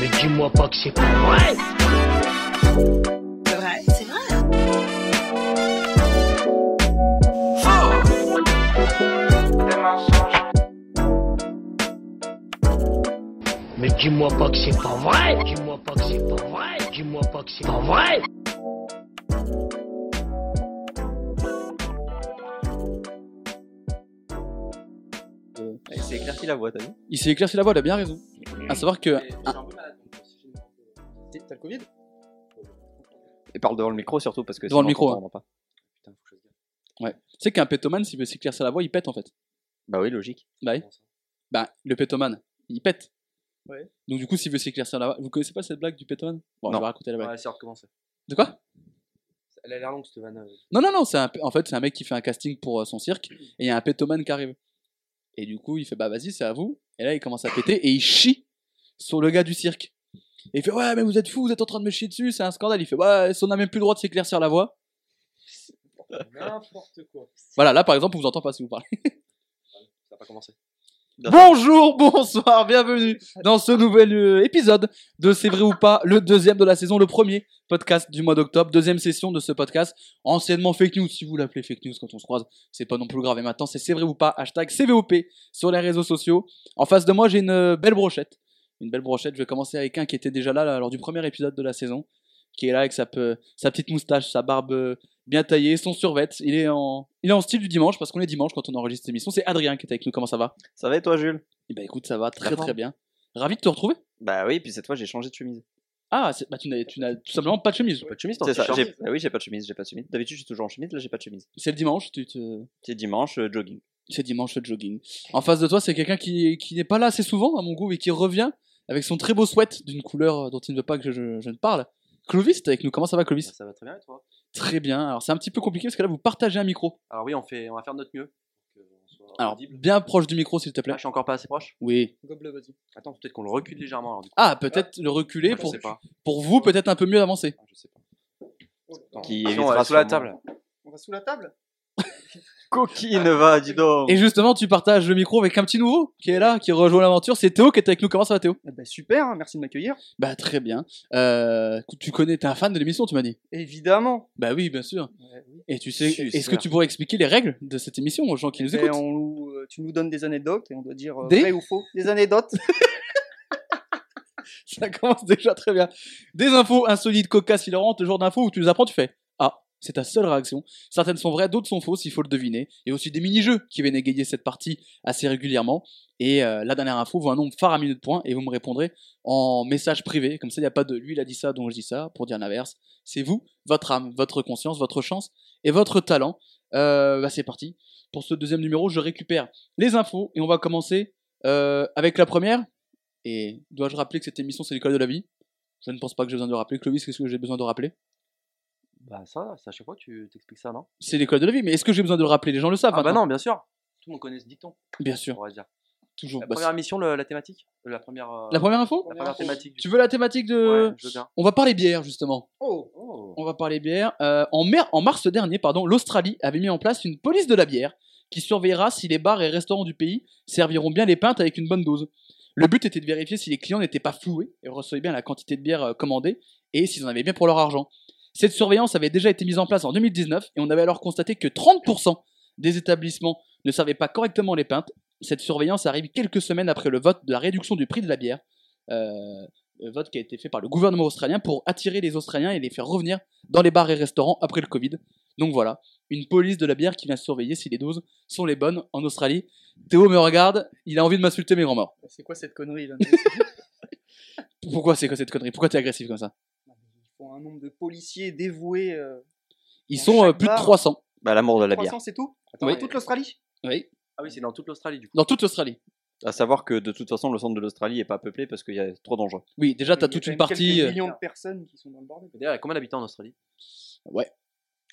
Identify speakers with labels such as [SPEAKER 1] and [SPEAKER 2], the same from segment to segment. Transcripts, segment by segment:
[SPEAKER 1] mais dis-moi pas que c'est pas vrai.
[SPEAKER 2] C'est vrai. C'est vrai.
[SPEAKER 1] Mais dis-moi pas que c'est pas vrai. Dis-moi pas que c'est pas vrai. Dis-moi pas que c'est pas vrai.
[SPEAKER 3] Euh, il s'est éclairci la voix, t'as vu
[SPEAKER 4] Il s'est éclairci la voix, il a bien raison. À savoir que.
[SPEAKER 3] Et
[SPEAKER 4] Ah.
[SPEAKER 3] j'ai un peu malade, donc, si j'ai une- T'es- T'as le Covid Et parle devant le micro surtout parce que
[SPEAKER 4] Devant
[SPEAKER 3] sinon,
[SPEAKER 4] le micro,
[SPEAKER 3] on t'entendra pas. Putain, faut que je-
[SPEAKER 4] Ouais. Tu sais qu'un pétomane, s'il veut s'éclaircir la voix, il pète en fait.
[SPEAKER 3] Bah oui, logique.
[SPEAKER 4] Bah oui. Bah, le pétomane, il pète.
[SPEAKER 3] Ouais.
[SPEAKER 4] Donc du coup, s'il veut s'éclaircir la voix. Vous connaissez pas cette blague du pétomane Bon,
[SPEAKER 3] Non.
[SPEAKER 4] je vais raconter la blague.
[SPEAKER 3] Ouais, c'est recommence.
[SPEAKER 4] De quoi
[SPEAKER 3] Elle a l'air longue cette vanne. euh.
[SPEAKER 4] Non, non, non, c'est un, en fait, c'est un mec qui fait un casting pour euh, son cirque et il y a un pétomane qui arrive. Et du coup, il fait Bah, vas-y, c'est à vous. Et là, il commence à péter et il chie sur le gars du cirque. Et il fait Ouais, mais vous êtes fou, vous êtes en train de me chier dessus, c'est un scandale. Il fait Ouais, si on n'a même plus le droit de s'éclaircir la voix.
[SPEAKER 3] N'importe quoi.
[SPEAKER 4] Voilà, là, par exemple, on vous entend pas si vous parlez.
[SPEAKER 3] Ça a pas commencé.
[SPEAKER 4] Bonjour, bonsoir, bienvenue dans ce nouvel euh, épisode de C'est vrai ou pas, le deuxième de la saison, le premier podcast du mois d'octobre, deuxième session de ce podcast, anciennement fake news, si vous l'appelez fake news quand on se croise, c'est pas non plus grave, et maintenant c'est C'est vrai ou pas, hashtag CVOP sur les réseaux sociaux. En face de moi, j'ai une euh, belle brochette, une belle brochette, je vais commencer avec un qui était déjà là, là, lors du premier épisode de la saison, qui est là avec sa, pe- sa petite moustache, sa barbe euh, bien taillée, son survêt, il est en, il est en style du dimanche, parce qu'on est dimanche quand on enregistre cette émission, c'est Adrien qui est avec nous, comment ça va
[SPEAKER 3] Ça va et toi, Jules
[SPEAKER 4] eh ben écoute, ça va très
[SPEAKER 3] Vraiment
[SPEAKER 4] très bien. Ravi de te retrouver.
[SPEAKER 3] Bah oui, puis cette fois j'ai changé de chemise.
[SPEAKER 4] Ah, c'est- bah, tu n'as tu n'as tout simplement pas de chemise.
[SPEAKER 3] Pas de chemise,
[SPEAKER 5] toi,
[SPEAKER 3] C'est
[SPEAKER 5] t'es
[SPEAKER 3] ça.
[SPEAKER 5] short.
[SPEAKER 3] j'ai- Bah oui, j'ai pas de chemise, j'ai pas de chemise. D'habitude, je suis toujours en chemise, là j'ai pas de chemise.
[SPEAKER 4] C'est le dimanche, tu te...
[SPEAKER 3] C'est dimanche, euh, jogging.
[SPEAKER 4] c'est dimanche le jogging. En face de toi, c'est quelqu'un qui, qui n'est pas là assez souvent à mon goût et qui revient avec son très beau sweat d'une couleur dont il ne veut pas que je, je ne parle. Clovis, t'es avec nous. Comment ça va, Clovis
[SPEAKER 3] Ça va très bien et toi
[SPEAKER 4] Très bien. Alors c'est un petit peu compliqué parce que là vous partagez un micro.
[SPEAKER 3] Alors oui, on, fait, on va faire de notre mieux. pour que euh, on soit
[SPEAKER 4] Alors
[SPEAKER 3] audible.
[SPEAKER 4] bien proche du micro s'il te
[SPEAKER 3] Ah,
[SPEAKER 4] plaît.
[SPEAKER 3] je suis encore pas assez proche
[SPEAKER 4] Oui.
[SPEAKER 3] Goble, vas-y. Attends, peut-être qu'on le recule légèrement alors du coup.
[SPEAKER 4] Ah peut-être le reculer
[SPEAKER 3] je
[SPEAKER 4] pour
[SPEAKER 3] sais pas.
[SPEAKER 4] pour vous peut-être un peu mieux avancer.
[SPEAKER 3] Ah, Je sais pas.
[SPEAKER 5] Qui
[SPEAKER 3] Sinon,
[SPEAKER 5] évitera
[SPEAKER 3] euh,
[SPEAKER 5] sous
[SPEAKER 3] sûrement-
[SPEAKER 5] la table.
[SPEAKER 6] On va sous la table
[SPEAKER 5] Coquine, va, dis
[SPEAKER 3] Oh.
[SPEAKER 5] donc.
[SPEAKER 4] Et justement tu partages le micro avec un petit nouveau qui est là qui rejoint l'aventure. C'est Théo qui est avec nous. Comment ça va Théo
[SPEAKER 6] Eh ben, Super, hein, merci de m'accueillir.
[SPEAKER 4] Bah très bien. Euh, tu connais, t'es un fan de l'émission, tu m'as dit.
[SPEAKER 6] Évidemment.
[SPEAKER 4] Bah oui, bien sûr. Et tu sais,
[SPEAKER 3] Je suis
[SPEAKER 4] est-ce que
[SPEAKER 3] sûr.
[SPEAKER 4] tu pourrais expliquer les règles de cette émission aux gens qui nous
[SPEAKER 6] Eh ben,
[SPEAKER 4] écoutent
[SPEAKER 6] on nous- euh, tu nous donnes des anecdotes et on doit dire euh,
[SPEAKER 4] Des
[SPEAKER 6] vrai ou faux. Des anecdotes.
[SPEAKER 4] Ça commence déjà très bien. Des infos insolites, cocasses, hilarantes, le genre d'infos où tu les apprends, tu fais Ah, c'est ta seule réaction. Certaines sont vraies, d'autres sont fausses, il faut le deviner. Et aussi des mini-jeux qui viennent égayer cette partie assez régulièrement. Et euh, la dernière info vaut un nombre faramineux de points et vous me répondrez en message privé. Comme ça, il n'y a pas de lui, il a dit ça, donc je dis ça, pour dire l'inverse. C'est vous, votre âme, votre conscience, votre chance et votre talent. Euh, bah, c'est parti. Pour ce deuxième numéro, je récupère les infos et on va commencer euh, avec la première. Et dois-je rappeler que cette émission, c'est l'école de la vie Je ne pense pas que j'ai besoin de le rappeler. Clovis, qu'est-ce que j'ai besoin de rappeler
[SPEAKER 3] Bah ça, c'est à chaque fois que tu t'expliques ça, non
[SPEAKER 4] C'est l'école de la vie, mais est-ce que j'ai besoin de le rappeler Les gens le savent.
[SPEAKER 3] Ah bah
[SPEAKER 4] maintenant.
[SPEAKER 3] non, bien sûr. Tout le monde connaît ce dicton,
[SPEAKER 4] Bien
[SPEAKER 3] on
[SPEAKER 4] sûr,
[SPEAKER 3] va dire.
[SPEAKER 4] toujours.
[SPEAKER 3] La
[SPEAKER 4] Bah,
[SPEAKER 3] première mission, le- la thématique Euh, La première, euh,
[SPEAKER 4] c'est- la première info
[SPEAKER 3] la première thématique. du-
[SPEAKER 4] Tu veux la thématique de...
[SPEAKER 3] Ouais, je veux bien.
[SPEAKER 4] On va parler bière, justement.
[SPEAKER 6] Oh,
[SPEAKER 4] On va parler bière. Euh, en, mer- en mars dernier, pardon, l'Australie avait mis en place une police de la bière qui surveillera si les bars et restaurants du pays serviront bien les pintes avec une bonne dose. Le but était de vérifier si les clients n'étaient pas floués et recevaient bien la quantité de bière euh, commandée et s'ils en avaient bien pour leur argent. Cette surveillance avait déjà été mise en place en 2019 et on avait alors constaté que 30% des établissements ne servaient pas correctement les pintes. Cette surveillance arrive quelques semaines après le vote de la réduction du prix de la bière, euh, le vote qui a été fait par le gouvernement australien pour attirer les Australiens et les faire revenir dans les bars et restaurants après le Covid. Donc voilà, une police de la bière qui vient surveiller si les doses sont les bonnes en Australie. Théo me regarde, il a envie de m'insulter mes grands-morts.
[SPEAKER 6] Bah, C'est quoi cette connerie là
[SPEAKER 4] Pourquoi c'est quoi cette connerie Pourquoi t'es agressif comme ça
[SPEAKER 6] Il faut un nombre de policiers dévoués. euh,
[SPEAKER 4] Ils
[SPEAKER 6] Dans
[SPEAKER 4] sont euh,
[SPEAKER 6] chaque
[SPEAKER 4] plus de
[SPEAKER 6] bar.
[SPEAKER 4] 300.
[SPEAKER 5] Bah, l'amour de la bière.
[SPEAKER 6] 300, c'est tout
[SPEAKER 4] Oui.
[SPEAKER 6] Dans toute l'Australie
[SPEAKER 4] Oui,
[SPEAKER 3] Ah oui, c'est dans toute l'Australie du coup.
[SPEAKER 4] dans toute l'Australie.
[SPEAKER 5] À savoir que de toute façon, le centre de l'Australie est pas peuplé parce qu'il y a trop d'engins.
[SPEAKER 4] Oui, déjà
[SPEAKER 6] Il y
[SPEAKER 4] t'as
[SPEAKER 6] a
[SPEAKER 4] toute
[SPEAKER 6] quand
[SPEAKER 4] une
[SPEAKER 6] même
[SPEAKER 4] partie.
[SPEAKER 6] Quelques
[SPEAKER 4] euh,
[SPEAKER 6] millions de personnes qui sont dans le bordel.
[SPEAKER 3] Mais D'ailleurs, il y a combien d'habitants en Australie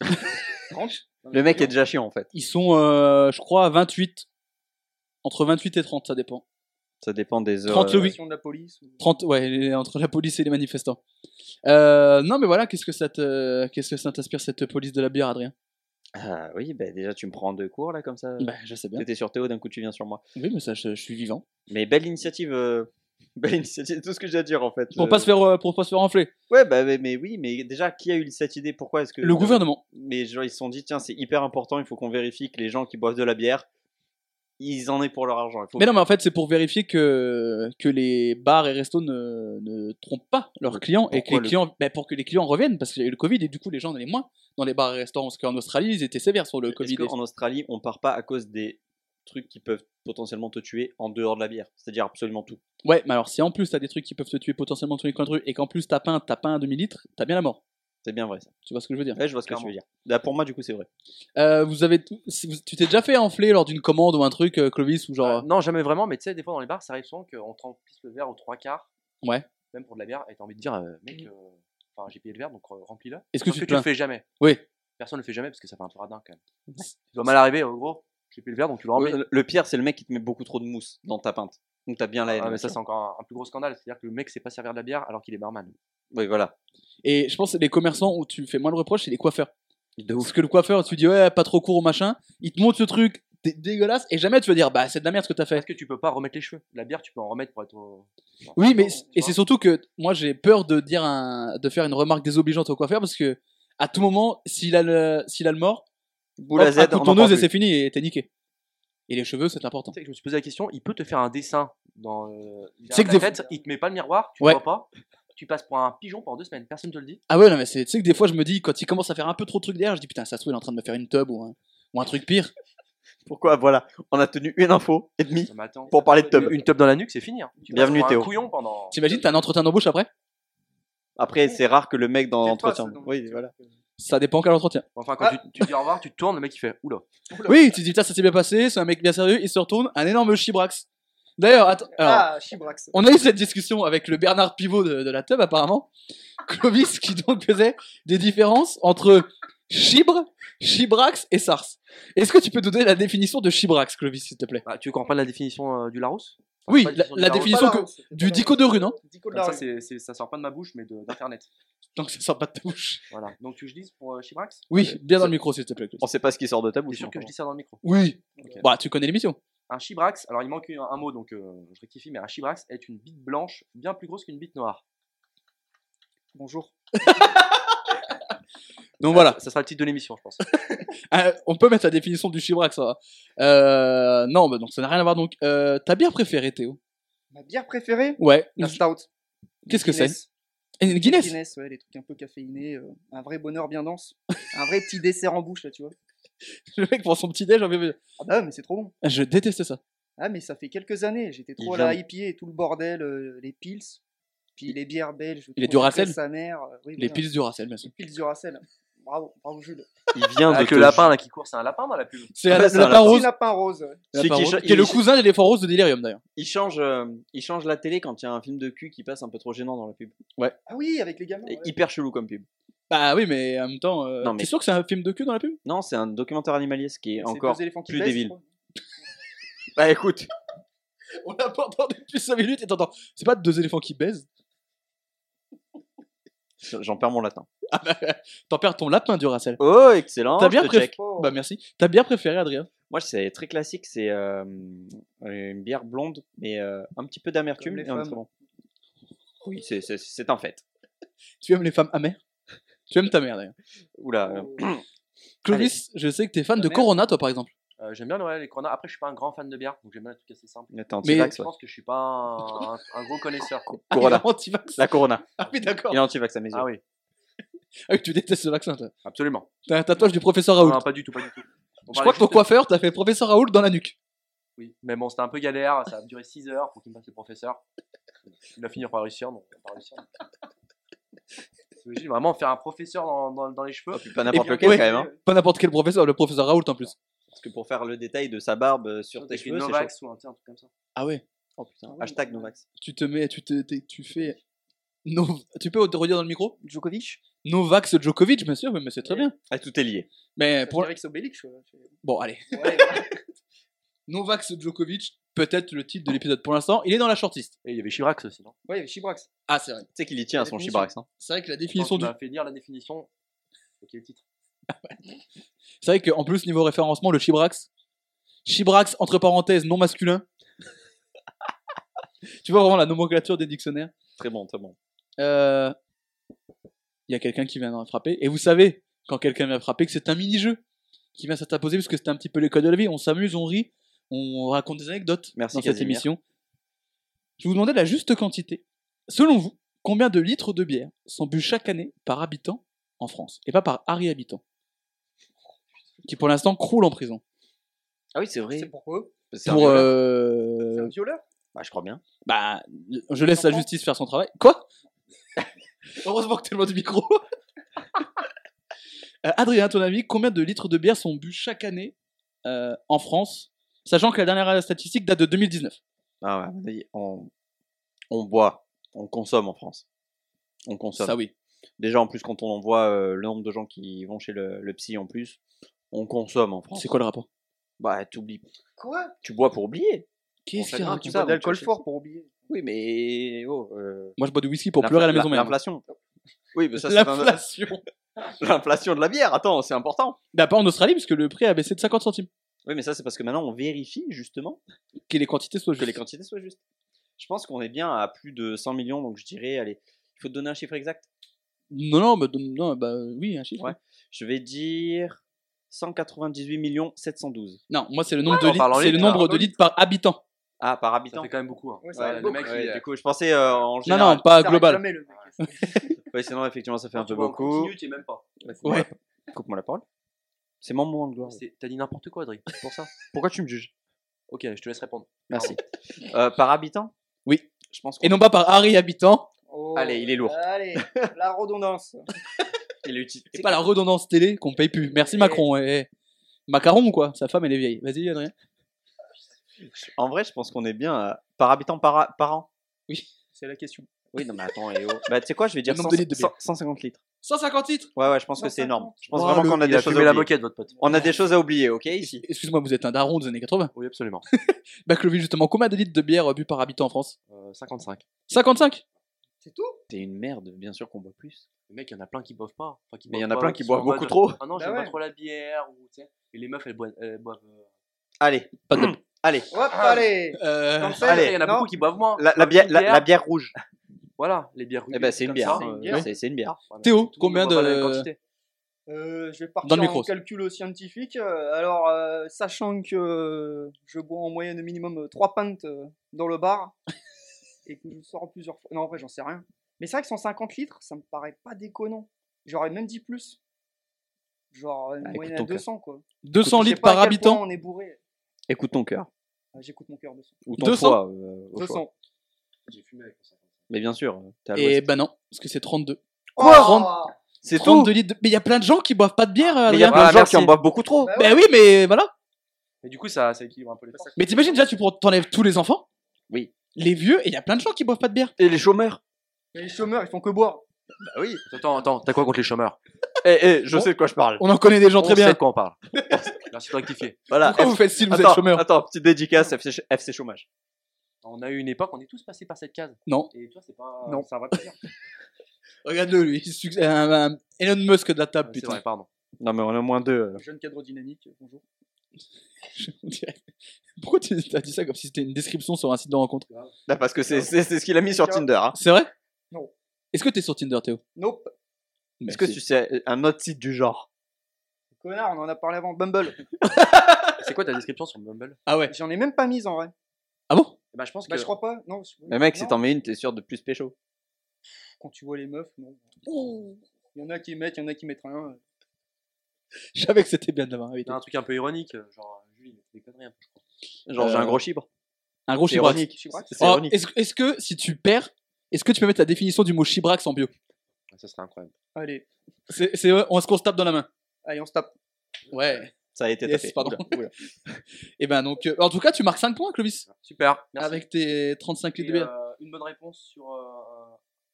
[SPEAKER 5] Le mec est déjà chiant en fait.
[SPEAKER 4] Ils sont, euh, je crois, à 28. Entre 28 et 30, ça dépend.
[SPEAKER 5] Ça dépend des heures.
[SPEAKER 4] 30 le
[SPEAKER 5] euh,
[SPEAKER 4] week-
[SPEAKER 6] Action de la police. ou-
[SPEAKER 4] 30, ouais, les- entre la police et les manifestants. Euh, non, mais voilà, qu'est-ce que ça te, qu'est-ce que ça t'inspire cette police de la bière, Adrien
[SPEAKER 5] Ah oui, bah, déjà tu me prends deux cours là comme ça.
[SPEAKER 4] Bah, je sais bien.
[SPEAKER 5] T'étais sur Théo, d'un coup tu viens sur moi.
[SPEAKER 4] Oui, mais ça, je, je suis vivant.
[SPEAKER 5] Mais belle initiative. euh, Ben, c'est tout ce que j'ai à dire en fait.
[SPEAKER 4] Pour
[SPEAKER 5] Euh,
[SPEAKER 4] pas se faire, euh, pour pas se faire enfler.
[SPEAKER 5] Ouais, bah, mais, mais oui, mais déjà, qui a eu cette idée Pourquoi est-ce que.
[SPEAKER 4] Le gouvernement.
[SPEAKER 5] Mais genre, ils se sont dit, tiens, c'est hyper important, il faut qu'on vérifie que les gens qui boivent de la bière, ils en aient pour leur argent. Il faut-
[SPEAKER 4] Mais non, mais en fait, c'est pour vérifier que, que les bars et restos ne, ne trompent pas leurs clients et que
[SPEAKER 5] Pourquoi
[SPEAKER 4] les
[SPEAKER 5] le-
[SPEAKER 4] clients, ben, pour que les clients reviennent parce qu'il y a eu le Covid et du coup, les gens en allaient moins dans les bars et restaurants. Parce qu'en Australie, ils étaient sévères sur le
[SPEAKER 5] Est-ce
[SPEAKER 4] Covid.
[SPEAKER 5] qu'en Australie, on part pas à cause des trucs qui peuvent potentiellement te tuer en dehors de la bière C'est-à-dire absolument tout.
[SPEAKER 4] Ouais, mais alors, si en plus, t'as des trucs qui peuvent te tuer potentiellement tous les coins de rue et qu'en plus, t'as pas un, t'as pas un demi-litre, t'as bien la mort.
[SPEAKER 5] C'est bien vrai ça.
[SPEAKER 4] Tu vois ce que je veux dire
[SPEAKER 5] Ouais, je vois ce que tu veux dire. Là, pour moi, du coup, c'est vrai.
[SPEAKER 4] Euh, vous avez, si vous- tu t'es déjà fait enfler lors d'une commande ou un truc, euh, Clovis, ou
[SPEAKER 7] Euh,
[SPEAKER 4] genre.
[SPEAKER 7] non, jamais vraiment, mais tu sais, des fois dans les bars, ça arrive souvent qu'on te remplisse le verre aux trois quarts.
[SPEAKER 4] Ouais. Mm.
[SPEAKER 7] Même pour de la bière, et t'as envie de dire, euh, mec, euh, enfin, j'ai payé le verre, donc euh, remplis-le.
[SPEAKER 4] Est-ce que
[SPEAKER 7] Sauf
[SPEAKER 4] tu te
[SPEAKER 7] tu le
[SPEAKER 4] plains
[SPEAKER 7] fais jamais
[SPEAKER 4] Oui.
[SPEAKER 7] Personne ne le fait jamais parce que ça fait un peu radin quand même. Ça doit mal arriver, en gros. J'ai payé le verre, donc tu le remplis.
[SPEAKER 5] Le- le pire, c'est le mec qui te met beaucoup trop de mousse dans ta pinte. Donc t'as bien la haine.
[SPEAKER 7] Ah, mais ça, c'est encore un, un plus gros scandale. C'est-à-dire que le mec sait pas servir de la bière alors qu'il est barman.
[SPEAKER 5] Oui, voilà.
[SPEAKER 4] Et je pense que les commerçants où tu fais moins le reproche, c'est les coiffeurs. Parce que le coiffeur, tu dis ouais, pas trop court, machin, il te montre ce truc, t'es dégueulasse, et jamais tu vas dire bah c'est de la merde ce que t'as fait.
[SPEAKER 7] Parce que tu peux pas remettre les cheveux. La bière, tu peux en remettre pour être. au-
[SPEAKER 4] Oui, mais
[SPEAKER 7] Tu
[SPEAKER 4] et
[SPEAKER 7] vois
[SPEAKER 4] c'est surtout que moi j'ai peur de dire un, de faire une remarque désobligeante au coiffeur parce que à tout moment, s'il a le, s'il a le mort,
[SPEAKER 5] Boule à
[SPEAKER 4] hop,
[SPEAKER 5] Z, on
[SPEAKER 4] un coup de
[SPEAKER 5] en
[SPEAKER 4] Ah, tondeuse
[SPEAKER 5] parle
[SPEAKER 4] et
[SPEAKER 5] plus.
[SPEAKER 4] c'est fini et t'es niqué. Et les cheveux, c'est important.
[SPEAKER 7] Tu sais que je me suis posé la question, il peut te faire un dessin dans euh,
[SPEAKER 4] sais que
[SPEAKER 7] la
[SPEAKER 4] des
[SPEAKER 7] tête, il te met pas le miroir, tu
[SPEAKER 4] Ouais.
[SPEAKER 7] le vois pas, tu passes pour un pigeon pendant deux semaines, personne te le dit.
[SPEAKER 4] Ah ouais, non, mais c'est, tu sais que des fois je me dis quand il commence à faire un peu trop de trucs derrière, je dis putain, ça se trouve il est en train de me faire une tub ou un, ou un truc pire.
[SPEAKER 5] Pourquoi Voilà. On a tenu une info et demie
[SPEAKER 7] Non, mais attends,
[SPEAKER 5] pour parler de tub.
[SPEAKER 7] une top dans la nuque, c'est fini. hein. Tu passes
[SPEAKER 5] Bienvenue,
[SPEAKER 7] pour un
[SPEAKER 5] Théo.
[SPEAKER 7] couillon pendant.
[SPEAKER 4] T'imagines, t'as un entretien d'embauche après
[SPEAKER 5] Après, c'est rare que le mec dans
[SPEAKER 6] Peut-être pas,
[SPEAKER 5] l'entretien.
[SPEAKER 6] ça, dans-
[SPEAKER 5] Oui, voilà.
[SPEAKER 4] Ça dépend quel entretien.
[SPEAKER 7] Enfin, quand tu, tu dis au revoir, tu te tournes, le mec il fait oula.
[SPEAKER 4] Oui, tu te dis, putain, ça s'est bien passé, c'est un mec bien sérieux, il se retourne, un énorme chibrax. D'ailleurs, attends, alors,
[SPEAKER 6] Ah, Chibrax.
[SPEAKER 4] on a eu cette discussion avec le Bernard Pivot de, de la tub, apparemment. Clovis, qui donc faisait des différences entre chibre, chibrax et sars. Est-ce que tu peux nous donner la définition de chibrax, Clovis, s'il te plaît
[SPEAKER 7] Bah, tu veux qu'on reprenne la définition euh, du Larousse
[SPEAKER 4] Oui,
[SPEAKER 7] pas
[SPEAKER 4] la,
[SPEAKER 7] définition de la
[SPEAKER 4] la définition que, du dico de Ah, rue, non
[SPEAKER 6] Dico de
[SPEAKER 7] Comme
[SPEAKER 6] la
[SPEAKER 7] ça,
[SPEAKER 6] rue.
[SPEAKER 7] c'est- c'est- ça sort pas de ma bouche, mais de- d'internet.
[SPEAKER 4] tant que ça sort pas de ta bouche.
[SPEAKER 7] Voilà. Donc tu veux que je dise pour euh, Chibrax
[SPEAKER 4] Oui, bien dans le micro, s'il te plaît. Clovis.
[SPEAKER 5] On sait pas ce qui sort de ta
[SPEAKER 7] T'es
[SPEAKER 5] bouche.
[SPEAKER 7] sûr que je
[SPEAKER 5] maintenant.
[SPEAKER 7] dis ça dans le micro
[SPEAKER 4] Oui.
[SPEAKER 7] Ok.
[SPEAKER 4] Bah, tu connais l'émission.
[SPEAKER 7] Un Chibrax, alors il manque un, un mot donc euh, je rectifie, mais un Chibrax est une bite blanche bien plus grosse qu'une bite noire.
[SPEAKER 6] Bonjour.
[SPEAKER 4] Donc voilà,
[SPEAKER 7] Ça sera le titre de l'émission, je pense.
[SPEAKER 4] Euh, on peut mettre la définition du chibrax, ça va. Euh, non, bah, donc ça n'a rien à voir. Donc, euh, ta bière préférée, Théo
[SPEAKER 6] Ma bière préférée
[SPEAKER 4] Ouais.
[SPEAKER 6] La Stout.
[SPEAKER 4] Qu'est-ce que c'est
[SPEAKER 6] Guinness.
[SPEAKER 4] Une Guinness
[SPEAKER 6] Guinness, ouais, les trucs un peu caféinés. euh, un vrai bonheur bien dense. un vrai petit dessert en bouche, là, tu vois.
[SPEAKER 4] Le mec prend son petit déj, j'avais vu.
[SPEAKER 6] Ah bah ouais, mais c'est trop bon.
[SPEAKER 4] Je détestais ça.
[SPEAKER 6] Ah, mais ça fait quelques années. J'étais trop à
[SPEAKER 5] Il
[SPEAKER 6] la hippie et tout le bordel, euh, les pils, puis les bières belges.
[SPEAKER 4] les
[SPEAKER 6] tout,
[SPEAKER 4] Duracell
[SPEAKER 6] sa mère. euh, oui,
[SPEAKER 4] Les
[SPEAKER 6] voilà.
[SPEAKER 4] piles du Racel, bien sûr.
[SPEAKER 6] Les pils Duracell. Bravo, bravo Jules.
[SPEAKER 5] Il vient de
[SPEAKER 7] Avec le
[SPEAKER 5] te-
[SPEAKER 7] Ah, lapin là qui court, c'est un lapin dans la pub.
[SPEAKER 4] bah, C'est
[SPEAKER 5] Ah,
[SPEAKER 4] la-
[SPEAKER 5] c'est
[SPEAKER 4] le
[SPEAKER 5] un
[SPEAKER 4] lapin
[SPEAKER 5] lapin.
[SPEAKER 6] Petit
[SPEAKER 4] rose.
[SPEAKER 6] lapin rose.
[SPEAKER 4] le
[SPEAKER 5] C'est
[SPEAKER 4] lapin
[SPEAKER 5] qui
[SPEAKER 4] rose,
[SPEAKER 5] cha-
[SPEAKER 4] Qui est le
[SPEAKER 5] il-
[SPEAKER 4] cousin des léphores roses de Delirium, d'ailleurs.
[SPEAKER 5] Il change, euh, il change la télé quand il y a un film de cul qui passe un peu trop gênant dans la pub.
[SPEAKER 6] Ah oui, avec les gamins.
[SPEAKER 5] Et
[SPEAKER 6] ouais.
[SPEAKER 5] Hyper chelou comme pub.
[SPEAKER 4] Bah oui, mais en même temps. euh,
[SPEAKER 5] Non, mais-
[SPEAKER 4] T'es sûr que c'est un film de cul dans la pub
[SPEAKER 5] Non, c'est un documentaire animalier, ce qui est
[SPEAKER 6] C'est
[SPEAKER 5] encore.
[SPEAKER 6] deux éléphants qui
[SPEAKER 5] plus
[SPEAKER 6] baissent,
[SPEAKER 5] débile.
[SPEAKER 6] je crois.
[SPEAKER 5] Bah écoute,
[SPEAKER 4] On l'a pas entendu depuis 5 minutes et t'entends. C'est pas deux éléphants qui baisent
[SPEAKER 5] j'en perds mon latin.
[SPEAKER 4] Ah bah, T'en perds ton lapin du Racel.
[SPEAKER 5] Oh, excellent.
[SPEAKER 4] T'as
[SPEAKER 5] je
[SPEAKER 4] bien
[SPEAKER 5] te
[SPEAKER 4] préféré.
[SPEAKER 5] check.
[SPEAKER 6] Oh.
[SPEAKER 4] Bah merci. T'as bien préféré, Adrien
[SPEAKER 5] Moi, c'est très classique, c'est euh, une bière blonde, mais euh, un petit peu d'amertume.
[SPEAKER 6] Comme les
[SPEAKER 5] et en même
[SPEAKER 6] femmes.
[SPEAKER 5] temps- Oui, c'est- c'est c'est un fait.
[SPEAKER 4] Tu aimes les femmes amères Tu aimes ta mère, d'ailleurs.
[SPEAKER 5] Oula, euh,
[SPEAKER 4] Clovis, je sais que t'es fan
[SPEAKER 6] Ta
[SPEAKER 4] de
[SPEAKER 6] mère
[SPEAKER 4] Corona, toi, par exemple.
[SPEAKER 7] Euh, j'aime bien Noël et Corona. Après, je suis pas un grand fan de bière, donc j'aime bien les trucs assez simples.
[SPEAKER 5] attends,
[SPEAKER 4] Mais-
[SPEAKER 5] anti-vax,
[SPEAKER 7] Je
[SPEAKER 5] ouais.
[SPEAKER 7] pense que je suis pas un, un- un gros connaisseur.
[SPEAKER 5] Corona.
[SPEAKER 4] Ah, il est anti-vax.
[SPEAKER 5] La Corona.
[SPEAKER 4] Ah oui, d'accord.
[SPEAKER 5] Il est anti-vax à mes yeux.
[SPEAKER 7] Ah oui,
[SPEAKER 4] Ah oui, tu détestes le vaccin, toi.
[SPEAKER 7] absolument.
[SPEAKER 4] T'as un tatouage du professeur Raoult.
[SPEAKER 7] Non, pas du tout, pas du tout. On
[SPEAKER 4] Je
[SPEAKER 7] parlait
[SPEAKER 4] crois que ton
[SPEAKER 7] juste de-
[SPEAKER 4] coiffeur t'a fait professeur Raoult dans la nuque.
[SPEAKER 7] Oui, mais bon, c'était un peu galère, ça a duré 6 heures pour qu'il me passe le professeur. Il va finir par réussir, non, il va pas réussir. J'imagine vraiment faire un professeur dans, dans- dans les cheveux.
[SPEAKER 5] Ah, puis pas n'importe
[SPEAKER 4] Et-
[SPEAKER 5] lequel
[SPEAKER 4] ouais.
[SPEAKER 5] quand même. hein.
[SPEAKER 4] Pas n'importe quel professeur, le professeur Raoult en plus.
[SPEAKER 5] Parce que pour faire le détail de sa barbe euh, sur
[SPEAKER 7] Sur
[SPEAKER 5] tes
[SPEAKER 7] tes
[SPEAKER 5] cheveux, c'est chaud.
[SPEAKER 7] Novax ou un, tu sais, un truc comme ça.
[SPEAKER 4] Ah ouais
[SPEAKER 5] Oh putain, hashtag Novax.
[SPEAKER 4] Tu te mets, tu te, t'es- tu fais. No- Tu peux te redire dans le micro
[SPEAKER 6] Djokovic
[SPEAKER 4] Novak Djokovic, bien sûr, mais mais c'est très bien.
[SPEAKER 5] Ah, tout est lié.
[SPEAKER 4] Mais
[SPEAKER 6] Ça
[SPEAKER 4] pour.
[SPEAKER 6] se dirait que c'est Obélix, je crois.
[SPEAKER 4] Bon, allez.
[SPEAKER 6] Ouais,
[SPEAKER 4] Novak Djokovic, peut-être le titre de l'épisode pour l'instant, il est dans la shortlist.
[SPEAKER 7] Et il y avait Chirac aussi, non
[SPEAKER 6] ouais, ouais, Chibrax.
[SPEAKER 4] Ah, c'est vrai.
[SPEAKER 5] Tu sais qu'il y tient à son
[SPEAKER 4] Définition.
[SPEAKER 5] chibrax. Hein.
[SPEAKER 4] C'est vrai que la
[SPEAKER 7] Ils sont
[SPEAKER 4] définition du.
[SPEAKER 7] fait lire la définition. Ok, le titre.
[SPEAKER 4] C'est vrai qu'en plus, niveau référencement, le Chibrax. Chibrax, entre parenthèses, non masculin. Tu vois vraiment la nomenclature des dictionnaires.
[SPEAKER 5] Très bon, très bon.
[SPEAKER 4] Euh, Il y a quelqu'un qui vient de frapper. Et vous savez, quand quelqu'un vient frapper, que c'est un mini-jeu qui vient s'interposer parce que c'est un petit peu les codes de la vie. On s'amuse, on rit, on raconte des anecdotes
[SPEAKER 5] Merci,
[SPEAKER 4] dans cette
[SPEAKER 5] Casimir.
[SPEAKER 4] émission. Je vais vous demandais la juste quantité. Selon vous, combien de litres de bière sont bu chaque année par habitant en France Et pas par Harry habitant, qui pour l'instant croule en prison.
[SPEAKER 5] Ah oui, c'est vrai.
[SPEAKER 6] C'est pour eux.
[SPEAKER 5] C'est un
[SPEAKER 4] Pour.
[SPEAKER 5] violeur.
[SPEAKER 6] C'est un
[SPEAKER 4] euh,
[SPEAKER 6] violeur.
[SPEAKER 5] Bah, je crois bien.
[SPEAKER 4] Bah, je laisse la justice faire son travail. Quoi Heureusement que t'es loin du micro. Euh, Adrien, à ton avis, combien de litres de bière sont bu chaque année euh, en France Sachant que la dernière statistique date de 2019.
[SPEAKER 5] Ah ouais, à mon avis, on, on boit, on consomme en France. On consomme.
[SPEAKER 4] Ça, oui.
[SPEAKER 5] Déjà, en plus, quand on en voit euh, le nombre de gens qui vont chez le, le psy en plus, on consomme en France.
[SPEAKER 4] C'est quoi le rapport
[SPEAKER 5] Bah, t'oublies.
[SPEAKER 6] Quoi
[SPEAKER 5] Tu bois pour oublier.
[SPEAKER 4] Qu'est-ce
[SPEAKER 5] fait,
[SPEAKER 4] qu'il
[SPEAKER 5] non,
[SPEAKER 4] raconte
[SPEAKER 5] tu
[SPEAKER 6] Tu
[SPEAKER 5] Ça,
[SPEAKER 6] bois
[SPEAKER 5] donc,
[SPEAKER 6] de l'alcool
[SPEAKER 5] tu achètes.
[SPEAKER 6] fort pour oublier.
[SPEAKER 5] Oui, mais. Oh, euh,
[SPEAKER 4] Moi, je bois du whisky pour
[SPEAKER 5] l'infla-
[SPEAKER 4] pleurer à la maison
[SPEAKER 5] la-
[SPEAKER 4] mère.
[SPEAKER 5] L'inflation. Oui, mais ça, c'est un-
[SPEAKER 4] L'inflation.
[SPEAKER 5] l'inflation de la bière. Attends, c'est important.
[SPEAKER 4] Bah, pas en Australie, puisque le prix a baissé de 50 centimes.
[SPEAKER 5] Oui, mais ça, c'est parce que maintenant, on vérifie justement
[SPEAKER 4] Que les quantités soient
[SPEAKER 5] que les
[SPEAKER 4] justes.
[SPEAKER 5] quantités soient justes. Je pense qu'on est bien à plus de 100 millions, donc je dirais, allez, il faut te donner un chiffre exact.
[SPEAKER 4] Non, non, bah, non, bah oui, un chiffre.
[SPEAKER 5] Ouais. Je vais dire 198 millions 712.
[SPEAKER 4] Non, moi, c'est le nombre
[SPEAKER 7] on
[SPEAKER 4] de litres,
[SPEAKER 7] parle en
[SPEAKER 4] c'est le
[SPEAKER 7] litres,
[SPEAKER 4] nombre
[SPEAKER 7] alors,
[SPEAKER 4] de
[SPEAKER 7] en
[SPEAKER 4] litres par habitant.
[SPEAKER 5] Ah, par
[SPEAKER 7] Ça
[SPEAKER 5] habitant.
[SPEAKER 7] fait quand même beaucoup. hein.
[SPEAKER 6] Ouais, ça
[SPEAKER 7] Ouais,
[SPEAKER 6] fait
[SPEAKER 7] le
[SPEAKER 6] beaucoup.
[SPEAKER 7] mec,
[SPEAKER 5] Ouais,
[SPEAKER 7] il est-
[SPEAKER 5] du coup, je pensais euh, en
[SPEAKER 4] Non,
[SPEAKER 5] général.
[SPEAKER 4] non, pas
[SPEAKER 6] Ça
[SPEAKER 4] Ah, global.
[SPEAKER 6] arrête jamais, le mec.
[SPEAKER 5] Oui, sinon, effectivement, ça fait un
[SPEAKER 7] Quand tu
[SPEAKER 5] peu
[SPEAKER 7] vois en
[SPEAKER 5] beaucoup.
[SPEAKER 7] continu, tu es même pas.
[SPEAKER 4] Ouais.
[SPEAKER 5] Coupe-moi la parole. C'est mon moment de gloire.
[SPEAKER 7] C'est- T'as dit n'importe quoi, Adrien. C'est pour ça.
[SPEAKER 5] Pourquoi tu me juges
[SPEAKER 7] Ok, je te laisse répondre.
[SPEAKER 5] Merci. Euh, par habitant
[SPEAKER 4] Oui.
[SPEAKER 5] Je pense
[SPEAKER 4] Et
[SPEAKER 5] qu'il
[SPEAKER 4] non pas par Harry habitant.
[SPEAKER 6] Oh,
[SPEAKER 5] Allez, il est lourd.
[SPEAKER 6] Allez, la redondance.
[SPEAKER 5] est utile.
[SPEAKER 4] C'est pas la redondance télé qu'on paye plus. Merci Macron. eh, eh. Macaron ou quoi Sa femme elle est vieille. Vas-y Adrien.
[SPEAKER 5] En vrai, je pense qu'on est bien à- par habitant par, a- par an.
[SPEAKER 6] C'est la question.
[SPEAKER 5] Oui, non, mais attends, et oh. Bah, tu sais quoi, je vais dire
[SPEAKER 4] Le nombre
[SPEAKER 5] 100
[SPEAKER 4] de litres de bière.
[SPEAKER 5] 100 150 litres.
[SPEAKER 4] 150 litres.
[SPEAKER 5] Ouais, ouais, je pense que c'est énorme. Je pense
[SPEAKER 7] Oh,
[SPEAKER 5] vraiment
[SPEAKER 7] le-
[SPEAKER 5] qu'on a
[SPEAKER 7] il
[SPEAKER 5] des choses à
[SPEAKER 7] fumé la
[SPEAKER 5] oublier.
[SPEAKER 7] moquette, votre pote.
[SPEAKER 5] On a des choses à oublier, ok, ici
[SPEAKER 4] Excuse-moi, vous êtes un daron des années 80.
[SPEAKER 7] Oui, absolument.
[SPEAKER 4] Bah Clovis justement, combien de litres de bière euh, bu par habitant en France
[SPEAKER 7] Euh, 55.
[SPEAKER 4] 55.
[SPEAKER 6] C'est tout
[SPEAKER 5] T'es une merde, bien sûr qu'on boit plus.
[SPEAKER 7] Les mecs, il y en a plein qui boivent pas. Enfin, qui
[SPEAKER 5] Mais il y
[SPEAKER 7] boivent
[SPEAKER 5] en a
[SPEAKER 7] pas,
[SPEAKER 5] plein
[SPEAKER 7] ouais,
[SPEAKER 5] qui
[SPEAKER 7] sont
[SPEAKER 5] boivent
[SPEAKER 7] en mode,
[SPEAKER 5] beaucoup trop.
[SPEAKER 7] Ah non,
[SPEAKER 6] Bah
[SPEAKER 7] j'aime
[SPEAKER 6] ouais.
[SPEAKER 7] pas trop la bière. Ou, tu sais. Et les meufs, elles boivent. Elles boivent euh,
[SPEAKER 5] Allez,
[SPEAKER 4] Pas de.
[SPEAKER 5] allez.
[SPEAKER 6] Hop, allez
[SPEAKER 4] Euh,
[SPEAKER 6] Comme ça,
[SPEAKER 5] allez,
[SPEAKER 7] il y en a
[SPEAKER 6] non.
[SPEAKER 7] beaucoup qui boivent moins.
[SPEAKER 5] La, la
[SPEAKER 7] Une
[SPEAKER 5] bière, la, la bière rouge.
[SPEAKER 7] Voilà, les bières rouges.
[SPEAKER 5] Eh ben, c'est une bière.
[SPEAKER 6] c'est une
[SPEAKER 5] euh,
[SPEAKER 6] bière.
[SPEAKER 5] C'est c'est une bière.
[SPEAKER 4] Théo, combien de
[SPEAKER 7] quantité
[SPEAKER 6] Euh, je vais partir
[SPEAKER 4] Dans le micro.
[SPEAKER 6] en calcul scientifique. Euh, Alors, euh, sachant que euh, je bois en moyenne minimum 3 pintes euh, dans le bar et que je sors plusieurs fois. Non, en vrai, j'en sais rien. Mais c'est vrai que 150 litres, ça me paraît pas déconnant. J'aurais même dit plus. Genre, euh,
[SPEAKER 4] Bah,
[SPEAKER 6] une
[SPEAKER 5] Ah, écoute
[SPEAKER 6] moyenne à
[SPEAKER 5] ton cœur.
[SPEAKER 6] 200, quoi.
[SPEAKER 4] 200
[SPEAKER 6] Je sais
[SPEAKER 4] litres
[SPEAKER 6] pas à
[SPEAKER 4] euh, par
[SPEAKER 6] quel point
[SPEAKER 4] habitant
[SPEAKER 6] On est bourré.
[SPEAKER 5] Écoute ton cœur.
[SPEAKER 6] Ah, J'écoute mon cœur, 200.
[SPEAKER 5] Ou ton
[SPEAKER 4] 200.
[SPEAKER 5] foie. euh, au choix.
[SPEAKER 6] 200.
[SPEAKER 7] J'ai fumé avec ça.
[SPEAKER 5] Mais bien sûr, t'es à
[SPEAKER 4] Et
[SPEAKER 5] l'ouest.
[SPEAKER 4] bah non, parce que c'est 32.
[SPEAKER 6] Quoi Ah,
[SPEAKER 4] 30
[SPEAKER 5] C'est
[SPEAKER 4] 32 litres. de- Mais il y a plein de gens qui boivent pas de bière.
[SPEAKER 5] Mais il y a plein
[SPEAKER 4] Adrien.
[SPEAKER 5] de
[SPEAKER 7] Voilà,
[SPEAKER 5] gens qui en
[SPEAKER 7] merci.
[SPEAKER 5] boivent beaucoup trop.
[SPEAKER 6] Bah
[SPEAKER 4] Bah oui, mais voilà.
[SPEAKER 7] Mais du coup, ça, ça équilibre un peu les forces.
[SPEAKER 4] Mais t'imagines déjà, tu prends- t'enlèves tous les enfants.
[SPEAKER 5] Oui.
[SPEAKER 4] Les vieux et il y a plein de gens qui boivent pas de bière.
[SPEAKER 5] Et les chômeurs
[SPEAKER 6] Mais les chômeurs, ils font que boire.
[SPEAKER 5] Bah oui.
[SPEAKER 7] Attends, attends, t'as quoi contre les chômeurs
[SPEAKER 5] Eh, eh, je sais de quoi je parle.
[SPEAKER 4] On en connaît des gens très
[SPEAKER 7] On sait
[SPEAKER 4] bien.
[SPEAKER 7] de quoi on parle. Merci de rectifier.
[SPEAKER 5] Voilà.
[SPEAKER 4] Pourquoi vous faites si vous êtes
[SPEAKER 5] Attends,
[SPEAKER 4] chômeur
[SPEAKER 5] attends, petite dédicace FC, ch- FC chômage.
[SPEAKER 7] On a eu une époque, on est tous passés par cette case.
[SPEAKER 4] Non.
[SPEAKER 7] Et toi, c'est pas.
[SPEAKER 6] Non.
[SPEAKER 7] ça va pas dire.
[SPEAKER 4] Regarde-le, lui. il suc- un- un Elon Musk de la table,
[SPEAKER 7] C'est
[SPEAKER 4] putain.
[SPEAKER 7] vrai, pardon.
[SPEAKER 5] Non mais on est au moins deux. euh.
[SPEAKER 6] Jeune cadre dynamique, bonjour.
[SPEAKER 4] On dirait- Pourquoi tu as dit ça comme si c'était une description sur un site de rencontre
[SPEAKER 5] Là, Bah, parce que c'est c'est- c'est ce qu'il a mis sur
[SPEAKER 6] Tiens.
[SPEAKER 5] Tinder. hein.
[SPEAKER 4] C'est vrai
[SPEAKER 6] Non.
[SPEAKER 4] Est-ce que t'es sur Tinder, Théo
[SPEAKER 6] Nope.
[SPEAKER 5] Est-ce que tu sais euh, un autre site du genre
[SPEAKER 6] Connard, on en a parlé avant. Bumble.
[SPEAKER 7] C'est quoi ta description sur Bumble
[SPEAKER 4] Ah ouais
[SPEAKER 6] J'en ai même pas mise en vrai.
[SPEAKER 4] Ah bon
[SPEAKER 7] Bah, je pense que.
[SPEAKER 6] Bah, je crois pas. Non. je-
[SPEAKER 5] Mais mec, si
[SPEAKER 6] non.
[SPEAKER 5] t'en mets une, t'es sûr de plus pécho.
[SPEAKER 6] Quand tu vois les meufs, non.
[SPEAKER 4] Oh.
[SPEAKER 6] Il y en a qui mettent, il y en a qui mettent rien.
[SPEAKER 4] Je savais que c'était bien de l'avoir invité.
[SPEAKER 7] Il y a un truc un peu ironique, euh, genre Julie, mais c'est des conneries un peu.
[SPEAKER 5] Genre
[SPEAKER 4] Euh,
[SPEAKER 5] j'ai un gros chibre. Oh,
[SPEAKER 4] Un gros
[SPEAKER 5] C'est
[SPEAKER 4] chibrax.
[SPEAKER 5] ironique.
[SPEAKER 6] Chibrax.
[SPEAKER 5] C'est
[SPEAKER 4] Alors,
[SPEAKER 5] ironique.
[SPEAKER 4] Est-ce est-ce que si tu perds, est-ce que tu peux mettre la définition du mot chibrax en bio
[SPEAKER 7] Ouais, Ça serait incroyable.
[SPEAKER 6] Allez,
[SPEAKER 4] C'est c'est- euh, on- est-ce qu'on se tape dans la main
[SPEAKER 6] allez, on se tape.
[SPEAKER 4] Ouais.
[SPEAKER 5] Ça a été
[SPEAKER 4] Yes,
[SPEAKER 5] tapé.
[SPEAKER 4] pardon.
[SPEAKER 5] Oula, oula.
[SPEAKER 4] Et ben donc, euh, en tout cas, tu marques 5 points, Clovis,
[SPEAKER 7] Super. Merci.
[SPEAKER 4] avec tes 35
[SPEAKER 7] Et,
[SPEAKER 4] litres de bière.
[SPEAKER 7] euh, une bonne réponse sur euh,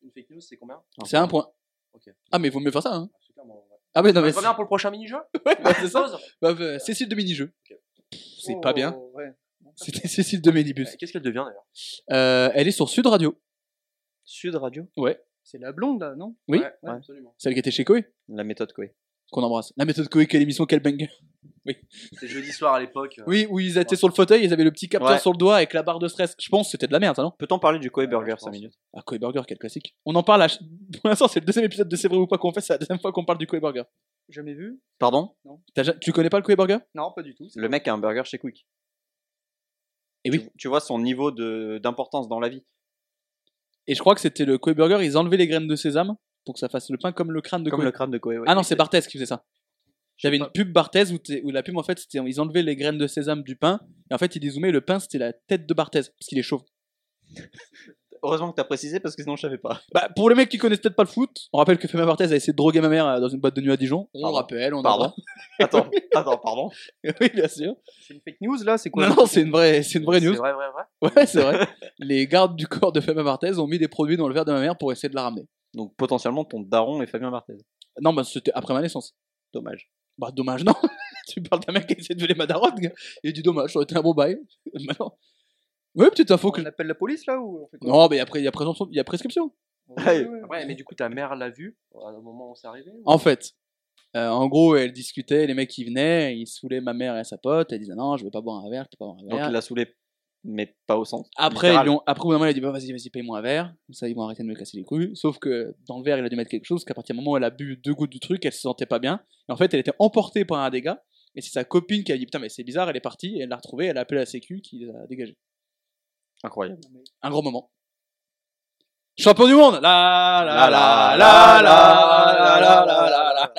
[SPEAKER 7] une fake news, c'est combien
[SPEAKER 4] C'est un point.
[SPEAKER 7] Ok.
[SPEAKER 4] Ah mais vaut mieux faire ça. Hein.
[SPEAKER 7] Ah, Super, bon, ouais.
[SPEAKER 4] Ah mais non
[SPEAKER 7] On
[SPEAKER 4] mais
[SPEAKER 7] se revient pour le prochain mini-jeu
[SPEAKER 4] bah, c'est ça.
[SPEAKER 7] Pause
[SPEAKER 4] Bah, euh, Cécile de mini-jeu. C'est pas
[SPEAKER 6] Oh,
[SPEAKER 4] bien.
[SPEAKER 6] ouais.
[SPEAKER 4] C'était Cécile de Mélibus.
[SPEAKER 7] Euh, Qu'est-ce qu'elle devient d'ailleurs
[SPEAKER 4] Euh, elle est sur Sud Radio.
[SPEAKER 5] Sud Radio.
[SPEAKER 6] C'est la blonde là, non
[SPEAKER 4] Oui.
[SPEAKER 7] ouais, ouais,
[SPEAKER 5] Ouais.
[SPEAKER 7] absolument.
[SPEAKER 4] Celle qui était chez Koé,
[SPEAKER 5] La méthode quoi.
[SPEAKER 4] qu'on embrasse. La méthode Koé, quelle émission, quel banger. Oui.
[SPEAKER 7] C'était jeudi soir à l'époque. euh.
[SPEAKER 4] Oui, où ils étaient sur le fauteuil, ils avaient le petit capteur
[SPEAKER 5] Ouais.
[SPEAKER 4] sur le doigt avec la barre de stress. Je pense que c'était de la merde, ça, non
[SPEAKER 5] Peut-on parler du Koei Burger
[SPEAKER 7] je
[SPEAKER 5] 5
[SPEAKER 7] pense.
[SPEAKER 5] minutes
[SPEAKER 4] Ah, Koei Burger, quel classique. On en parle à... ch- Pour l'instant, c'est le deuxième épisode de C'est vrai ou pas qu'on fait, c'est la deuxième fois qu'on parle du Koei Burger.
[SPEAKER 6] Jamais vu
[SPEAKER 5] Pardon
[SPEAKER 4] T'as ja- Tu connais pas le Koei Burger
[SPEAKER 6] Non, pas du tout.
[SPEAKER 5] Le mec a un burger chez Quick.
[SPEAKER 4] Et oui.
[SPEAKER 5] Tu, tu vois son niveau de- d'importance dans la vie.
[SPEAKER 4] Et je crois que c'était le Koei Burger, ils enlevaient les graines de sésame pour que ça fasse le pain comme le crâne de
[SPEAKER 5] Comme
[SPEAKER 4] Koei.
[SPEAKER 5] le crâne de Koei. ouais.
[SPEAKER 4] Ah non, c'est Barthez qui faisait ça. J'avais une pub Barthez où, t'es- où la pub, en fait, c'était ils enlevaient les graines de sésame du pain et en fait, ils dézoomaient le pain, c'était la tête de Barthez parce qu'il est chauve.
[SPEAKER 5] Heureusement que t'as précisé parce que sinon je savais pas.
[SPEAKER 4] Bah, pour les mecs qui connaissent peut-être pas le foot, on rappelle que Femme Barthez a essayé de droguer ma mère euh, dans une boîte de nuit à Dijon. On
[SPEAKER 5] Pardon.
[SPEAKER 4] rappelle, on
[SPEAKER 5] Pardon. Attends, attends, pardon.
[SPEAKER 4] en- oui, bien sûr.
[SPEAKER 6] C'est une fake news là, c'est quoi
[SPEAKER 4] Non, non, c'est une vraie, c'est une vraie news.
[SPEAKER 7] C'est vrai, vrai, vrai.
[SPEAKER 4] Ouais, c'est vrai. Les gardes du corps de Femme Barthez ont mis des produits dans le verre de ma mère pour essayer de la ramener.
[SPEAKER 5] Donc potentiellement ton daron est Fabien Barthez.
[SPEAKER 4] Non, bah, c'était après ma naissance.
[SPEAKER 5] Dommage.
[SPEAKER 4] Bah, dommage, non. tu parles d'un mec qui essaie de voler ma daronne. gars. Il dit dommage, ça aurait été un bon bail. Bah, non. Oui, petite info que.
[SPEAKER 6] On appelle la police là ou on fait quoi
[SPEAKER 4] Non, mais après, il y a présomption- il y a prescription.
[SPEAKER 6] Ouais, ouais, ouais.
[SPEAKER 7] Ouais, mais du coup, ta mère l'a vu à un moment où c'est arrivé ou-
[SPEAKER 4] En fait, euh, en gros, elle discutait, les mecs qui venaient, ils saoulaient ma mère et sa pote, elle disait non, je veux pas boire un verre, je veux pas boire un
[SPEAKER 5] Donc
[SPEAKER 4] verre.
[SPEAKER 5] il l'a saoulé, mais pas au sens.
[SPEAKER 4] ah. Après, ils
[SPEAKER 5] littéral.
[SPEAKER 4] lui ont, après, au bout d'un moment, il a dit bah, vas-y, vas-y, paye-moi un verre. Comme ça, ils vont arrêter de me casser les couilles. Sauf que dans le verre, il a dû mettre quelque chose. Qu'à partir du moment où elle a bu deux gouttes du truc, elle se sentait pas bien. Et en fait, elle était emportée par un dégât. Et c'est sa copine qui a dit putain, mais c'est bizarre, elle est partie. Et elle l'a retrouvée, elle a appelé la sécu qui l'a dégagée.
[SPEAKER 5] Incroyable.
[SPEAKER 4] Un grand moment. Champion du monde La la la la la la la la la la la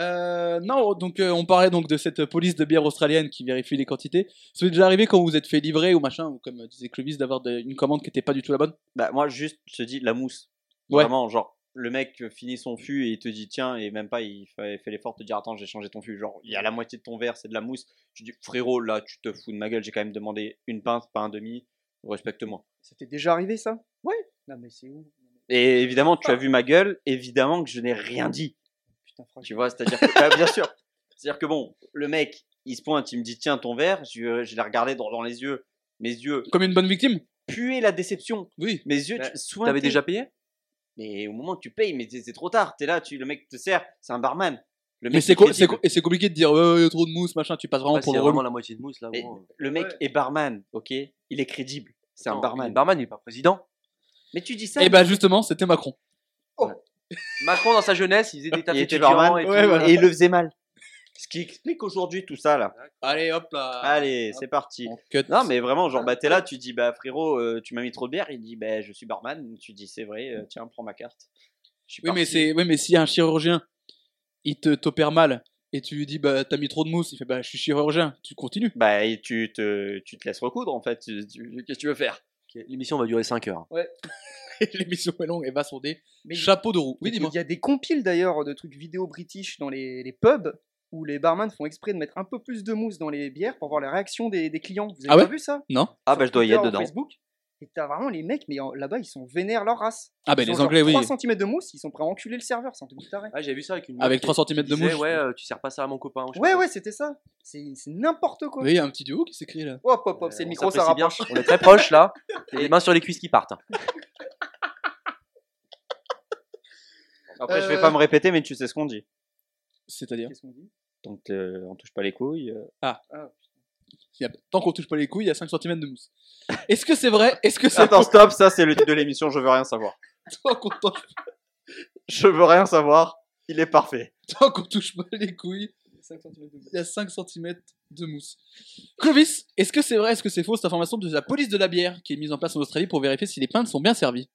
[SPEAKER 4] Euh, non, donc euh, on parlait donc de cette police de bière australienne qui vérifie les quantités. Ça vous est déjà arrivé quand vous vous êtes fait livrer ou machin, ou comme disait Clovis, d'avoir de- une commande qui n'était pas du tout la bonne
[SPEAKER 5] Bah moi juste, je te dis la mousse.
[SPEAKER 4] Ouais.
[SPEAKER 5] Vraiment, genre le mec finit son fût et il te dit tiens et même pas il fa- fait, l'effort de te dire attends j'ai changé ton fût genre il y a la moitié de ton verre c'est de la mousse tu dis frérot là tu te fous de ma gueule j'ai quand même demandé une pince pas un demi respecte-moi
[SPEAKER 6] Ça t'est déjà arrivé ça Ouais. Non mais c'est où
[SPEAKER 5] et évidemment tu as vu ma gueule évidemment que je n'ai rien dit
[SPEAKER 6] Putain,
[SPEAKER 5] Tu vois, c'est-à-dire que, Bah, bien sûr. C'est-à-dire que bon, le mec, il se pointe, il me dit tiens ton verre, je, je l'ai regardé dans, dans les yeux. Mes yeux
[SPEAKER 4] Comme une bonne victime
[SPEAKER 5] puaient la déception.
[SPEAKER 4] Oui.
[SPEAKER 5] Mes yeux,
[SPEAKER 7] Bah,
[SPEAKER 5] tu sointais.
[SPEAKER 7] T'avais déjà payé
[SPEAKER 5] Mais au moment où tu payes, mais c'est c'est trop tard. T'es là, tu, le mec te sert, c'est un barman. Le mec,
[SPEAKER 4] Mais c'est
[SPEAKER 5] est
[SPEAKER 4] co- c'est
[SPEAKER 5] crédible.
[SPEAKER 4] co- et c'est compliqué de dire ouais, ouais, y a trop de mousse, machin, tu passes vraiment
[SPEAKER 7] Ouais,
[SPEAKER 4] pour
[SPEAKER 7] C'est
[SPEAKER 4] le relou.
[SPEAKER 7] vraiment la moitié de mousse là.
[SPEAKER 5] Mais
[SPEAKER 7] gros.
[SPEAKER 5] le mec
[SPEAKER 6] Ouais.
[SPEAKER 5] est barman, ok Il est crédible. C'est un
[SPEAKER 7] Non,
[SPEAKER 5] barman.
[SPEAKER 7] Le barman, il est pas président.
[SPEAKER 5] Mais tu dis ça.
[SPEAKER 4] Et bah justement, c'était Macron.
[SPEAKER 7] Macron, dans sa jeunesse, il faisait des
[SPEAKER 5] il
[SPEAKER 7] tables
[SPEAKER 5] était
[SPEAKER 7] étudiants
[SPEAKER 5] barman
[SPEAKER 7] et
[SPEAKER 5] et,
[SPEAKER 7] tout. euh.
[SPEAKER 5] il le faisait mal. Ce qui explique aujourd'hui tout ça là.
[SPEAKER 4] Allez Ah, hop là
[SPEAKER 5] Allez, c'est parti.
[SPEAKER 4] On cut.
[SPEAKER 5] Non, mais vraiment,
[SPEAKER 7] Ah,
[SPEAKER 5] genre, bah, t'es là, tu dis, bah, frérot, euh, tu m'as mis trop de bière. Il dit, bah, je suis barman. Tu dis, c'est vrai, euh, tiens, prends ma carte. Je suis
[SPEAKER 4] Oui, mais
[SPEAKER 5] parti.
[SPEAKER 4] c'est oui, mais s'il y a un chirurgien, il te t'opère mal et tu lui dis bah t'as mis trop de mousse, il fait bah je suis chirurgien, tu continues.
[SPEAKER 5] Bah, et tu te, tu te laisses recoudre, en fait. Tu- tu- Qu'est-ce que tu veux faire
[SPEAKER 7] Ok, L'émission va durer 5 heures.
[SPEAKER 4] L'émission est longue et va sonder.
[SPEAKER 6] Mais il-
[SPEAKER 4] Chapeau de roue. Oui,
[SPEAKER 6] il-
[SPEAKER 4] dis-moi.
[SPEAKER 6] Il y a des compiles d'ailleurs de trucs vidéo british dans les, les pubs où les barman font exprès de mettre un peu plus de mousse dans les bières pour voir la réaction des, des clients. Vous avez
[SPEAKER 4] Ah
[SPEAKER 6] pas
[SPEAKER 4] ouais
[SPEAKER 6] vu ça
[SPEAKER 4] Non
[SPEAKER 5] Ah, bah, je dois y
[SPEAKER 6] Twitter
[SPEAKER 5] être
[SPEAKER 6] ou
[SPEAKER 5] dedans.
[SPEAKER 6] Facebook et t'as vraiment les mecs, mais en- là-bas ils sont vénères leur race.
[SPEAKER 4] Ah, bah
[SPEAKER 6] Ils ont
[SPEAKER 4] les
[SPEAKER 6] genre
[SPEAKER 4] Anglais, oui.
[SPEAKER 6] 3 cm de mousse, ils sont prêts à enculer le serveur, c'est un truc de taré.
[SPEAKER 7] Ah, j'ai vu ça avec une. meuf
[SPEAKER 4] Avec
[SPEAKER 7] qui-
[SPEAKER 4] 3 cm
[SPEAKER 7] qui
[SPEAKER 4] de
[SPEAKER 7] disait,
[SPEAKER 4] mousse.
[SPEAKER 7] Ouais, euh, tu sers pas ça à mon copain. ou je sais
[SPEAKER 6] Ouais,
[SPEAKER 7] pas quoi.
[SPEAKER 6] ouais, c'était ça. C'est c'est n'importe quoi.
[SPEAKER 4] Oui, il y a un petit duo qui s'écrit là.
[SPEAKER 6] Hop, hop,
[SPEAKER 7] Euh,
[SPEAKER 6] hop, c'est
[SPEAKER 7] on
[SPEAKER 6] le micro, ça
[SPEAKER 7] s'apprécie bien.
[SPEAKER 6] rapproche.
[SPEAKER 7] On est très proche là. Il y a les mains sur les cuisses qui partent.
[SPEAKER 5] Après, je vais
[SPEAKER 6] Euh,
[SPEAKER 5] pas me répéter, mais tu sais ce qu'on dit.
[SPEAKER 4] C'est-à-dire,
[SPEAKER 6] Qu'est-ce qu'on dit
[SPEAKER 5] Donc, euh, on touche pas les couilles. euh.
[SPEAKER 4] il y a- tant qu'on touche pas les couilles, il y a 5 cm de mousse. Est-ce que c'est vrai Est-ce que c'est
[SPEAKER 5] Attends, stop, ça, c'est le titre de l'émission, je veux rien savoir.
[SPEAKER 4] tant qu'on touche-
[SPEAKER 5] Je veux rien savoir. Il est parfait.
[SPEAKER 4] tant qu'on touche pas les couilles,
[SPEAKER 6] 5 centimètres de mousse.
[SPEAKER 4] il y a 5 cm de mousse. Clovis, est-ce que c'est vrai Est-ce que c'est faux cette information de la police de la bière qui est mise en place en Australie pour vérifier si les pintes sont bien servies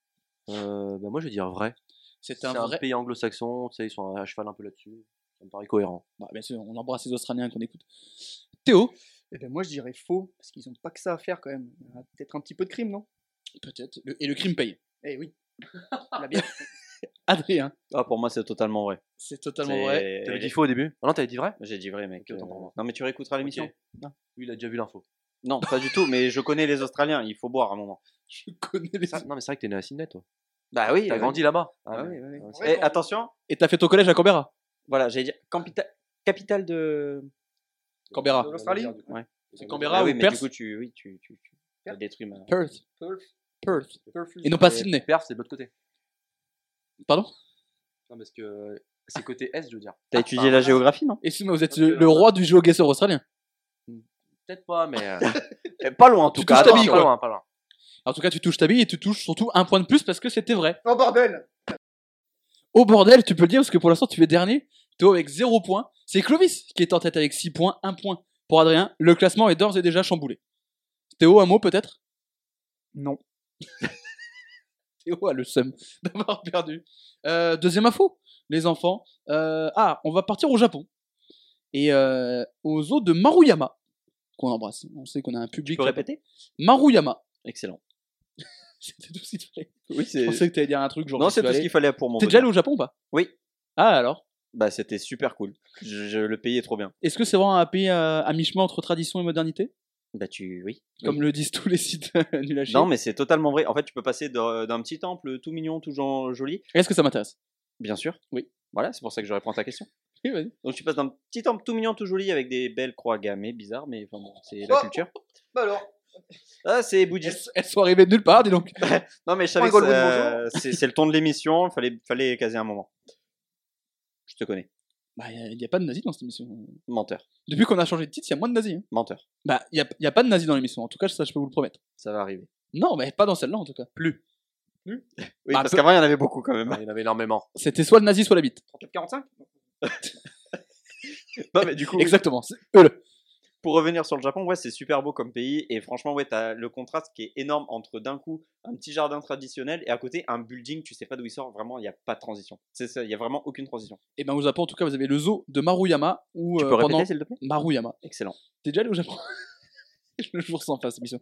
[SPEAKER 7] Euh, bah, moi, je vais dire vrai.
[SPEAKER 4] C'est
[SPEAKER 7] C'est
[SPEAKER 4] un
[SPEAKER 7] un
[SPEAKER 4] vrai.
[SPEAKER 7] pays anglo-saxon. Tu sais, ils sont à cheval un peu là-dessus. Ça me paraît cohérent.
[SPEAKER 4] Bah, bien sûr, on embrasse les Australiens qu'on écoute. Théo,
[SPEAKER 6] Eh ben, moi je dirais faux, parce qu'ils ont pas que ça à faire quand même. Il y a Peut-être un petit peu de crime, non
[SPEAKER 4] peut-être. Le- Et le crime paye.
[SPEAKER 6] Eh oui. La bière.
[SPEAKER 4] Adrien,
[SPEAKER 5] Ah, pour moi, c'est totalement vrai.
[SPEAKER 4] c'est totalement vrai.
[SPEAKER 5] C'est-
[SPEAKER 7] T'avais dit faux au début Ah non, t'avais dit vrai
[SPEAKER 5] J'ai dit vrai, mec.
[SPEAKER 7] Ok, autant
[SPEAKER 5] euh,
[SPEAKER 7] pour moi.
[SPEAKER 5] Non, mais tu réécouteras l'émission.
[SPEAKER 7] Ok. Lui, il a déjà vu l'info.
[SPEAKER 5] Non, pas du tout, mais je connais les Australiens. Il faut boire un moment.
[SPEAKER 4] Je connais les.
[SPEAKER 7] Ça- Non, mais c'est vrai que t'es né à Sydney, toi.
[SPEAKER 5] Bah oui.
[SPEAKER 7] T'as grandi là-bas.
[SPEAKER 5] Ah
[SPEAKER 7] mais-
[SPEAKER 5] oui, oui, oui.
[SPEAKER 7] Ah,
[SPEAKER 5] Eh, attention,
[SPEAKER 4] Et t'as fait ton collège à Canberra
[SPEAKER 5] voilà, j'allais dire capita- capitale de.
[SPEAKER 4] Canberra.
[SPEAKER 7] Ah.
[SPEAKER 6] De l'Australie
[SPEAKER 5] Ouais.
[SPEAKER 4] C'est Canberra
[SPEAKER 5] Ah oui,
[SPEAKER 4] ou
[SPEAKER 5] mais
[SPEAKER 4] Perth
[SPEAKER 5] du coup, tu, oui, tu, tu, tu t'as détruit ma.
[SPEAKER 4] Perth.
[SPEAKER 6] Perth.
[SPEAKER 4] Perth.
[SPEAKER 6] Perth.
[SPEAKER 5] Eh.
[SPEAKER 4] Et non pas
[SPEAKER 7] Et
[SPEAKER 4] Sydney.
[SPEAKER 7] Perth, c'est de l'autre côté.
[SPEAKER 4] Pardon
[SPEAKER 7] Non, parce que C'est côté S, je veux dire.
[SPEAKER 5] T'as étudié la géographie, non
[SPEAKER 4] Et si vous êtes le, le roi du géoguesseur australien.
[SPEAKER 7] Peut-être pas, mais. euh,
[SPEAKER 5] Pas loin, en tout
[SPEAKER 4] Tu
[SPEAKER 5] cas.
[SPEAKER 4] touches ta
[SPEAKER 5] Attends,
[SPEAKER 4] bille,
[SPEAKER 7] pas
[SPEAKER 4] quoi.
[SPEAKER 7] loin, pas loin.
[SPEAKER 4] En tout cas, tu touches ta bille et tu touches surtout un point de plus parce que c'était vrai.
[SPEAKER 6] Oh bordel
[SPEAKER 4] Au bordel, tu peux le dire parce que pour l'instant, tu es dernier. Toi, avec 0 points. C'est Clovis qui est en tête avec 6 points, 1 point pour Adrien. Le classement est d'ores et déjà chamboulé. Théo, un mot peut-être
[SPEAKER 6] Non.
[SPEAKER 4] Théo a le seum d'avoir perdu. Euh, deuxième info, les enfants. Euh, ah, on va partir au Japon. Et euh, au zoo de Maruyama, qu'on embrasse. On sait qu'on a un
[SPEAKER 5] Tu
[SPEAKER 4] public.
[SPEAKER 5] peux répéter
[SPEAKER 4] Maruyama.
[SPEAKER 5] Excellent.
[SPEAKER 4] C'était tout ce qu'il fallait.
[SPEAKER 5] Oui,
[SPEAKER 4] Je
[SPEAKER 5] c'est.
[SPEAKER 4] pensais que t'allais dire un truc genre.
[SPEAKER 5] Non,
[SPEAKER 4] je
[SPEAKER 5] c'est
[SPEAKER 4] suis
[SPEAKER 5] tout ce
[SPEAKER 4] allé.
[SPEAKER 5] qu'il fallait pour mon
[SPEAKER 4] T'es déjà allé au Japon ou pas
[SPEAKER 5] Oui.
[SPEAKER 4] Ah alors
[SPEAKER 5] Bah, c'était super cool. Je, je- le pays est trop bien.
[SPEAKER 4] Est-ce que c'est vraiment un pays euh, à mi-chemin entre tradition et modernité
[SPEAKER 5] Bah, tu. Oui.
[SPEAKER 4] Comme le disent tous les sites euh, nuls à chier.
[SPEAKER 5] Non, mais c'est totalement vrai. En fait, tu peux passer d'un d'un petit temple tout mignon, tout gen- joli.
[SPEAKER 4] Est-ce que ça m'intéresse
[SPEAKER 5] Bien sûr.
[SPEAKER 4] Oui.
[SPEAKER 5] Voilà, c'est pour ça que je réponds à ta question.
[SPEAKER 4] Oui, vas-y.
[SPEAKER 5] Donc, tu passes d'un petit temple tout mignon, tout joli, avec des belles croix gammées, bizarres, mais enfin, bon, c'est la
[SPEAKER 6] Oh.
[SPEAKER 5] culture.
[SPEAKER 6] Bah alors,
[SPEAKER 5] Ah, c'est
[SPEAKER 4] Elles,
[SPEAKER 5] bouddhiste.
[SPEAKER 4] elles sont arrivées de nulle part, dis donc.
[SPEAKER 5] Non, mais je savais que
[SPEAKER 6] Point Goldwyn,
[SPEAKER 5] ça- euh, c'est c'est le ton de l'émission. Il fallait, fallait caser un moment. Je te connais.
[SPEAKER 4] Bah, il n'y a, pas de nazis dans cette émission.
[SPEAKER 5] Menteur.
[SPEAKER 4] Depuis qu'on a changé de titre, il y a moins de nazis. hein.
[SPEAKER 5] Menteur.
[SPEAKER 4] Bah, il n'y a, pas de nazis dans l'émission, en tout cas, ça, je peux vous le promettre.
[SPEAKER 5] Ça va arriver.
[SPEAKER 4] Non, mais pas dans celle-là, en tout cas. Plus.
[SPEAKER 5] Oui,
[SPEAKER 4] Bah,
[SPEAKER 5] parce
[SPEAKER 4] peu-
[SPEAKER 5] qu'avant, il y en avait beaucoup quand même.
[SPEAKER 7] Ouais, Il y en avait énormément.
[SPEAKER 4] C'était soit le nazi, soit la bite.
[SPEAKER 6] 34-45
[SPEAKER 5] Non, mais du coup,
[SPEAKER 4] Exactement. c'est eux-le.
[SPEAKER 5] pour revenir sur le Japon, ouais, c'est super beau comme pays. Et franchement, ouais, t'as le contraste qui est énorme entre d'un coup un petit jardin traditionnel et à côté un building, tu sais pas d'où il sort. Vraiment, il n'y a pas de transition. C'est ça, il n'y a vraiment aucune transition.
[SPEAKER 4] Et ben au Japon, en tout cas, vous avez le zoo de Maruyama. Où,
[SPEAKER 5] tu
[SPEAKER 4] euh,
[SPEAKER 5] peux répéter,
[SPEAKER 4] pendant...
[SPEAKER 5] s'il te plaît
[SPEAKER 4] Maruyama.
[SPEAKER 5] Excellent.
[SPEAKER 4] T'es déjà allé au Japon Le jour sans face, mission.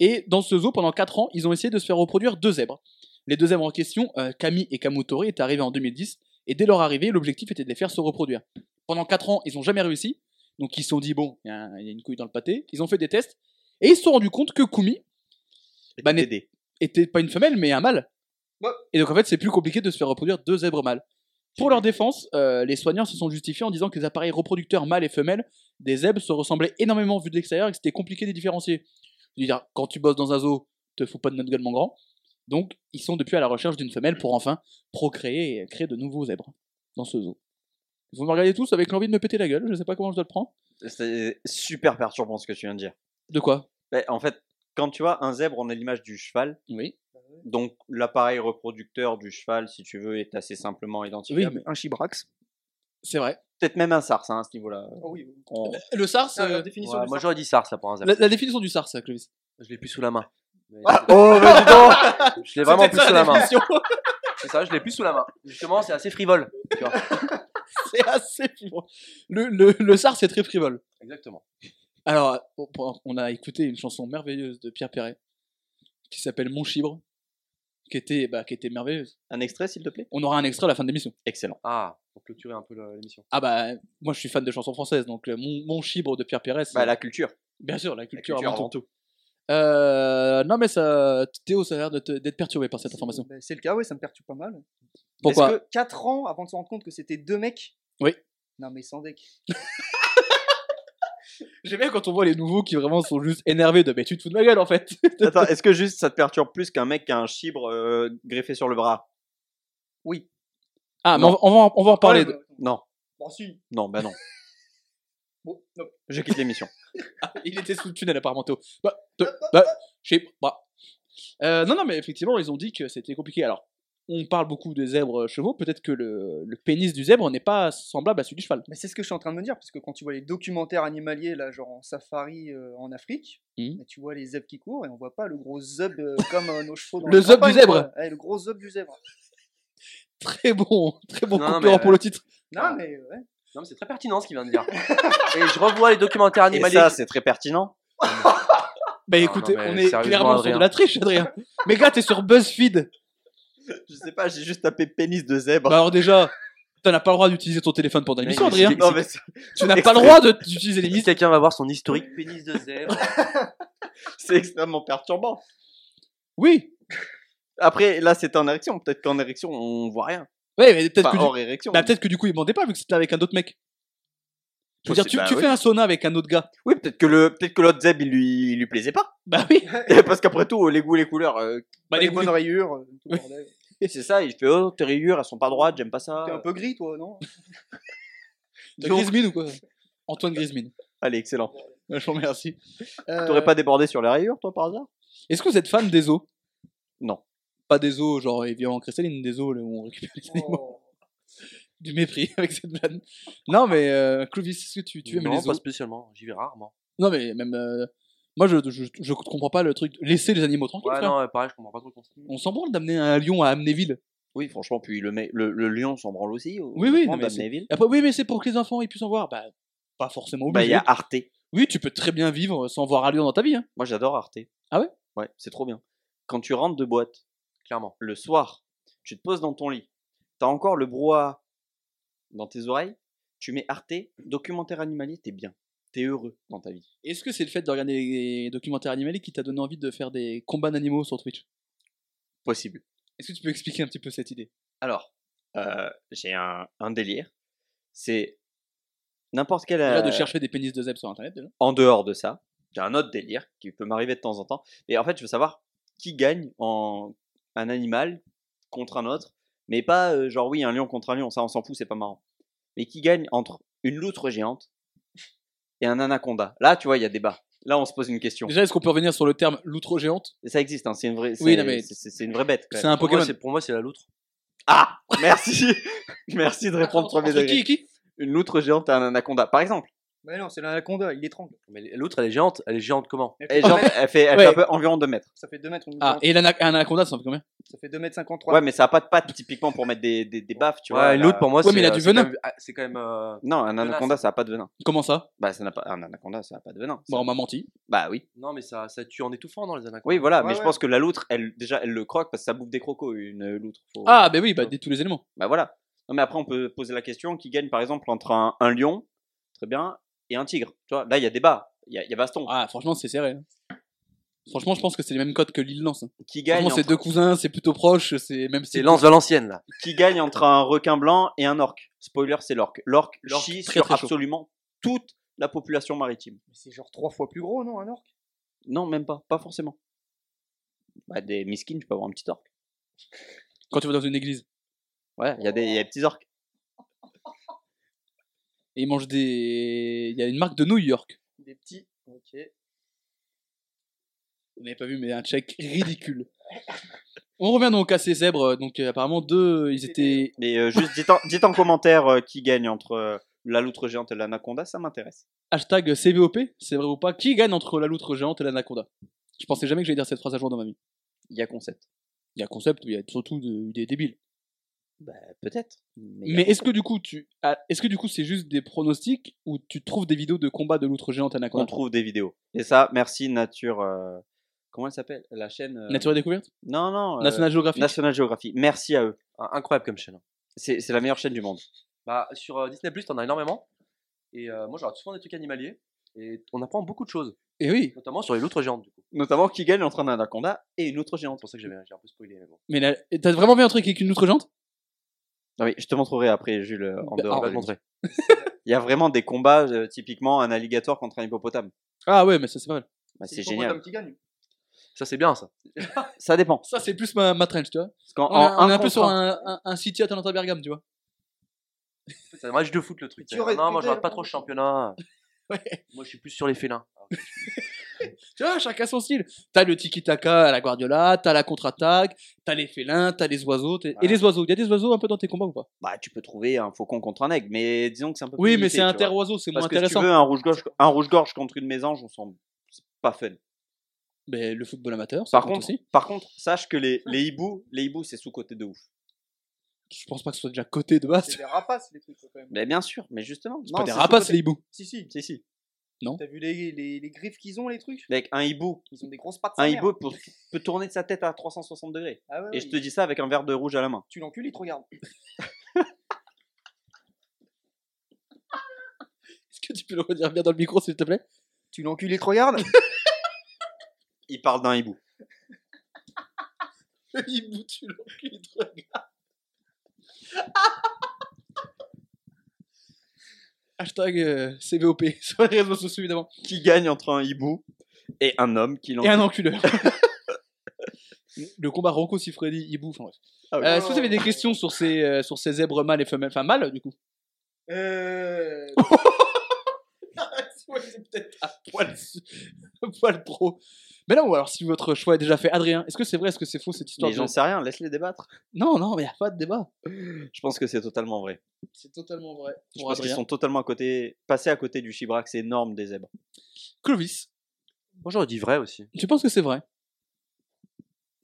[SPEAKER 4] Et dans ce zoo, pendant 4 ans, ils ont essayé de se faire reproduire deux zèbres. Les deux zèbres en question, euh, Kami et Kamutori, étaient arrivés en 2010, et dès leur arrivée, l'objectif était de les faire se reproduire. Pendant 4 ans, ils n'ont jamais réussi, donc ils se sont dit, bon, il y, a un- il y a une couille dans le pâté, ils ont fait des tests, et ils se sont rendus compte que Kumi Bah,
[SPEAKER 5] T'es
[SPEAKER 4] n'est-
[SPEAKER 5] aidé.
[SPEAKER 4] était pas une femelle, mais un mâle.
[SPEAKER 6] Ouais.
[SPEAKER 4] Et donc en fait, c'est plus compliqué de se faire reproduire deux zèbres mâles. Pour leur défense, euh, les soignants se sont justifiés en disant que les appareils reproducteurs mâles et femelles des zèbres se ressemblaient énormément vu de l'extérieur et que c'était compliqué de les différencier. Je veux dire, quand tu bosses dans un zoo, te fous pas de notre gueule, mon grand. Donc, ils sont depuis à la recherche d'une femelle pour enfin procréer et créer de nouveaux zèbres dans ce zoo. Vous me regardez tous avec l'envie de me péter la gueule, je sais pas comment je dois le prendre.
[SPEAKER 5] C'est super perturbant ce que tu viens de dire.
[SPEAKER 4] De quoi
[SPEAKER 5] Bah, en fait, quand tu vois un zèbre, on a l'image du cheval.
[SPEAKER 4] Oui.
[SPEAKER 5] Donc, l'appareil reproducteur du cheval, si tu veux, est assez simplement
[SPEAKER 4] Oui,
[SPEAKER 5] identifiable.
[SPEAKER 4] mais
[SPEAKER 6] Un chibrax.
[SPEAKER 4] c'est vrai.
[SPEAKER 5] Peut-être même un sars hein, à ce niveau-là.
[SPEAKER 6] Oh oui.
[SPEAKER 5] On-
[SPEAKER 4] Le SARS,
[SPEAKER 6] Ah, la
[SPEAKER 4] euh,
[SPEAKER 6] définition
[SPEAKER 7] Ouais,
[SPEAKER 6] du
[SPEAKER 7] moi,
[SPEAKER 6] sort.
[SPEAKER 7] j'aurais dit SARS là pour un zap.
[SPEAKER 4] la, la définition du SARS, Clovis.
[SPEAKER 7] Je l'ai plus sous la main. Mais-
[SPEAKER 5] Oh, mais dis donc
[SPEAKER 7] Je l'ai vraiment
[SPEAKER 4] Ah. C'était
[SPEAKER 7] plus
[SPEAKER 4] ça,
[SPEAKER 7] sous la main.
[SPEAKER 4] définition.
[SPEAKER 7] C'est ça, je l'ai plus sous la main. Justement, c'est assez frivole. Tu vois.
[SPEAKER 4] c'est assez frivole. Le, le, le SARS est très frivole.
[SPEAKER 7] Exactement.
[SPEAKER 4] Alors, on- on a écouté une chanson merveilleuse de Pierre Perret qui s'appelle Mon Chibre, qui était, bah, qui était merveilleuse.
[SPEAKER 5] Un extrait, s'il te plaît
[SPEAKER 4] On aura un extrait à la fin de l'émission.
[SPEAKER 5] Excellent.
[SPEAKER 7] Ah, pour clôturer un peu le- l'émission.
[SPEAKER 4] Ah bah, moi je suis fan de chansons françaises, donc euh, mon, mon Chibre de Pierre Perret, c'est
[SPEAKER 5] Bah, la culture.
[SPEAKER 4] bien sûr la culture,
[SPEAKER 5] culture
[SPEAKER 4] avant
[SPEAKER 5] avant
[SPEAKER 4] tout. Euh, non mais ça, Théo, ça a l'air de te- d'être perturbé par cette information.
[SPEAKER 6] Ben, C'est le cas, oui, ça me perturbe pas mal.
[SPEAKER 4] Pourquoi
[SPEAKER 6] Est-ce que 4 ans avant de se rendre compte que c'était deux mecs
[SPEAKER 4] Ah. Oui.
[SPEAKER 6] Non, mais sans deck.
[SPEAKER 4] J'aime bien quand on voit les nouveaux qui vraiment sont juste énervés de mais tu te fous de ma gueule en fait.
[SPEAKER 5] Attends, est-ce que juste ça te perturbe plus qu'un mec qui a un chibre euh, greffé sur le bras
[SPEAKER 4] Ah mais on,
[SPEAKER 5] Non.
[SPEAKER 4] va- on va, en- on va en parler.
[SPEAKER 6] Ouais,
[SPEAKER 4] de-
[SPEAKER 6] bah,
[SPEAKER 5] Non,
[SPEAKER 6] Bon, si.
[SPEAKER 5] non, bah non.
[SPEAKER 6] Bon, non.
[SPEAKER 5] Je quitte l'émission.
[SPEAKER 4] Il était sous le tunnel apparemment. Théo. Bah, te- bah, je sais pas. Euh, non, non, mais effectivement, ils ont dit que c'était compliqué. Alors, on parle beaucoup des zèbres chevaux. Peut-être que le, le pénis du zèbre n'est pas semblable à celui du cheval.
[SPEAKER 6] Mais c'est ce que je suis en train de me dire, parce que quand tu vois les documentaires animaliers, là, genre en safari euh, en Afrique,
[SPEAKER 5] Mmh.
[SPEAKER 4] Mhm.
[SPEAKER 6] ben, tu vois les zèbres qui courent et on voit pas le gros zèbre euh, comme euh, nos chevaux. Dans
[SPEAKER 4] Le
[SPEAKER 6] la
[SPEAKER 4] zèbre du
[SPEAKER 6] campagne,
[SPEAKER 4] zèbre.
[SPEAKER 6] quoi. Ouais, Le gros zèbre du zèbre.
[SPEAKER 4] Très bon, très bon
[SPEAKER 7] Non, non,
[SPEAKER 4] concurrent
[SPEAKER 7] mais, euh,
[SPEAKER 4] pour le titre.
[SPEAKER 5] Ah.
[SPEAKER 6] Non, mais ouais.
[SPEAKER 7] Non, mais c'est très pertinent ce qu'il vient de dire. Et je revois les documentaires
[SPEAKER 5] Et
[SPEAKER 7] animaliers.
[SPEAKER 5] ça, c'est très pertinent.
[SPEAKER 4] Bah
[SPEAKER 7] non,
[SPEAKER 4] écoutez,
[SPEAKER 7] mais
[SPEAKER 4] on est
[SPEAKER 7] sérieusement,
[SPEAKER 4] clairement sur de
[SPEAKER 7] Adrien.
[SPEAKER 4] la triche, Adrien. mais gars, t'es sur BuzzFeed.
[SPEAKER 5] Je sais pas, j'ai juste tapé pénis de zèbre.
[SPEAKER 4] Bah alors déjà, t'as n'as pas le droit d'utiliser ton téléphone pendant l'émission,
[SPEAKER 7] mais c'est
[SPEAKER 4] Adrien.
[SPEAKER 7] des-
[SPEAKER 5] non, mais c'est-
[SPEAKER 4] Tu n'as pas le
[SPEAKER 5] extrême.
[SPEAKER 4] droit de- d'utiliser
[SPEAKER 7] Si
[SPEAKER 4] l'émission.
[SPEAKER 7] quelqu'un va voir son historique pénis de zèbre.
[SPEAKER 5] c'est extrêmement perturbant.
[SPEAKER 4] Oui.
[SPEAKER 5] Après, là, c'était en érection. Peut-être qu'en érection, on voit rien.
[SPEAKER 4] Ouais, mais peut-être
[SPEAKER 5] Enfin,
[SPEAKER 4] que, du...
[SPEAKER 5] hors érection.
[SPEAKER 4] bah, peut-être que du coup, ils demandaient pas vu que c'était avec un autre mec. Je veux dire, tu,
[SPEAKER 5] Bah,
[SPEAKER 4] tu
[SPEAKER 5] oui.
[SPEAKER 4] fais un sauna avec un autre gars.
[SPEAKER 5] Oui, peut-être que le, peut-être que l'autre zèbre, il lui, il lui plaisait pas.
[SPEAKER 4] Bah oui.
[SPEAKER 5] Parce qu'après tout, les goûts, les couleurs. euh,
[SPEAKER 4] Bah,
[SPEAKER 6] Pas
[SPEAKER 4] les
[SPEAKER 6] les bonnes rayures, euh, tout le
[SPEAKER 4] Oui.
[SPEAKER 6] bordel.
[SPEAKER 5] C'est ça, il fait Oh, tes rayures, elles sont pas droites, j'aime pas ça.
[SPEAKER 6] T'es un peu gris, toi, non
[SPEAKER 4] T'as Griezmann ou quoi Antoine Griezmann.
[SPEAKER 5] Allez, excellent.
[SPEAKER 4] Je vous remercie. Euh,
[SPEAKER 5] T'aurais pas débordé sur les rayures, toi, par hasard
[SPEAKER 4] Est-ce que vous êtes fan des eaux
[SPEAKER 5] Non.
[SPEAKER 4] Pas des eaux, genre évidemment cristalline, des eaux là, où on récupère les animaux.
[SPEAKER 6] Oh.
[SPEAKER 4] Du mépris avec cette blague. Non, mais euh, Clovis, est-ce que tu, tu aimes
[SPEAKER 7] non,
[SPEAKER 4] les
[SPEAKER 7] pas
[SPEAKER 4] eaux
[SPEAKER 7] spécialement. J'y vais rarement.
[SPEAKER 4] Non, mais même. euh, moi, je, je, je comprends pas le truc. Laissez les animaux tranquilles,
[SPEAKER 7] Ouais,
[SPEAKER 4] frère.
[SPEAKER 7] non, euh, pareil, je comprends pas trop le concept.
[SPEAKER 4] On s'en branle d'amener un lion à Amnéville.
[SPEAKER 5] Oui, franchement, puis le, mec- le, le lion s'en branle aussi.
[SPEAKER 4] Oui, oui, non, mais c'est-
[SPEAKER 5] Il
[SPEAKER 4] Après, oui, mais c'est pour que les enfants ils puissent en voir. Bah, pas forcément
[SPEAKER 5] bah,
[SPEAKER 4] obligé.
[SPEAKER 5] il y a Arte.
[SPEAKER 4] Oui, tu peux très bien vivre sans voir un lion dans ta vie. Hein.
[SPEAKER 5] Moi, j'adore Arte.
[SPEAKER 4] Ah ouais
[SPEAKER 5] Ouais, c'est trop bien. Quand tu rentres de boîte,
[SPEAKER 7] Clairement.
[SPEAKER 5] le soir, tu te poses dans ton lit, t'as encore le brouhaha dans tes oreilles, tu mets Arte, documentaire animalier, t'es bien. T'es heureux dans ta vie.
[SPEAKER 4] Est-ce que c'est le fait de regarder les documentaires animaliers qui t'a donné envie de faire des combats d'animaux sur Twitch
[SPEAKER 5] Possible.
[SPEAKER 4] Est-ce que tu peux expliquer un petit peu cette idée
[SPEAKER 5] Alors, euh, j'ai un, un délire. C'est n'importe quel.
[SPEAKER 4] Déjà, de
[SPEAKER 5] euh,
[SPEAKER 4] chercher des pénis de zèbre sur internet déjà.
[SPEAKER 5] en dehors de ça, j'ai un autre délire qui peut m'arriver de temps en temps. Et en fait, je veux savoir qui gagne en un animal contre un autre, mais pas euh, genre oui, un lion contre un lion, ça on s'en fout, c'est pas marrant. Mais qui gagne entre une loutre géante et un anaconda. Là, tu vois, il y a débat. Là, on se pose une question.
[SPEAKER 4] Déjà, est-ce qu'on peut revenir sur le terme loutre géante
[SPEAKER 5] Ça existe, hein, c'est une vraie, c'est,
[SPEAKER 4] Oui, non, mais-
[SPEAKER 5] c'est- c'est- c'est une vraie bête. quand
[SPEAKER 4] C'est
[SPEAKER 5] même.
[SPEAKER 4] un
[SPEAKER 7] Pour moi,
[SPEAKER 4] Pokémon.
[SPEAKER 7] c'est- Pour moi, c'est la loutre.
[SPEAKER 5] Ah, merci, merci de répondre premier
[SPEAKER 4] Entre qui
[SPEAKER 5] degré.
[SPEAKER 4] et qui
[SPEAKER 5] Une loutre géante et un anaconda, par exemple.
[SPEAKER 6] Mais non, c'est l'anaconda, il étrangle.
[SPEAKER 7] Mais la loutre, elle est géante. Elle est géante comment
[SPEAKER 5] Et genre, elle fait, elle fait
[SPEAKER 4] Ouais.
[SPEAKER 5] un peu environ 2 mètres.
[SPEAKER 6] Ça fait 2
[SPEAKER 5] Mmh.
[SPEAKER 6] mètres. une
[SPEAKER 4] Ah,
[SPEAKER 6] grande-
[SPEAKER 4] et l'ana- un anaconda, ça en fait combien
[SPEAKER 6] Ça fait 2 mètres 53.
[SPEAKER 5] Ouais, mais ça a pas de pattes typiquement pour mettre des, des, des baffes, tu
[SPEAKER 7] Ouais,
[SPEAKER 5] vois.
[SPEAKER 7] une
[SPEAKER 5] là.
[SPEAKER 7] loutre, pour moi,
[SPEAKER 4] Ouais,
[SPEAKER 7] c'est.
[SPEAKER 4] mais il a
[SPEAKER 7] euh,
[SPEAKER 4] du
[SPEAKER 7] c'est
[SPEAKER 4] venin.
[SPEAKER 7] quand même- ah, C'est quand même. euh,
[SPEAKER 5] Non, un
[SPEAKER 7] Menace.
[SPEAKER 5] anaconda, ça a pas de venin.
[SPEAKER 4] Comment ça
[SPEAKER 5] Bah, ça n'a pas un anaconda, ça a pas de venin.
[SPEAKER 4] Bon, on m'a menti.
[SPEAKER 5] Bah oui.
[SPEAKER 7] Non, mais ça, ça tue en étouffant dans les anacondas.
[SPEAKER 5] Oui, voilà.
[SPEAKER 6] Ouais,
[SPEAKER 5] mais je
[SPEAKER 6] ouais.
[SPEAKER 5] pense que la loutre, elle, déjà, elle le croque parce que ça bouffe des crocos, une loutre. Faut-
[SPEAKER 4] Ah, ben oui, bah dis tous les éléments.
[SPEAKER 5] Bah voilà. Non, mais après, on peut poser la question qui gagne, par exemple, entre un, un lion, très bien, et un tigre. Tu vois, là, il y a débat. Il y, a- il y a baston.
[SPEAKER 4] Ah, franchement, c'est serré. Franchement, je pense que c'est les mêmes codes que l'île Lance. hein.
[SPEAKER 5] Qui, gagne
[SPEAKER 4] Franchement, c'est
[SPEAKER 5] entre,
[SPEAKER 4] deux cousins, c'est plutôt proche, c'est même si.
[SPEAKER 7] C'est lance Valenciennes, là.
[SPEAKER 5] qui gagne entre un requin blanc et un orque Spoiler, c'est l'orque. L'orque
[SPEAKER 4] L'orque,
[SPEAKER 5] chie
[SPEAKER 4] très,
[SPEAKER 5] sur
[SPEAKER 4] très chaud.
[SPEAKER 5] absolument toute la population maritime.
[SPEAKER 6] Mais C'est genre 3 fois plus gros, non, un orque
[SPEAKER 5] Non, même pas. Pas forcément. Bah, des miskins, tu peux avoir un petit orque.
[SPEAKER 4] Quand tu vas dans une église
[SPEAKER 5] Ouais, il y, a des- il y a des petits orques.
[SPEAKER 4] et ils mangent des. Il y a une marque de New York.
[SPEAKER 6] Des petits. Ok.
[SPEAKER 4] Vous n'avez pas vu, mais un check ridicule. On revient donc à ces zèbres. Donc, euh, apparemment, deux, ils étaient.
[SPEAKER 5] Mais euh, juste dites en, dites en commentaire euh, qui gagne entre euh, la loutre géante et l'anaconda, ça m'intéresse.
[SPEAKER 4] Hashtag CVOP, c'est vrai ou pas Qui gagne entre la loutre géante et l'anaconda Je pensais jamais que j'allais dire cette phrase un jour dans ma vie.
[SPEAKER 5] Il y a concept.
[SPEAKER 4] Il y a concept, il y a surtout de- des débiles.
[SPEAKER 5] Euh, Peut-être. Mais,
[SPEAKER 4] Mais est-ce que du coup, tu, ah, est-ce que du coup, c'est juste des pronostics ou tu trouves des vidéos de combat de loutre géante
[SPEAKER 5] on
[SPEAKER 4] et anaconda
[SPEAKER 5] trouve des vidéos. Et ça, merci Nature. euh, comment elle s'appelle La chaîne. euh,
[SPEAKER 4] Nature et découverte
[SPEAKER 5] Non, non. euh,
[SPEAKER 4] National Geographic
[SPEAKER 5] National Geographic. Merci à eux.
[SPEAKER 7] Ah, Incroyable comme chaîne.
[SPEAKER 5] hein. C'est c'est la meilleure chaîne du monde.
[SPEAKER 7] Bah, sur euh, Disney, t'en as énormément. Et euh, moi, j'aurais souvent des trucs animaliers. Et on apprend beaucoup de choses,
[SPEAKER 4] Eh oui,
[SPEAKER 7] notamment sur les loutres géantes, du coup.
[SPEAKER 5] Notamment qui gagne entre un anaconda et une loutre
[SPEAKER 7] C'est
[SPEAKER 5] géante.
[SPEAKER 7] pour ça que j'avais j'ai un peu spoilé. Mais bon.
[SPEAKER 4] mais la- et t'as vraiment vu un truc avec une loutre géante
[SPEAKER 5] Non, mais je te montrerai après, Jules, euh, en
[SPEAKER 4] Bah,
[SPEAKER 5] dehors.
[SPEAKER 4] ah,
[SPEAKER 7] On va
[SPEAKER 5] de
[SPEAKER 7] te
[SPEAKER 4] oui.
[SPEAKER 5] l'émission.
[SPEAKER 7] montrer.
[SPEAKER 5] Il y a vraiment des combats, euh, typiquement un alligator contre un hippopotame.
[SPEAKER 4] Ah ouais, mais ça c'est pas mal.
[SPEAKER 5] Bah, c'est
[SPEAKER 6] le
[SPEAKER 5] génial.
[SPEAKER 6] hippopotame qui gagne.
[SPEAKER 7] Ça, c'est bien, ça.
[SPEAKER 5] Ça dépend.
[SPEAKER 4] Ça c'est plus ma, ma trench, tu vois.
[SPEAKER 5] Parce qu'en
[SPEAKER 4] On, est-
[SPEAKER 5] en
[SPEAKER 4] on
[SPEAKER 5] un
[SPEAKER 4] est un peu
[SPEAKER 5] contre
[SPEAKER 4] sur
[SPEAKER 5] un-
[SPEAKER 4] un, un, un City Atalanta Bergame, tu vois.
[SPEAKER 7] C'est un match de foot, le truc.
[SPEAKER 6] Tu
[SPEAKER 7] Non,
[SPEAKER 6] aurais
[SPEAKER 7] moi,
[SPEAKER 6] pu
[SPEAKER 7] je regarde
[SPEAKER 6] dire-
[SPEAKER 7] pas trop le championnat.
[SPEAKER 4] Ouais.
[SPEAKER 7] Moi, je suis plus sur les félins.
[SPEAKER 4] Tu vois, chacun son style. T'as le tiki-taka à la Guardiola, t'as la contre-attaque, t'as les félins, t'as les oiseaux. t'es- Et
[SPEAKER 5] Voilà.
[SPEAKER 4] les oiseaux, il y a des oiseaux un peu dans tes combats ou pas
[SPEAKER 5] Bah, tu peux trouver un faucon contre un aigle, mais disons que c'est un peu plus
[SPEAKER 4] Oui, mais
[SPEAKER 5] limité,
[SPEAKER 4] c'est
[SPEAKER 5] tu
[SPEAKER 4] un
[SPEAKER 5] vois.
[SPEAKER 4] terre-oiseau, c'est moins
[SPEAKER 5] Parce que si tu
[SPEAKER 4] intéressant.
[SPEAKER 5] veux un rouge gorge, un rouge gorge contre une mésange, on s'en c'est pas fun.
[SPEAKER 4] Mais le football amateur, ça
[SPEAKER 5] Par
[SPEAKER 4] compte
[SPEAKER 5] contre,
[SPEAKER 4] aussi.
[SPEAKER 5] par contre, sache que les, les hiboux, les hiboux, c'est sous côté de ouf.
[SPEAKER 4] Je pense pas que ce soit déjà coté de base.
[SPEAKER 6] C'est des rapaces, les trucs, quand même.
[SPEAKER 5] Mais bien sûr, mais justement,
[SPEAKER 4] C'est pas des
[SPEAKER 5] c'est
[SPEAKER 4] rapaces,
[SPEAKER 5] sous-coté.
[SPEAKER 4] les hiboux.
[SPEAKER 6] Si, si.
[SPEAKER 5] Si si.
[SPEAKER 6] T'as vu les, les, les griffes qu'ils ont, les trucs
[SPEAKER 5] Mec, un hibou,
[SPEAKER 6] Ils ont des grosses pattes.
[SPEAKER 5] un
[SPEAKER 6] sa mère.
[SPEAKER 5] hibou peut, peut tourner de sa tête à 360 degrés.
[SPEAKER 6] Ah ouais,
[SPEAKER 5] Et
[SPEAKER 6] ouais,
[SPEAKER 5] je te
[SPEAKER 6] il-
[SPEAKER 5] dis ça avec un verre de rouge à la main.
[SPEAKER 6] Tu l'encules, il te regarde.
[SPEAKER 4] Est-ce que tu peux le redire bien dans le micro, s'il te plaît
[SPEAKER 6] Tu l'encules, il te regarde
[SPEAKER 5] Il parle d'un hibou.
[SPEAKER 4] Le hibou, tu l'encules, il te regarde. Hashtag euh, CVOP sur les réseaux sociaux, évidemment.
[SPEAKER 5] Qui gagne entre un hibou et un homme qui
[SPEAKER 4] Et un
[SPEAKER 5] l'enculé
[SPEAKER 4] enculeur. Le combat Rocco Siffredi, Hibou, enfin bref.
[SPEAKER 3] Ah oui.
[SPEAKER 4] Euh, Est-ce que vous avez des questions sur ces, euh, sur ces zèbres mâles et femelles Enfin, mâles, du coup
[SPEAKER 6] Euh...
[SPEAKER 4] poil, poil pro. Mais non, ou alors si votre choix est déjà fait, Adrien, est-ce que c'est vrai, est-ce que c'est faux cette histoire
[SPEAKER 5] Mais
[SPEAKER 4] de-
[SPEAKER 5] j'en sais rien, laisse-les débattre.
[SPEAKER 4] Non, non, mais il n'y a pas de débat.
[SPEAKER 5] Je pense que c'est totalement vrai.
[SPEAKER 4] C'est totalement vrai.
[SPEAKER 5] Je
[SPEAKER 4] Pour
[SPEAKER 5] pense qu'ils
[SPEAKER 4] Adrien.
[SPEAKER 5] sont totalement à côté, passés à côté du chibrax énorme des zèbres.
[SPEAKER 4] Clovis,
[SPEAKER 7] Moi, j'aurais dit vrai aussi.
[SPEAKER 4] tu penses que c'est vrai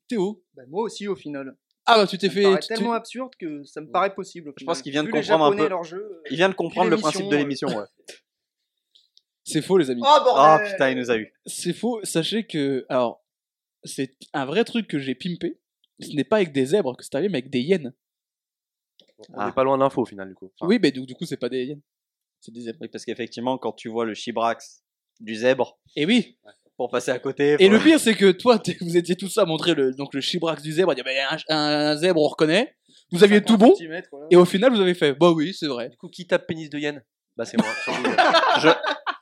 [SPEAKER 4] Théo
[SPEAKER 6] Bah, moi aussi, au final.
[SPEAKER 4] Ah bah tu t'es
[SPEAKER 6] Ça me
[SPEAKER 4] fait...
[SPEAKER 6] paraît
[SPEAKER 4] tu- tu-
[SPEAKER 6] tellement absurde que ça me paraît possible. au
[SPEAKER 5] Je
[SPEAKER 6] final.
[SPEAKER 5] pense qu'il vient de
[SPEAKER 6] Vu les
[SPEAKER 5] comprendre un
[SPEAKER 6] Japonais
[SPEAKER 5] peu.
[SPEAKER 6] et leur jeu. euh,
[SPEAKER 5] Ils viennent de comprendre le
[SPEAKER 6] l'émission,
[SPEAKER 5] principe de
[SPEAKER 6] euh,
[SPEAKER 5] l'émission. ouais.
[SPEAKER 4] C'est faux les amis.
[SPEAKER 6] Oh,
[SPEAKER 5] Ah
[SPEAKER 6] bordel
[SPEAKER 5] putain, il nous a eu.
[SPEAKER 4] C'est faux, sachez que... Alors, c'est un vrai truc que j'ai pimpé. Ce n'est pas avec des zèbres que c'est arrivé, mais avec des hyènes.
[SPEAKER 5] Ah.
[SPEAKER 7] On est pas loin de l'info au final, du coup. Enfin,
[SPEAKER 4] Oui, mais du, du coup, c'est pas des hyènes. C'est des zèbres.
[SPEAKER 5] Oui, parce qu'effectivement, quand tu vois le chibrax du zèbre
[SPEAKER 4] Et oui
[SPEAKER 5] pour passer à côté,
[SPEAKER 4] Et
[SPEAKER 5] faut-
[SPEAKER 4] le pire, c'est que toi, t'es- vous étiez tous à montrer le, donc le chibrax du zèbre. Il y avait un, un zèbre, on reconnaît. Vous aviez tout bon.
[SPEAKER 6] 50 centimètres, voilà.
[SPEAKER 4] Et au final, vous avez fait, bah oui, c'est vrai.
[SPEAKER 7] Du coup, qui tape pénis de hyène Bah, c'est moi. sur Google.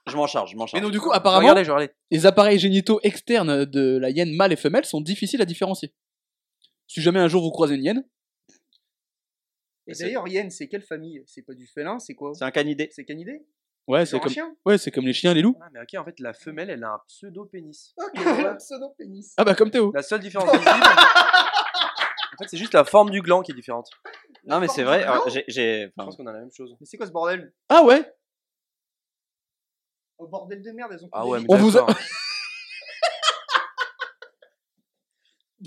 [SPEAKER 5] je m'en charge, je m'en charge.
[SPEAKER 4] Mais donc, du coup, apparemment,
[SPEAKER 7] Regardez, je regardais.
[SPEAKER 4] les appareils génitaux externes de la hyène mâle et femelle sont difficiles à différencier. Si jamais un jour vous croisez une hyène,
[SPEAKER 6] Et d'ailleurs, Yen, c'est quelle famille C'est pas du félin, c'est quoi
[SPEAKER 5] C'est un canidé.
[SPEAKER 6] C'est canidé
[SPEAKER 4] ouais,
[SPEAKER 6] C'est
[SPEAKER 4] c'est
[SPEAKER 6] un
[SPEAKER 4] comme,
[SPEAKER 6] chien
[SPEAKER 4] ouais, c'est comme les chiens, les loups.
[SPEAKER 7] Ah, mais ok, en fait, la femelle, elle a un pseudo-pénis.
[SPEAKER 6] pénis.
[SPEAKER 4] Ah bah comme Théo.
[SPEAKER 7] La seule différence visible. en fait, c'est juste la forme du gland qui est différente.
[SPEAKER 5] Non, mais c'est vrai, euh, j'ai- j'ai.
[SPEAKER 7] Je
[SPEAKER 5] enfin,
[SPEAKER 7] pense qu'on a la même chose.
[SPEAKER 6] Mais c'est quoi ce bordel
[SPEAKER 4] Ah ouais.
[SPEAKER 6] Oh bordel de merde, elles ont
[SPEAKER 7] Ah
[SPEAKER 6] coupé
[SPEAKER 7] ouais,
[SPEAKER 6] les
[SPEAKER 7] mais
[SPEAKER 4] On vous a-
[SPEAKER 7] d'accord.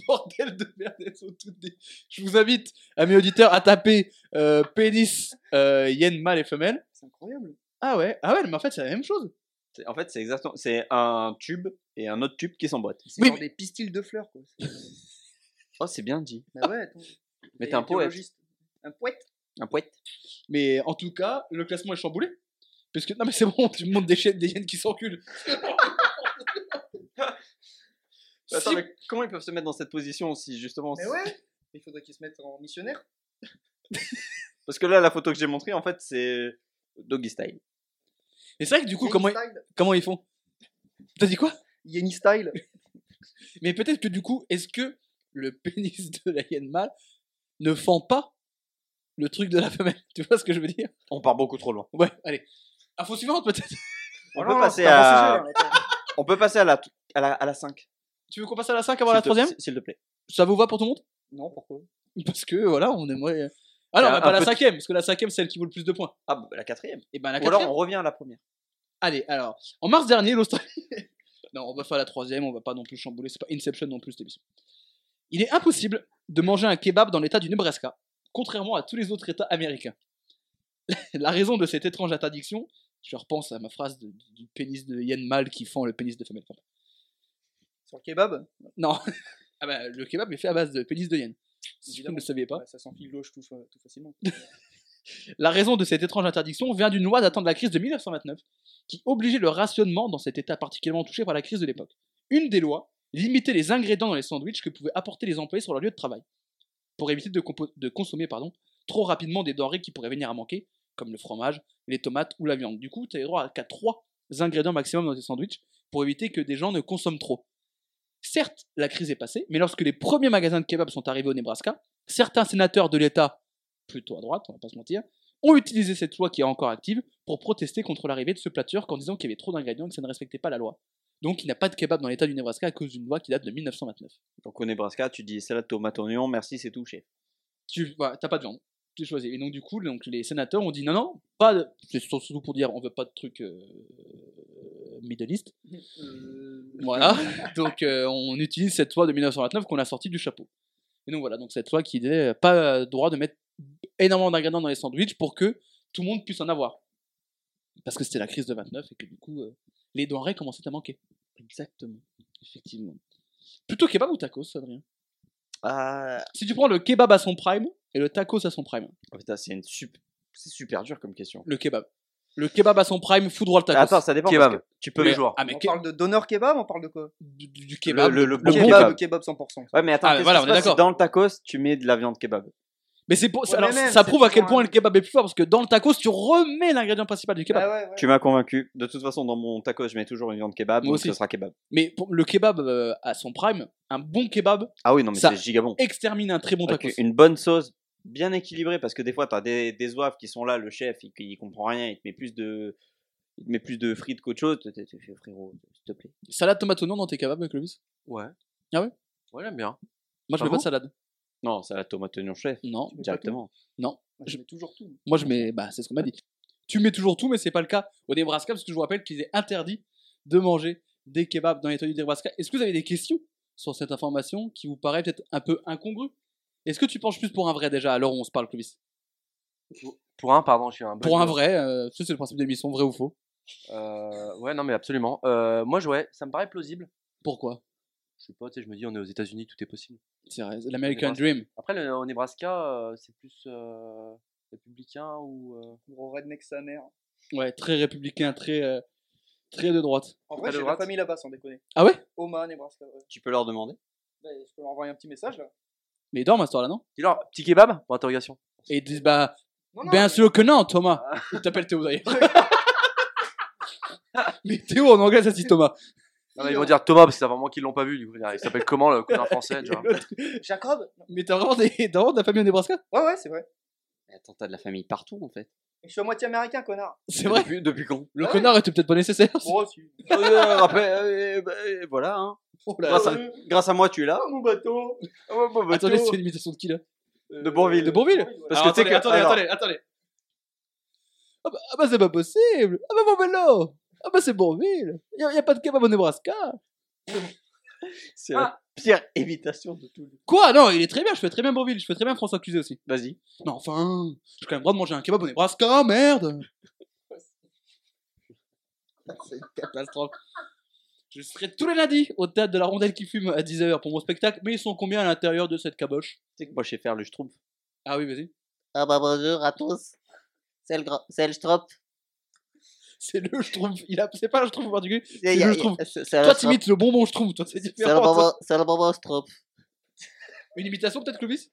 [SPEAKER 4] Bordel de merde, elles sont toutes des- Je vous invite, amis auditeurs, à taper euh, pénis euh, hyène mâle et femelle.
[SPEAKER 6] C'est incroyable.
[SPEAKER 4] Ah ouais, ah ouais, mais en fait, c'est la même chose.
[SPEAKER 5] c'est- En fait, c'est exactement. C'est un tube et un autre tube qui s'emboîte.
[SPEAKER 6] C'est
[SPEAKER 4] Oui,
[SPEAKER 6] genre des pistils de fleurs, quoi.
[SPEAKER 5] Oh, c'est bien dit.
[SPEAKER 6] Bah ouais, attends.
[SPEAKER 5] Mais t'es
[SPEAKER 6] Des
[SPEAKER 5] un poète.
[SPEAKER 6] biologistes. Un poète
[SPEAKER 5] Un poète.
[SPEAKER 4] Mais en tout cas, le classement est chamboulé. Parce que, non, mais c'est bon, tu me montres des chiennes, des hyènes qui s'enculent. Si-
[SPEAKER 5] Attends, mais comment ils peuvent se mettre dans cette position si justement.
[SPEAKER 6] Mais ouais Il faudrait qu'ils se mettent en missionnaire.
[SPEAKER 5] Parce que là, la photo que j'ai montrée, en fait, c'est doggy style.
[SPEAKER 4] Mais c'est vrai que du coup,
[SPEAKER 6] Yen
[SPEAKER 4] comment, ils-
[SPEAKER 6] style.
[SPEAKER 4] comment ils font T'as dit quoi
[SPEAKER 6] Yenny style.
[SPEAKER 4] Mais peut-être que du coup, est-ce que le pénis de la hyène mâle ne fend pas le truc de la femelle Tu vois ce que je veux dire
[SPEAKER 5] On part beaucoup trop loin.
[SPEAKER 4] Ouais, allez. Info suivante peut-être
[SPEAKER 5] On
[SPEAKER 6] Oh
[SPEAKER 5] peut
[SPEAKER 6] non,
[SPEAKER 5] passer
[SPEAKER 6] c'est pas
[SPEAKER 5] à.
[SPEAKER 6] bon, c'est jeu, là, attends.
[SPEAKER 5] On peut passer à la à la, à la 5.
[SPEAKER 4] Tu veux qu'on passe à la 5 avant la troisième
[SPEAKER 5] S'il te plaît.
[SPEAKER 4] Ça vous va pour tout le monde
[SPEAKER 6] Non, pourquoi
[SPEAKER 4] Parce que voilà, on aimerait. Ah non,
[SPEAKER 5] Un-
[SPEAKER 4] bah,
[SPEAKER 5] un
[SPEAKER 4] pas la
[SPEAKER 5] petit-
[SPEAKER 4] cinquième, parce que la cinquième, c'est celle qui vaut le plus de points.
[SPEAKER 5] Ah, bah, la quatrième.
[SPEAKER 4] Et ben la
[SPEAKER 5] Ou alors,
[SPEAKER 4] quatrième.
[SPEAKER 5] on revient à la première.
[SPEAKER 4] Allez, alors, en mars dernier, l'Australie. non, on va faire la troisième, on va pas non plus chambouler, c'est pas Inception non plus cette émission. Il est impossible de manger un kebab dans l'état du Nebraska, contrairement à tous les autres états américains. la raison de cette étrange interdiction, je repense à ma phrase de- du pénis de Yann Mal qui fend le pénis de femelle. Enfin,
[SPEAKER 6] Sur le kebab
[SPEAKER 4] Non, ah bah, le kebab est fait à base de pénis de Yann. Si vous ne le saviez pas.
[SPEAKER 6] Bah, Ça s'enfile gauche tout, fa- tout facilement.
[SPEAKER 4] La raison de cette étrange interdiction vient d'une loi datant de la crise de 1929 qui obligeait le rationnement dans cet état particulièrement touché par la crise de l'époque. Une des lois limitait les ingrédients dans les sandwichs que pouvaient apporter les employés sur leur lieu de travail pour éviter de, compo- de consommer pardon, trop rapidement des denrées qui pourraient venir à manquer, comme le fromage, les tomates ou la viande. Du coup, tu as droit à qu'à trois ingrédients maximum dans tes sandwichs pour éviter que des gens ne consomment trop. Certes, la crise est passée, mais lorsque les premiers magasins de kebab sont arrivés au Nebraska, certains sénateurs de l'État, plutôt à droite, on va pas se mentir, ont utilisé cette loi qui est encore active pour protester contre l'arrivée de ce plat turc en disant qu'il y avait trop d'ingrédients et que ça ne respectait pas la loi. Donc il n'y a pas de kebab dans l'état du Nebraska à cause d'une loi qui date de 1929.
[SPEAKER 5] Donc au Nebraska, tu dis salade tomate oignon, merci, c'est tout, chef.
[SPEAKER 4] Tu voilà, t'as pas de viande, tu choisis. Et donc du coup, donc, les sénateurs ont dit non, non, pas de... C'est surtout pour dire on veut pas de trucs euh, Middle East.
[SPEAKER 6] Euh,
[SPEAKER 4] Voilà,
[SPEAKER 5] Ah.
[SPEAKER 4] donc euh, on utilise cette loi de 1929 qu'on a sortie du chapeau. Et donc voilà, donc cette loi qui n'est pas euh, droit de mettre énormément d'ingrédients dans les sandwichs pour que tout le monde puisse en avoir. Parce que c'était la crise de 29 et que du coup, euh, les denrées commençaient à manquer. Exactement, effectivement. Plutôt kebab ou tacos, Adrien
[SPEAKER 5] Ah,
[SPEAKER 4] Si tu prends le kebab à son prime et le tacos à son prime,
[SPEAKER 5] oh, putain, c'est une sup- c'est super dur comme question.
[SPEAKER 4] le kebab. Le kebab à son prime, foudroie le tacos.
[SPEAKER 5] Attends, ça dépend.
[SPEAKER 7] Kebab.
[SPEAKER 5] parce que Tu peux
[SPEAKER 7] Tous les jours.
[SPEAKER 4] Ah, mais
[SPEAKER 6] on
[SPEAKER 4] ke-
[SPEAKER 6] parle de donneur kebab, on parle de quoi
[SPEAKER 4] du, du
[SPEAKER 5] le,
[SPEAKER 4] kebab.
[SPEAKER 5] le, le bon
[SPEAKER 4] bon
[SPEAKER 5] kebab.
[SPEAKER 6] kebab, 100%.
[SPEAKER 5] Ouais, mais attends,
[SPEAKER 4] Ah,
[SPEAKER 5] qu'est-ce
[SPEAKER 4] voilà,
[SPEAKER 5] qui
[SPEAKER 4] on
[SPEAKER 5] se
[SPEAKER 4] est
[SPEAKER 5] passe si
[SPEAKER 4] d'accord.
[SPEAKER 5] dans le tacos, tu mets de la viande kebab.
[SPEAKER 4] Mais c'est pour,
[SPEAKER 6] Ouais,
[SPEAKER 4] alors,
[SPEAKER 6] mais même,
[SPEAKER 4] ça
[SPEAKER 6] c'est
[SPEAKER 4] prouve à quel
[SPEAKER 6] toujours
[SPEAKER 4] point
[SPEAKER 6] un-
[SPEAKER 4] le kebab est plus fort parce que dans le tacos, tu remets l'ingrédient principal du kebab.
[SPEAKER 6] Ah ouais, ouais.
[SPEAKER 5] Tu m'as convaincu. De toute façon, dans mon tacos, je mets toujours une viande kebab,
[SPEAKER 4] Moi
[SPEAKER 5] donc
[SPEAKER 4] aussi.
[SPEAKER 5] ce sera kebab.
[SPEAKER 4] Mais pour- le kebab euh, à son prime, un bon kebab
[SPEAKER 5] Ah oui, non, mais
[SPEAKER 4] Ça-
[SPEAKER 5] c'est gigabon.
[SPEAKER 4] extermine un très bon
[SPEAKER 5] Avec
[SPEAKER 4] tacos.
[SPEAKER 5] une bonne sauce bien équilibrée parce que des fois t'as des, des oeufs qui sont là le chef il, il comprend rien il te met plus de il te met plus de frites qu'autre chose tu tu fais frérot s'il te plaît
[SPEAKER 4] Salade tomate oignon dans tes kebabs, Clovis
[SPEAKER 7] Ouais.
[SPEAKER 4] Ah ouais
[SPEAKER 7] Ouais, j'aime bien.
[SPEAKER 4] Moi, je
[SPEAKER 7] Ah
[SPEAKER 4] mets pas
[SPEAKER 7] bon
[SPEAKER 4] de salade.
[SPEAKER 5] non c'est la tomate oignon chef
[SPEAKER 4] Non,
[SPEAKER 6] Tu mets pas
[SPEAKER 5] directement
[SPEAKER 6] tout. Je mets toujours tout.
[SPEAKER 4] Moi, je mets. Bah, c'est ce qu'on m'a dit. Tu mets toujours tout, mais c'est pas le cas au Nebraska, parce que je vous rappelle qu'il est interdit de manger des kebabs dans les toilettes du Nebraska. Est-ce que vous avez des questions sur cette information qui vous paraît peut-être un peu incongrue Est-ce que tu penches plus pour un vrai déjà, alors on se parle, Clovis
[SPEAKER 7] Pour un, pardon, je suis un bug.
[SPEAKER 4] Pour un vrai, euh, ça, c'est le principe de l'émission, vrai ou faux
[SPEAKER 7] Euh, ouais, non, mais absolument. Euh, moi, je- ouais, ça me paraît plausible.
[SPEAKER 4] Pourquoi
[SPEAKER 7] Je sais pas, tu sais, je me dis, on est aux États-Unis, tout est possible.
[SPEAKER 4] C'est vrai, l'American
[SPEAKER 7] Nebraska.
[SPEAKER 4] Dream.
[SPEAKER 7] Après, le, au Nebraska, euh, c'est plus euh, républicain ou. euh,
[SPEAKER 6] Gros redneck sa mère.
[SPEAKER 4] Ouais, très républicain, très, euh, très de droite.
[SPEAKER 6] En vrai,
[SPEAKER 7] Pas de
[SPEAKER 6] j'ai la
[SPEAKER 7] droite.
[SPEAKER 6] famille là-bas, sans déconner.
[SPEAKER 4] Ah ouais
[SPEAKER 6] Omaha, Nebraska. ouais.
[SPEAKER 5] tu peux leur demander
[SPEAKER 6] Bah, je peux leur envoyer un petit message là.
[SPEAKER 4] Mais ils dorment à ce là non
[SPEAKER 7] Dis-leur, petit kebab Pour interrogation.
[SPEAKER 4] Et ils disent, bah,
[SPEAKER 6] Non, non,
[SPEAKER 4] bien
[SPEAKER 6] mais-
[SPEAKER 4] sûr que non, Thomas Ils t'appellent Théo d'ailleurs. mais Théo en anglais, ça se dit Thomas.
[SPEAKER 7] Non,
[SPEAKER 6] hein.
[SPEAKER 7] mais ils vont dire Thomas, parce que ça fait un moment qu'ils l'ont pas vu. Du coup, il s'appelle comment le cousin français tu vois
[SPEAKER 6] Jacob
[SPEAKER 4] Mais t'as vraiment des, t'as vraiment de la famille au Nebraska
[SPEAKER 6] Ouais, ouais, c'est vrai.
[SPEAKER 5] Mais attends t'as de la famille partout en fait
[SPEAKER 6] Je suis à moitié américain, connard.
[SPEAKER 4] C'est vrai
[SPEAKER 5] depuis, depuis quand
[SPEAKER 4] Le
[SPEAKER 6] Ouais.
[SPEAKER 4] connard était peut-être pas nécessaire.
[SPEAKER 6] Moi aussi.
[SPEAKER 5] Euh, euh, rappel- euh, euh, bah, euh, voilà hein.
[SPEAKER 4] Oh là là.
[SPEAKER 5] grâce, à, grâce à moi tu es là
[SPEAKER 6] Ah, Bah, mon bateau
[SPEAKER 5] Ah,
[SPEAKER 4] Oh,
[SPEAKER 5] bah, bah, bah,
[SPEAKER 4] Attendez,
[SPEAKER 5] tout.
[SPEAKER 4] c'est une imitation de qui là
[SPEAKER 6] Euh,
[SPEAKER 5] De Bourville.
[SPEAKER 4] De Bourville
[SPEAKER 6] ouais.
[SPEAKER 5] Parce que tu sais que- alors-
[SPEAKER 4] attendez. Ah bah, ah bah, c'est pas possible Ah bah mon vélo Ah bah c'est Bourville Y'a y a pas de kebab au Nebraska
[SPEAKER 5] c'est
[SPEAKER 4] Ah.
[SPEAKER 5] la pire imitation de tout
[SPEAKER 4] Quoi Non, il est très bien, je fais très bien Bourville, je fais très bien François Cluzet aussi.
[SPEAKER 5] vas-y
[SPEAKER 4] Non, enfin, j'ai quand même le droit de manger un kebab au Nebraska, oh, merde C'est une catastrophe. Je serai tous les lundis au théâtre de la rondelle qui fume à 10h pour mon spectacle, mais ils sont combien à l'intérieur de cette caboche
[SPEAKER 5] tu sais que moi je sais faire le schtroumpf
[SPEAKER 4] Ah oui, vas-y.
[SPEAKER 8] Ah bah bonjour à tous. C'est le, grand- c'est le strop.
[SPEAKER 4] C'est le je trouve. Il a... C'est pas le je trouve en particulier.
[SPEAKER 8] C'est y a-
[SPEAKER 4] le
[SPEAKER 8] y a-
[SPEAKER 4] Schtroumpf.
[SPEAKER 8] c'est- c'est
[SPEAKER 4] Toi,
[SPEAKER 8] le Schtroumpf.
[SPEAKER 4] t'imites le bonbon je trouve. Toi, c'est
[SPEAKER 8] C'est le
[SPEAKER 4] différent. toi.
[SPEAKER 8] bonbon- c'est le bonbon strop.
[SPEAKER 4] Une imitation peut-être, Clovis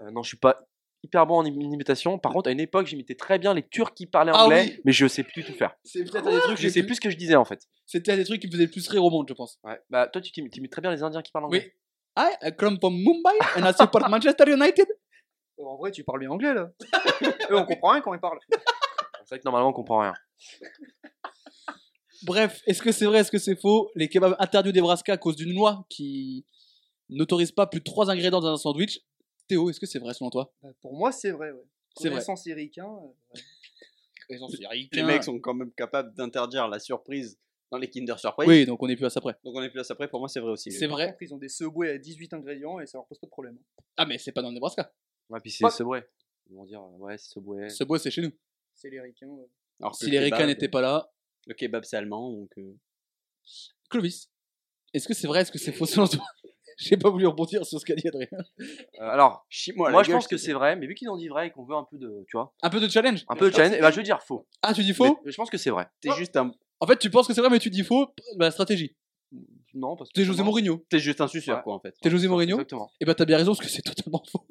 [SPEAKER 7] Euh, non, je suis pas hyper bon en im- imitation. Par contre, à une époque, j'imitais très bien les Turcs qui parlaient
[SPEAKER 4] Ah
[SPEAKER 7] anglais,
[SPEAKER 4] oui.
[SPEAKER 7] mais je sais plus tout faire.
[SPEAKER 4] C'est peut-être un des trucs. que
[SPEAKER 7] Je
[SPEAKER 4] j'ai
[SPEAKER 7] sais plus ce que je disais en fait.
[SPEAKER 4] C'était un des trucs qui me faisait le plus rire au monde, je pense.
[SPEAKER 7] Ouais. Bah, toi, tu t'imites t'imites très bien les Indiens qui parlent anglais.
[SPEAKER 4] Oui. I I come from Mumbai and I support Manchester United.
[SPEAKER 6] Euh, En vrai, tu parles bien anglais là. Eux, on comprend rien quand ils parlent.
[SPEAKER 7] C'est vrai que normalement, on comprend rien.
[SPEAKER 4] Bref, est-ce que c'est vrai, est-ce que c'est faux Les kebabs interdits au Nebraska à cause d'une loi qui n'autorise pas plus de 3 ingrédients dans un sandwich. Théo, est-ce que c'est vrai selon toi
[SPEAKER 6] Bah, Pour moi, c'est vrai, ouais.
[SPEAKER 4] C'est vrai.
[SPEAKER 6] Connaissance éricain, euh,
[SPEAKER 5] les mecs sont quand même capables d'interdire la surprise dans les Kinder Surprise
[SPEAKER 4] Oui, donc on est plus à ça près.
[SPEAKER 5] donc on est plus à ça près pour moi c'est vrai aussi
[SPEAKER 4] C'est
[SPEAKER 6] par
[SPEAKER 4] vrai.
[SPEAKER 6] contre, ils ont des Subway à 18 ingrédients et ça leur pose pas de problème.
[SPEAKER 4] Ah, mais c'est pas dans le Nebraska.
[SPEAKER 7] Ouais, puis
[SPEAKER 6] Pas-
[SPEAKER 7] c'est Subway. Ils vont dire, euh, ouais, c'est Subway.
[SPEAKER 4] Ce bois, c'est chez nous.
[SPEAKER 6] C'est l'éricain. ouais.
[SPEAKER 5] Alors que
[SPEAKER 4] Si
[SPEAKER 5] le
[SPEAKER 4] les
[SPEAKER 5] kebab, euh,
[SPEAKER 4] Ricains n'étaient pas là,
[SPEAKER 5] le kebab c'est allemand donc euh,
[SPEAKER 4] Clovis, est-ce que c'est vrai, est-ce que c'est faux selon toi J'ai pas voulu rebondir sur ce qu'a dit Adrien.
[SPEAKER 7] Euh, alors,
[SPEAKER 5] Chie-moi la
[SPEAKER 7] moi, je
[SPEAKER 5] gueule,
[SPEAKER 7] pense que
[SPEAKER 5] te
[SPEAKER 7] c'est vrai, mais vu qu'ils ont dit vrai et qu'on veut un peu de, tu vois,
[SPEAKER 4] Un peu de challenge
[SPEAKER 7] un peu de challenge, eh ben, je veux dire faux.
[SPEAKER 4] Ah, tu dis faux
[SPEAKER 7] Mais je pense que c'est vrai.
[SPEAKER 5] T'es juste un,
[SPEAKER 4] En fait, tu penses que c'est vrai, mais tu dis faux. p- La stratégie.
[SPEAKER 7] Non, parce que
[SPEAKER 4] T'es José
[SPEAKER 7] justement-
[SPEAKER 4] Mourinho.
[SPEAKER 5] t'es juste un suceur
[SPEAKER 7] Ouais.
[SPEAKER 5] quoi en fait.
[SPEAKER 4] T'es José Mourinho. Oh.
[SPEAKER 7] Exactement.
[SPEAKER 4] Et bah, t'as bien raison, parce que c'est totalement faux.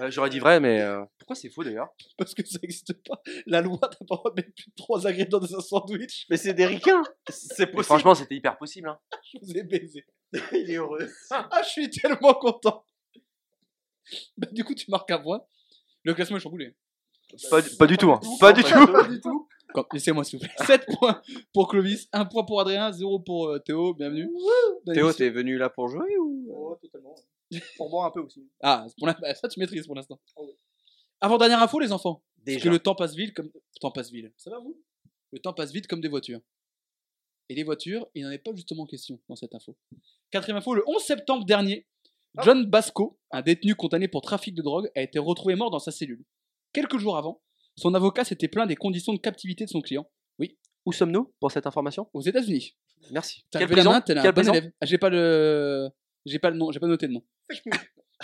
[SPEAKER 7] Euh, J'aurais dit vrai, mais euh, pourquoi c'est faux d'ailleurs
[SPEAKER 4] Parce que ça n'existe pas. La loi, t'as pas le droit de mettre plus de 3 ingrédients dans un sandwich.
[SPEAKER 5] Mais c'est des ricains, c'est
[SPEAKER 7] Mais
[SPEAKER 5] possible.
[SPEAKER 7] Franchement, c'était hyper possible. Hein.
[SPEAKER 4] Je vous ai baisé.
[SPEAKER 5] Il est heureux.
[SPEAKER 4] Ah, je suis tellement content. Bah, du coup, tu marques un point. Le classement est chamboulé.
[SPEAKER 7] Pas, du- pas du tout. hein. Pas du tout.
[SPEAKER 6] Pas du tout.
[SPEAKER 4] Quand- Laissez-moi s'il vous plaît. 7 points pour Clovis, 1 point pour Adrien, 0 pour euh, Théo, bienvenue. Dans
[SPEAKER 5] Théo,
[SPEAKER 4] l'émission.
[SPEAKER 5] t'es venu là pour jouer ou
[SPEAKER 6] Oh, totalement. ouais. Pour boire un peu aussi.
[SPEAKER 4] Ah, pour la- bah, ça tu maîtrises pour l'instant.
[SPEAKER 6] Ah oui.
[SPEAKER 4] Avant dernière info les enfants, parce
[SPEAKER 5] Déjà.
[SPEAKER 4] que le temps passe vite comme le temps passe vite. Ça va vous Le temps passe vite comme des voitures. Et les voitures, il n'en est pas justement question dans cette info. Quatrième info, le 11 septembre dernier,
[SPEAKER 6] Ah.
[SPEAKER 4] John Basco, un détenu condamné pour trafic de drogue, a été retrouvé mort dans sa cellule. Quelques jours avant, son avocat s'était plaint des conditions de captivité de son client
[SPEAKER 7] Où sommes-nous pour cette information
[SPEAKER 4] aux États-Unis.
[SPEAKER 7] Merci.
[SPEAKER 4] T'as
[SPEAKER 7] Quelle
[SPEAKER 4] levé la
[SPEAKER 7] prison
[SPEAKER 4] main, t'es un
[SPEAKER 7] Quelle
[SPEAKER 4] bon
[SPEAKER 7] prison
[SPEAKER 4] élève. Ah, j'ai pas le j'ai pas le nom, j'ai pas noté le nom. Je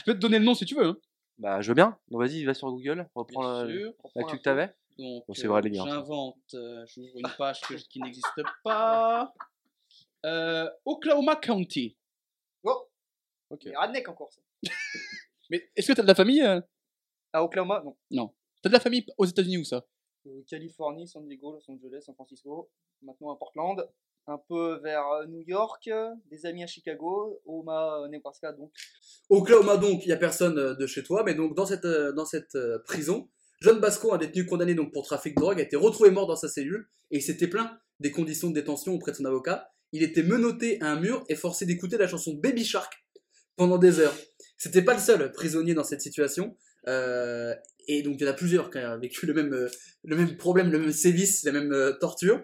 [SPEAKER 4] peux te donner le nom si tu veux. hein.
[SPEAKER 7] Bah, je veux bien. Donc, vas-y, va sur Google, reprends
[SPEAKER 4] Bien
[SPEAKER 7] le-
[SPEAKER 4] sûr.
[SPEAKER 7] l'actu que t'avais.
[SPEAKER 4] Donc,
[SPEAKER 7] Bon, c'est vrai,
[SPEAKER 4] euh,
[SPEAKER 7] les gars.
[SPEAKER 4] J'invente, euh, j'ouvre une page que- qui n'existe pas. Euh, Oklahoma County.
[SPEAKER 6] Oh Ok. Redneck encore ça.
[SPEAKER 4] Mais est-ce que t'as de la famille euh,
[SPEAKER 9] À Oklahoma, non.
[SPEAKER 10] T'as de la famille aux États-Unis ou ça
[SPEAKER 9] Euh, Californie, San Diego, Los Angeles, San Francisco, maintenant à Portland, un peu vers euh, New York, euh, des amis à Chicago, Omaha, euh, Nebraska, donc.
[SPEAKER 4] Oklahoma, donc, il n'y a personne euh, de chez toi, mais donc dans cette, euh, dans cette euh, prison, John Basco, un détenu condamné donc pour trafic de drogue, a été retrouvé mort dans sa cellule et il s'était plaint des conditions de détention auprès de son avocat. Il était menotté à un mur et forcé d'écouter la chanson Baby Shark pendant des heures. C'était pas le seul prisonnier dans cette situation. euh, et donc, il y en a plusieurs qui ont vécu le même, euh, le même problème, le même sévice, la même euh, torture.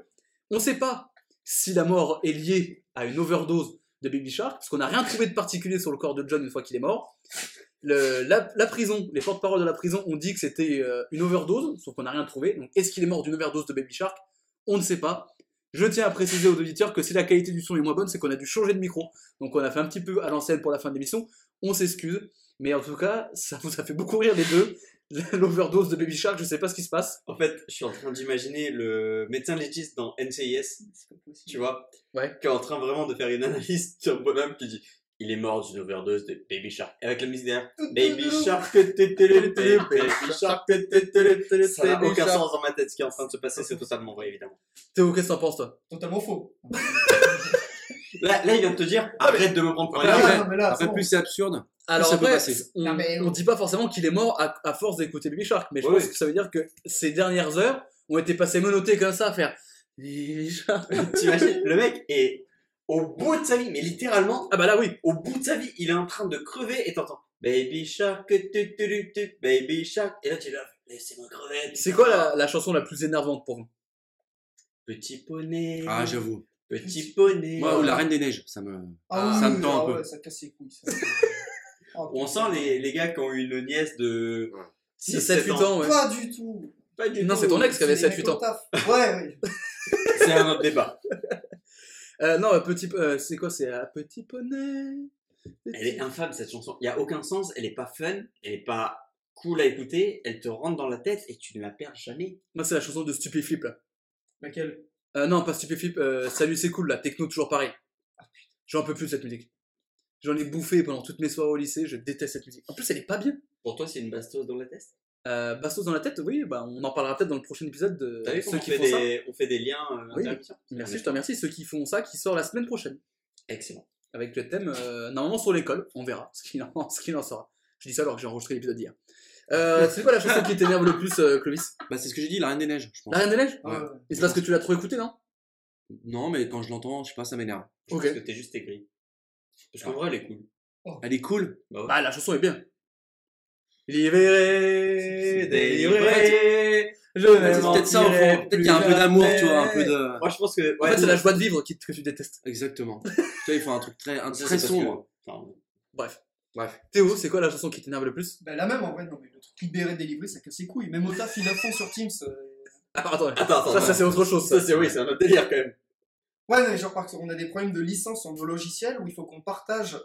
[SPEAKER 4] On ne sait pas si la mort est liée à une overdose de Baby Shark, parce qu'on n'a rien trouvé de particulier sur le corps de John une fois qu'il est mort. Le- la, la prison, les porte-paroles de la prison ont dit que c'était euh, une overdose, sauf qu'on n'a rien trouvé. Donc, est-ce qu'il est mort d'une overdose de Baby Shark On ne sait pas. Je tiens à préciser aux auditeurs que si la qualité du son est moins bonne, c'est qu'on a dû changer de micro. Donc, on a fait un petit peu à l'ancienne pour la fin de l'émission. On s'excuse. Mais en tout cas, ça vous a fait beaucoup rire les deux. L'overdose de Baby Shark, je sais pas ce qui se passe.
[SPEAKER 5] En fait, je suis en train d'imaginer le médecin légiste dans NCIS, tu vois,
[SPEAKER 4] Ouais.
[SPEAKER 5] qui est en train vraiment de faire une analyse sur le bonhomme qui dit il est mort d'une overdose de Baby Shark. Avec la musique derrière Baby Shark, tétélé, tétélé, Baby Shark, tétélé, tétélé, ça n'a
[SPEAKER 4] Baby
[SPEAKER 5] aucun
[SPEAKER 4] Shark.
[SPEAKER 5] sens dans ma tête. Ce qui est en train de se passer, c'est totalement vrai, évidemment.
[SPEAKER 4] Théo, qu'est-ce que t'en penses, toi
[SPEAKER 6] Totalement faux.
[SPEAKER 5] Là, là, il vient de te dire arrête de me prendre pour un
[SPEAKER 6] Ah,
[SPEAKER 5] idiot.
[SPEAKER 6] non, mais là,
[SPEAKER 7] Après,
[SPEAKER 6] c'est
[SPEAKER 7] plus c'est absurde.
[SPEAKER 4] Alors
[SPEAKER 7] Ça peut
[SPEAKER 4] après,
[SPEAKER 7] passer.
[SPEAKER 4] c- on,
[SPEAKER 6] Non, mais-
[SPEAKER 4] on dit pas forcément qu'il est mort à, à force d'écouter Baby Shark, mais je
[SPEAKER 5] Oui,
[SPEAKER 4] pense
[SPEAKER 5] oui.
[SPEAKER 4] que ça veut dire que ces dernières heures ont été passées menottées comme ça à faire. Baby Shark.
[SPEAKER 5] T'imagines, le mec est au bout de sa vie, mais littéralement,
[SPEAKER 4] Ah bah là oui.
[SPEAKER 5] au bout de sa vie, il est en train de crever et t'entends Baby Shark, tu, tu, tu, tu, Baby Shark. Et là, tu es là, laissez-moi crever. putain.
[SPEAKER 4] C'est quoi la, la chanson la plus énervante pour vous
[SPEAKER 5] Petit poney.
[SPEAKER 6] Ah,
[SPEAKER 7] j'avoue.
[SPEAKER 5] Petit poney.
[SPEAKER 7] Moi, ou la Reine des Neiges, ça me.
[SPEAKER 6] Ah,
[SPEAKER 7] Ça
[SPEAKER 6] oui,
[SPEAKER 7] me tend
[SPEAKER 6] ah
[SPEAKER 7] un peu.
[SPEAKER 6] ouais, ça casse les couilles. ça. Ah,
[SPEAKER 5] On sent les, les gars qui ont eu une nièce de
[SPEAKER 11] Ouais.
[SPEAKER 5] 6,
[SPEAKER 4] 7
[SPEAKER 5] 7
[SPEAKER 4] 8
[SPEAKER 5] ans.
[SPEAKER 4] ans, ouais.
[SPEAKER 6] Pas du tout.
[SPEAKER 5] Pas du
[SPEAKER 4] Non,
[SPEAKER 5] tout.
[SPEAKER 4] c'est ton ex qui avait
[SPEAKER 6] C'est
[SPEAKER 4] 7
[SPEAKER 6] les
[SPEAKER 4] 8
[SPEAKER 6] mecs
[SPEAKER 4] ans.
[SPEAKER 6] au taf. Ouais, oui.
[SPEAKER 5] C'est un autre débat.
[SPEAKER 4] Euh, non, euh, petit euh, c'est quoi c'est euh, petit poney.
[SPEAKER 5] Elle est infâme cette chanson. Il n'y a aucun sens, elle est pas fun, elle est pas cool à écouter, elle te rentre dans la tête et tu ne la perds jamais.
[SPEAKER 4] Moi c'est la chanson de Stupéflip là.
[SPEAKER 6] Laquelle
[SPEAKER 4] Euh, non, pas Stupéflip, euh, salut c'est cool là, techno toujours pareil.
[SPEAKER 5] Ah,
[SPEAKER 4] J'en peux plus de cette musique. J'en ai bouffé pendant toutes mes soirées au lycée, je déteste cette musique. En plus elle est pas bien.
[SPEAKER 5] Pour toi, c'est une bastos dans la tête
[SPEAKER 4] Euh, Bastos dans la tête, oui, bah, on en parlera peut-être dans le prochain épisode de
[SPEAKER 5] T'as vu
[SPEAKER 4] ceux
[SPEAKER 5] qu'on
[SPEAKER 4] qui
[SPEAKER 5] fait,
[SPEAKER 4] font ça.
[SPEAKER 5] des- Euh, on fait des liens euh,
[SPEAKER 4] Oui.
[SPEAKER 5] intermittents
[SPEAKER 4] Merci, je te remercie. Ceux qui font ça, qui sort la semaine prochaine,
[SPEAKER 5] Excellent.
[SPEAKER 4] avec le thème euh, normalement sur l'école. On verra ce qu'il en, ce qu'il en sera. Je dis ça alors que j'ai enregistré l'épisode d'hier. Euh, c'est quoi la chanson qui t'énerve le plus, euh, Clovis
[SPEAKER 7] Bah, c'est ce que j'ai dit, La Reine des Neiges, je pense.
[SPEAKER 4] La Reine des Neiges
[SPEAKER 6] Ah, ouais.
[SPEAKER 4] Et c'est parce que tu l'as trop écoutée, non
[SPEAKER 7] Non, mais quand je l'entends, je sais pas, ça m'énerve.
[SPEAKER 5] Je
[SPEAKER 4] Ok. Ah. Oh.
[SPEAKER 5] pense que t'es juste aigri. Parce qu'en vrai, elle est cool.
[SPEAKER 7] Elle est cool.
[SPEAKER 5] Bah ouais.
[SPEAKER 4] Bah, la chanson est bien. Libéré, délivré, je
[SPEAKER 7] Ouais,
[SPEAKER 4] vais
[SPEAKER 7] c'est peut-être ça, au fond.
[SPEAKER 4] m'en tirer
[SPEAKER 7] peut-être qu'il y a un
[SPEAKER 4] plus
[SPEAKER 7] peu d'amour,
[SPEAKER 4] jamais.
[SPEAKER 7] tu vois, un peu de.
[SPEAKER 5] Moi, je pense que.
[SPEAKER 4] En
[SPEAKER 5] ouais,
[SPEAKER 4] fait, c'est la joie de vivre qui- que tu détestes.
[SPEAKER 7] Exactement. tu vois, il faut un truc très, un,
[SPEAKER 5] ça,
[SPEAKER 7] très
[SPEAKER 5] c'est parce
[SPEAKER 7] sombre.
[SPEAKER 5] que- enfin,
[SPEAKER 4] Bref.
[SPEAKER 7] Bref.
[SPEAKER 4] Théo, c'est quoi la chanson qui t'énerve le plus
[SPEAKER 6] Bah, la même en vrai, non, mais le truc libéré, délivré, ça casse les couilles. Même au taf, il a fond sur Teams. euh,
[SPEAKER 4] Ah, pardon.
[SPEAKER 5] Attends, attends,
[SPEAKER 4] Ça, ça
[SPEAKER 5] attends.
[SPEAKER 4] c'est autre chose.
[SPEAKER 5] Ça, c'est oui, c'est un autre délire quand même.
[SPEAKER 6] Ouais, mais genre, par exemple, on a des problèmes de licence sur nos logiciels où il faut qu'on partage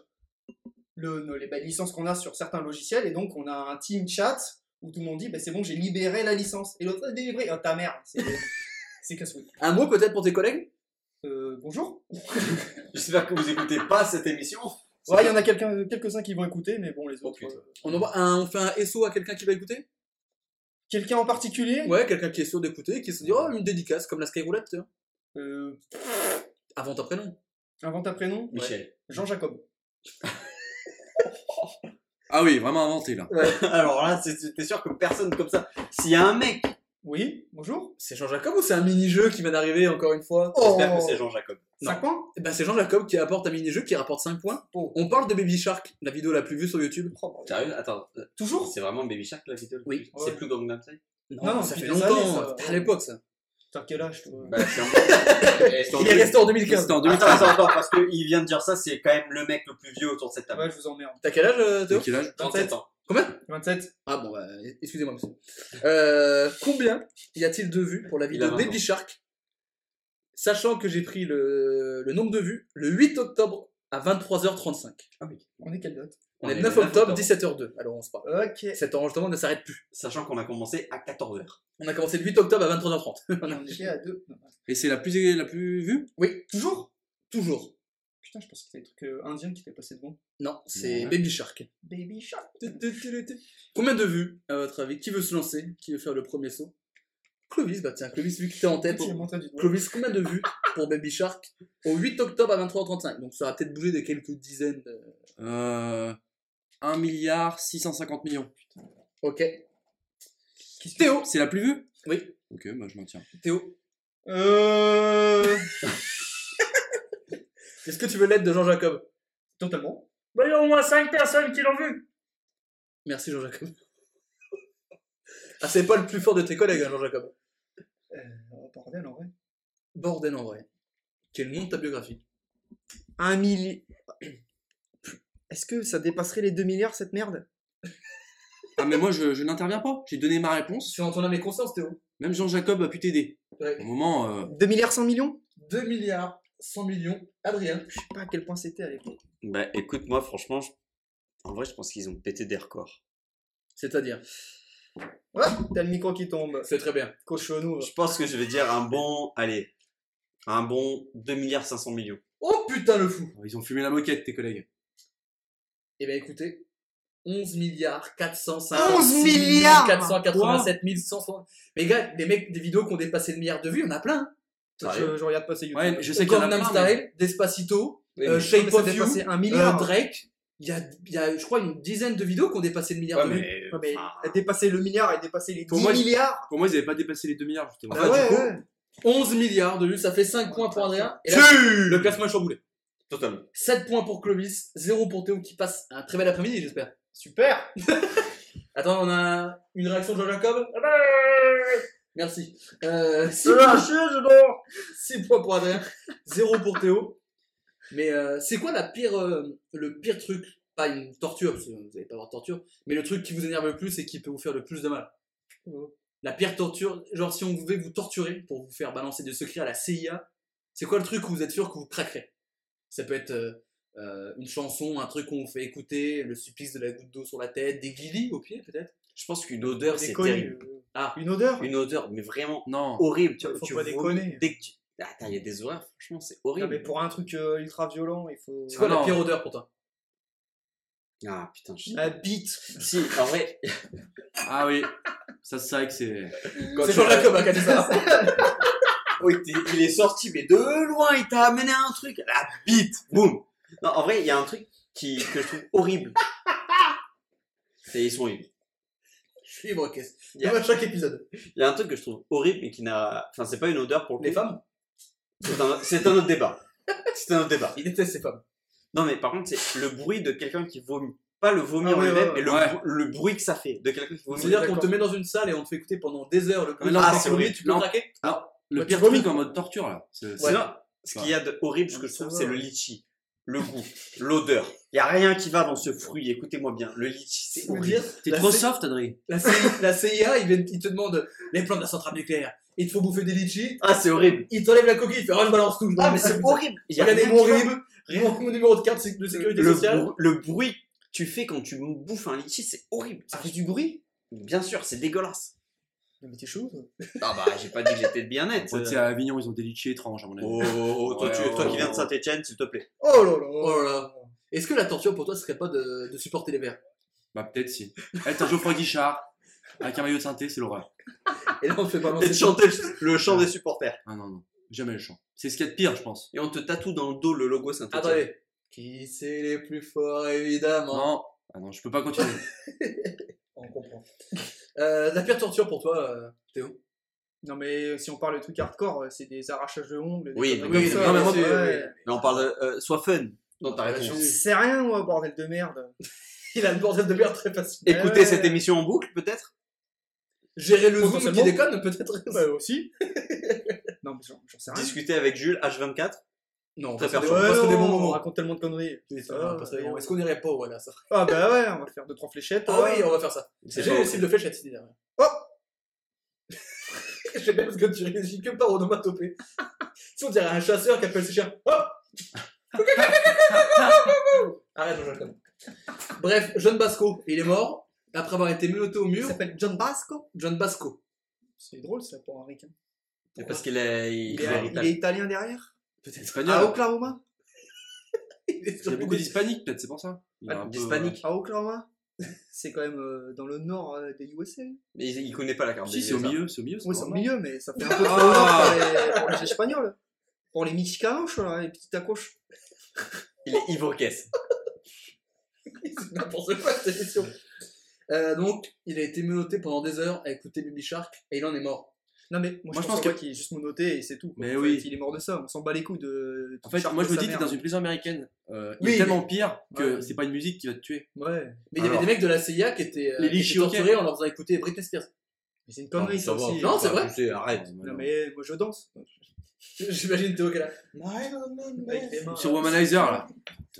[SPEAKER 6] le, nos- les bah, licences qu'on a sur certains logiciels et donc on a un team chat où tout le monde dit bah, c'est bon, j'ai libéré la licence. Et l'autre, a délivré. Oh ta mère, c'est- c'est casse-couille.
[SPEAKER 4] Un mot peut-être pour tes collègues
[SPEAKER 6] Euh, bonjour.
[SPEAKER 5] J'espère que vous écoutez pas cette émission.
[SPEAKER 6] Ouais, il y en a quelqu'un- quelques-uns qui vont écouter, mais bon, les
[SPEAKER 5] Oh,
[SPEAKER 6] autres.
[SPEAKER 5] putain.
[SPEAKER 6] euh,
[SPEAKER 4] on, envoie un- on fait un SO à quelqu'un qui va écouter
[SPEAKER 6] Quelqu'un en particulier
[SPEAKER 4] Ouais, quelqu'un qui est sûr d'écouter, qui se dit oh une dédicace comme la Skyroulette, tu vois.
[SPEAKER 6] Euh,
[SPEAKER 4] Avant ton prénom.
[SPEAKER 6] invente un prénom
[SPEAKER 5] Michel.
[SPEAKER 6] Jean-Jacob.
[SPEAKER 7] Ah oui, vraiment inventé, là.
[SPEAKER 5] Alors là, c'est- t'es sûr que personne comme ça. S'il y a un mec,
[SPEAKER 6] Oui, bonjour.
[SPEAKER 4] C'est Jean Jacob ou c'est un mini-jeu qui vient d'arriver encore une fois
[SPEAKER 5] j'espère que
[SPEAKER 6] Oh.
[SPEAKER 5] c'est Jean-Jacob.
[SPEAKER 4] Non.
[SPEAKER 6] Cinq points
[SPEAKER 4] Eh ben, c'est Jean Jacob qui apporte un mini-jeu qui rapporte 5 points.
[SPEAKER 6] Oh.
[SPEAKER 4] On parle de Baby Shark, la vidéo la plus vue sur YouTube.
[SPEAKER 6] Oh, bah,
[SPEAKER 5] Sérieux Attends, euh,
[SPEAKER 6] Toujours
[SPEAKER 5] c'est vraiment Baby Shark la vidéo
[SPEAKER 4] Oui.
[SPEAKER 5] C'est plus Gangnam Style
[SPEAKER 6] Non, non,
[SPEAKER 4] ça
[SPEAKER 6] puis
[SPEAKER 4] fait
[SPEAKER 6] des années,
[SPEAKER 4] longtemps,
[SPEAKER 6] ça.
[SPEAKER 4] c'était à l'époque ça.
[SPEAKER 6] T'as quel âge toi
[SPEAKER 5] Bah, je suis Eh, en...
[SPEAKER 4] Il est resté en 2015.
[SPEAKER 7] C'était en
[SPEAKER 5] Attends,
[SPEAKER 7] 2015.
[SPEAKER 5] attends, attends, parce qu'il vient de dire ça, c'est quand même le mec le plus vieux autour de cette
[SPEAKER 12] Ah.
[SPEAKER 5] table.
[SPEAKER 6] Ouais, je vous emmerde.
[SPEAKER 4] T'as quel âge euh,
[SPEAKER 7] De
[SPEAKER 4] Théo
[SPEAKER 7] quel âge
[SPEAKER 5] 37 ans.
[SPEAKER 6] 27.
[SPEAKER 4] Ah bon, bah, excusez-moi monsieur. Euh, combien y a-t-il de vues pour la vidéo
[SPEAKER 5] a vingt
[SPEAKER 4] Baby Shark Sachant que j'ai pris le, le nombre de vues le 8 octobre à 23h35.
[SPEAKER 6] On est quelle date
[SPEAKER 4] On, est le 9 octobre, 17h02. Alors on se parle.
[SPEAKER 6] Ok.
[SPEAKER 4] Cet enregistrement ne s'arrête plus.
[SPEAKER 5] Sachant qu'on a commencé à 14h.
[SPEAKER 4] On a commencé le 8 octobre à 23h30.
[SPEAKER 6] On est à deux. Non, non.
[SPEAKER 7] Et c'est la plus, la plus vue
[SPEAKER 4] oui, toujours Toujours.
[SPEAKER 6] Putain, je pensais que c'était des trucs euh, indiens qui étaient passés devant.
[SPEAKER 4] Non, c'est
[SPEAKER 7] Ouais.
[SPEAKER 4] Baby Shark.
[SPEAKER 12] Baby Shark.
[SPEAKER 4] Combien de vues, à votre avis Qui veut se lancer Qui veut faire le premier saut Clovis, bah tiens, Clovis, vu que t'es en tête.
[SPEAKER 12] Il a montré du doigt.
[SPEAKER 4] Clovis, combien de vues pour Baby Shark au 8 octobre à 23h35 Donc ça va peut-être bouger de quelques dizaines. De...
[SPEAKER 7] Euh, 1 milliard 650 millions.
[SPEAKER 4] Ok.
[SPEAKER 7] Théo C'est la plus vue
[SPEAKER 4] Oui.
[SPEAKER 7] Ok, bah je m'en tiens.
[SPEAKER 4] Théo,
[SPEAKER 12] Euh.
[SPEAKER 4] est-ce que tu veux l'aide de Jean-Jacob
[SPEAKER 12] Totalement.
[SPEAKER 13] Bah, il y a au moins 5 personnes qui l'ont vu.
[SPEAKER 4] Merci Jean-Jacob. ah, c'est pas le plus fort de tes collègues, hein, Jean-Jacob.
[SPEAKER 12] Euh, bordel, en vrai.
[SPEAKER 4] Bordel en vrai. Quel nom de ta biographie
[SPEAKER 14] Un milliard. Est-ce que ça dépasserait les 2 milliards cette merde
[SPEAKER 7] Ah, mais moi je, je n'interviens pas. J'ai donné ma réponse.
[SPEAKER 4] Tu en ton âme et conscience, Théo
[SPEAKER 7] Même Jean-Jacob a pu t'aider.
[SPEAKER 4] Ouais.
[SPEAKER 7] Au moment. euh,
[SPEAKER 14] 2 milliards 100 millions
[SPEAKER 4] 2 milliards 100 millions. Adrien
[SPEAKER 14] Je sais pas à quel point c'était à l'époque.
[SPEAKER 5] Bah écoute, moi franchement, je- en vrai, je pense qu'ils ont pété des records.
[SPEAKER 4] C'est-à-dire
[SPEAKER 12] Ah, t'as le micro qui tombe.
[SPEAKER 4] C'est très bien.
[SPEAKER 12] Cochonou.
[SPEAKER 5] Je pense que je vais dire un bon, allez, un bon 2 milliards 500 millions.
[SPEAKER 4] Oh putain le fou
[SPEAKER 7] Ils ont fumé la moquette, tes collègues.
[SPEAKER 4] Eh bien écoutez, 11 milliards
[SPEAKER 14] 11 milliards
[SPEAKER 4] 487 160. Mais gars, des mecs, des vidéos qui ont dépassé le milliard de vues, il y en a plein. hein. Euh,
[SPEAKER 12] Je, je regarde pas ces YouTube.
[SPEAKER 7] Ouais, je sais qu'il y en a
[SPEAKER 4] Gangnam
[SPEAKER 7] plein, mais-
[SPEAKER 4] Style, Despacito,
[SPEAKER 12] Oui,
[SPEAKER 4] euh,
[SPEAKER 12] mais-
[SPEAKER 4] Shape
[SPEAKER 14] Ça
[SPEAKER 4] of You,
[SPEAKER 14] dépassait 1
[SPEAKER 4] euh,
[SPEAKER 14] milliard.
[SPEAKER 4] Drake. Il y a, il y a, je crois, une dizaine de vidéos qui ont dépassé le milliard
[SPEAKER 5] Ouais,
[SPEAKER 4] de vues.
[SPEAKER 5] Ah, mais.
[SPEAKER 14] Ouais, mais
[SPEAKER 5] enfin,
[SPEAKER 14] elle dépassait le milliard, elle dépassait les 10
[SPEAKER 7] Pour moi, je-
[SPEAKER 14] milliards.
[SPEAKER 7] Pour moi, ils n'avaient pas dépassé les 2 milliards,
[SPEAKER 12] Ah
[SPEAKER 7] justement.
[SPEAKER 14] Bah ouais, ouais.
[SPEAKER 4] 11 milliards de vues, ça fait 5 points pour Adrien. Et là,
[SPEAKER 5] tu-
[SPEAKER 7] Le classement est chamboulé.
[SPEAKER 5] Totalement.
[SPEAKER 4] 7 points pour Clovis, 0 pour Théo qui passe un très bel après-midi, j'espère.
[SPEAKER 12] Super.
[SPEAKER 4] Attends, on a une réaction de Jean-Jacob Merci. Euh, six points- six points pour Adrien, 0 pour Théo. Mais euh, c'est quoi la pire, euh, le pire truc Pas une torture, parce que vous n'allez pas avoir de torture, mais le truc qui vous énerve le plus et qui peut vous faire le plus de mal. La pire torture, genre si on voulait vous torturer pour vous faire balancer des secrets à la CIA, c'est quoi le truc où vous êtes sûr que vous craquerez Ça peut être euh, euh, une chanson, un truc qu'on vous fait écouter, le supplice de la goutte d'eau sur la tête, des guillis au pied peut-être
[SPEAKER 5] Je pense qu'une odeur, c'est
[SPEAKER 12] Déconner.
[SPEAKER 5] terrible.
[SPEAKER 12] euh,
[SPEAKER 4] Ah.
[SPEAKER 12] Une odeur
[SPEAKER 5] Une odeur, mais vraiment
[SPEAKER 7] Non.
[SPEAKER 5] horrible. Tu,
[SPEAKER 12] Faut
[SPEAKER 5] tu
[SPEAKER 12] pas
[SPEAKER 5] vomis
[SPEAKER 12] déconner.
[SPEAKER 5] Dès que tu... Attends, il y a des horaires, franchement, c'est
[SPEAKER 12] Non,
[SPEAKER 5] horrible.
[SPEAKER 12] mais pour un truc euh, ultra violent, il faut.
[SPEAKER 4] C'est quoi
[SPEAKER 7] Ah
[SPEAKER 4] la
[SPEAKER 7] non.
[SPEAKER 4] pire odeur pour toi
[SPEAKER 5] Ah putain, je...
[SPEAKER 12] La bite.
[SPEAKER 5] Si, en vrai,
[SPEAKER 7] Ah oui. Ça, c'est vrai que c'est.
[SPEAKER 4] C'est Jean-Jacob hein, qui a dit ça
[SPEAKER 5] oui, t'es- il est sorti, mais de loin, il t'a amené un truc. La bite, boum. Non, en vrai, il y a un truc qui... que je trouve horrible. C'est- Ils sont horribles.
[SPEAKER 4] Je suis libre, qu'est-ce
[SPEAKER 5] Il y a-
[SPEAKER 4] Comme à chaque épisode.
[SPEAKER 5] Il y a un truc que je trouve horrible et qui n'a. Enfin, c'est pas une odeur pour le
[SPEAKER 4] Les
[SPEAKER 5] coup.
[SPEAKER 4] femmes
[SPEAKER 5] C'est un... c'est un autre débat. C'est un autre débat.
[SPEAKER 4] Il déteste ces femmes.
[SPEAKER 5] Non, mais par contre, c'est le bruit de quelqu'un qui vomit. Pas le vomi
[SPEAKER 12] Ah
[SPEAKER 5] en
[SPEAKER 12] ouais,
[SPEAKER 5] lui-même,
[SPEAKER 12] ouais,
[SPEAKER 5] mais le,
[SPEAKER 7] ouais.
[SPEAKER 5] brou- le bruit que ça fait de quelqu'un qui vomit.
[SPEAKER 4] C'est-à-dire qu'on te met dans une salle et on te fait écouter pendant des heures le bruit
[SPEAKER 5] non,
[SPEAKER 4] de
[SPEAKER 5] ah,
[SPEAKER 4] tes
[SPEAKER 5] c'est
[SPEAKER 4] fourmis,
[SPEAKER 5] horrible.
[SPEAKER 4] tu peux
[SPEAKER 7] Non.
[SPEAKER 4] craquer
[SPEAKER 7] Le
[SPEAKER 4] Bah,
[SPEAKER 7] pire
[SPEAKER 4] tu vomis.
[SPEAKER 7] truc en mode torture, là. C'est- c'est-
[SPEAKER 5] Sinon, ce qu'il y a de horrible, ce que je trouve, c'est le litchi. Le goût, l'odeur. Il y a rien qui va dans ce fruit. Écoutez-moi bien. Le litchi, c'est
[SPEAKER 4] Ou
[SPEAKER 5] horrible.
[SPEAKER 4] dire,
[SPEAKER 7] T'es
[SPEAKER 4] la
[SPEAKER 7] trop
[SPEAKER 4] C-
[SPEAKER 7] soft, Adrien.
[SPEAKER 4] La, C- la CIA, ils, viennent- ils te demandent les plans de la centrale nucléaire. Il te faut bouffer des litchis.
[SPEAKER 5] Ah, c'est horrible.
[SPEAKER 4] Ils t'enlèvent la coquille, ils font Ah, je balance tout. je
[SPEAKER 5] Ah, mais
[SPEAKER 4] balance
[SPEAKER 5] c'est
[SPEAKER 4] tout.
[SPEAKER 5] horrible. Il y a
[SPEAKER 4] Regardez
[SPEAKER 5] rien
[SPEAKER 4] mon
[SPEAKER 5] qui va.
[SPEAKER 4] RIB, mon, mon numéro de carte sé- de sécurité
[SPEAKER 5] le,
[SPEAKER 4] sociale.
[SPEAKER 5] brou- le bruit que tu fais quand tu bouffes un litchi, c'est horrible. Ça fait du bruit Bien sûr, c'est dégueulasse.
[SPEAKER 12] Non, mais t'es chaud, toi.
[SPEAKER 5] Ah bah, j'ai pas dit que j'étais bien net.
[SPEAKER 7] Ouais, tu sais, à Avignon, ils ont des litchis étranges, à mon avis.
[SPEAKER 5] Oh, oh, oh, toi,
[SPEAKER 7] Ouais,
[SPEAKER 5] tu-
[SPEAKER 7] ouais,
[SPEAKER 5] toi qui
[SPEAKER 7] ouais,
[SPEAKER 5] viens
[SPEAKER 7] ouais.
[SPEAKER 5] de Saint-Etienne, s'il te plaît.
[SPEAKER 12] Oh là là.
[SPEAKER 4] Oh là là. Est-ce que la torture pour toi ce serait pas de, de supporter les verres
[SPEAKER 7] Bah, peut-être si. Eh, t'as Geoffroy Guichard, avec un maillot de synthé, c'est l'horreur.
[SPEAKER 4] Et là, on te fait
[SPEAKER 5] Et
[SPEAKER 4] balancer.
[SPEAKER 5] de chanter le- le chant
[SPEAKER 7] Ouais.
[SPEAKER 5] des supporters.
[SPEAKER 7] Ah non, non, jamais le chant. C'est ce qu'il y a de pire, je pense.
[SPEAKER 5] Et on te tatoue dans le dos le logo Saint-Etienne.
[SPEAKER 4] Attendez. Qui c'est les plus forts, évidemment
[SPEAKER 7] Non. Ah non, je peux pas continuer.
[SPEAKER 12] On comprend.
[SPEAKER 4] Euh, La pire torture pour toi, euh, Théo
[SPEAKER 12] Non, mais euh, si on parle de trucs hardcore, euh, c'est des arrachages de ongles. des
[SPEAKER 5] Oui,
[SPEAKER 12] conneries
[SPEAKER 5] oui,
[SPEAKER 12] comme
[SPEAKER 5] oui,
[SPEAKER 12] ça,
[SPEAKER 5] non, mais
[SPEAKER 12] ouais,
[SPEAKER 5] moi,
[SPEAKER 12] c'est-
[SPEAKER 4] oui,
[SPEAKER 12] ouais.
[SPEAKER 5] Mais on parle de. euh, sois fun dans ta
[SPEAKER 4] Ah,
[SPEAKER 5] réponse.
[SPEAKER 12] J'en sais rien, moi, bordel de merde.
[SPEAKER 4] Il a le bordel de merde très facile.
[SPEAKER 5] Écoutez
[SPEAKER 12] Eh Ouais.
[SPEAKER 5] cette émission en boucle, peut-être
[SPEAKER 4] Gérer le zoom qui
[SPEAKER 12] Potentiellement.
[SPEAKER 4] déconne peut-être
[SPEAKER 12] Bah, aussi. non, mais j'en j'en sais rien.
[SPEAKER 5] Discuter avec Jules H24
[SPEAKER 4] Non, on
[SPEAKER 5] Très
[SPEAKER 4] passe des,
[SPEAKER 5] perso.
[SPEAKER 4] on passe des bons
[SPEAKER 12] non, On
[SPEAKER 4] moments.
[SPEAKER 12] raconte tellement de conneries.
[SPEAKER 4] Ça va, on passe des bons moments. Est-ce qu'on irait pas voilà ça
[SPEAKER 12] Ah bah ouais, on va faire deux trois fléchettes. hein.
[SPEAKER 4] Ah oui, on va faire ça.
[SPEAKER 5] C'est
[SPEAKER 4] J'ai
[SPEAKER 5] pas
[SPEAKER 4] le Oh cible de fléchette, c'est derrière.
[SPEAKER 12] Oh
[SPEAKER 4] J'aime bien parce que tu réagis que par onomatopée. si on dirait un chasseur qui appelle ses chiens. Oh Arrête, Jean-Jacques. Bref, John Basco, il est mort après avoir été menotté au
[SPEAKER 12] Il
[SPEAKER 4] mur.
[SPEAKER 12] s'appelle John Basco.
[SPEAKER 4] John Basco.
[SPEAKER 12] C'est drôle ça pour un ricain.
[SPEAKER 5] C'est parce qu'il est.
[SPEAKER 12] Il,
[SPEAKER 5] Il
[SPEAKER 12] est, Ah,
[SPEAKER 5] est
[SPEAKER 12] il est italien derrière
[SPEAKER 7] Peut-être
[SPEAKER 12] À
[SPEAKER 7] espagnol.
[SPEAKER 12] Oklahoma
[SPEAKER 7] Il y a beaucoup d'hispaniques, peut-être, c'est pour ça. Il y
[SPEAKER 12] Ah,
[SPEAKER 7] a un peu,
[SPEAKER 5] d'hispaniques.
[SPEAKER 12] À Oklahoma C'est quand même euh, dans le nord euh, des USA.
[SPEAKER 5] Mais il il connaît pas la carte
[SPEAKER 7] euh, Si,
[SPEAKER 5] des
[SPEAKER 7] c'est au
[SPEAKER 5] USA.
[SPEAKER 7] milieu, c'est au milieu.
[SPEAKER 12] Oui, c'est au
[SPEAKER 7] normal.
[SPEAKER 12] milieu, mais ça fait un peu trop long pour les- pour les Espagnols. Pour les Mexicanos, là, les petites accroches.
[SPEAKER 5] Il est ivre-caisse.
[SPEAKER 4] C'est n'importe quoi cette émission. Euh, donc, il a été menotté pendant des heures à écouter Baby Shark et il en est mort.
[SPEAKER 12] Non, mais moi, je pense,
[SPEAKER 7] que-
[SPEAKER 12] que... qu'il est juste monoté et c'est tout. quoi.
[SPEAKER 7] Mais
[SPEAKER 12] En
[SPEAKER 7] oui.
[SPEAKER 12] fait, il est mort de ça. On s'en bat les couilles de.
[SPEAKER 7] En fait,
[SPEAKER 12] Charles
[SPEAKER 7] moi je
[SPEAKER 12] de
[SPEAKER 7] me
[SPEAKER 12] sa
[SPEAKER 7] dis que
[SPEAKER 12] mère.
[SPEAKER 7] dans une prison américaine, euh, il
[SPEAKER 4] Oui,
[SPEAKER 7] est tellement pire que
[SPEAKER 12] Ouais.
[SPEAKER 7] c'est pas une musique qui va te tuer.
[SPEAKER 12] Ouais.
[SPEAKER 4] Mais il y avait
[SPEAKER 7] Alors.
[SPEAKER 4] des mecs de la CIA qui étaient, euh,
[SPEAKER 7] Les
[SPEAKER 4] qui étaient
[SPEAKER 7] Lichioquais.
[SPEAKER 4] torturés en leur faisant écouter Britney Spears.
[SPEAKER 12] Mais c'est une connerie, ça aussi. hein.
[SPEAKER 4] Non, c'est vrai.
[SPEAKER 5] Écoutez, Arrête.
[SPEAKER 12] Non, mais moi, je danse.
[SPEAKER 4] J'imagine Théo qui est là.
[SPEAKER 12] Avec les mains.
[SPEAKER 7] Sur Womanizer là.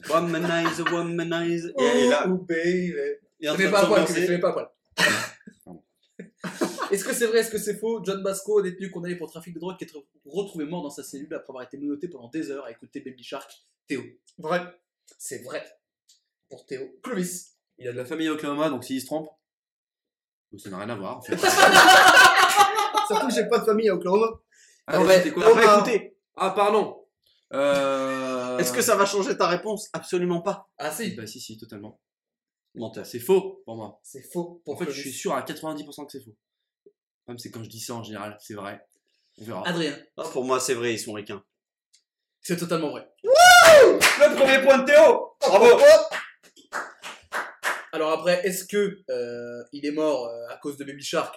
[SPEAKER 5] Womanize, womanize.
[SPEAKER 12] Oh,
[SPEAKER 5] Et elle est là.
[SPEAKER 12] oh, baby.
[SPEAKER 5] Il est en
[SPEAKER 4] Fais
[SPEAKER 5] train
[SPEAKER 4] pas à
[SPEAKER 5] de
[SPEAKER 4] poil,
[SPEAKER 5] s'ambiancer.
[SPEAKER 4] fais pas à poil. Est-ce que c'est vrai, est-ce que c'est faux John Basco, détenu condamné pour trafic de drogue, qui est re- retrouvé mort dans sa cellule après avoir été menotté pendant des heures à écouter Baby Shark, Théo.
[SPEAKER 12] Vrai.
[SPEAKER 4] C'est vrai. Pour Théo. Clovis.
[SPEAKER 7] Il a de la famille à Oklahoma donc s'il se trompe, donc ça n'a rien à voir. En fait.
[SPEAKER 12] Surtout que j'ai pas de famille à Oklahoma.
[SPEAKER 7] Ah,
[SPEAKER 5] ouais,
[SPEAKER 7] c'était quoi
[SPEAKER 5] on va écouter.
[SPEAKER 7] Ah, pardon. Euh...
[SPEAKER 5] Est-ce que ça va changer ta réponse Absolument pas.
[SPEAKER 4] Ah si,
[SPEAKER 7] Bah si, si, totalement.
[SPEAKER 5] Menteur.
[SPEAKER 7] C'est faux pour moi.
[SPEAKER 4] c'est faux pour
[SPEAKER 7] En fait,
[SPEAKER 4] Clovis.
[SPEAKER 7] je suis sûr à 90% que c'est faux. Même c'est quand je dis ça en général, c'est vrai. On verra.
[SPEAKER 4] Adrien,
[SPEAKER 5] Ah, pour moi, c'est vrai, ils sont ricains.
[SPEAKER 4] c'est totalement vrai.
[SPEAKER 5] Le premier point de Théo Bravo
[SPEAKER 4] Alors après, est-ce que euh, il est mort euh, à cause de Baby Shark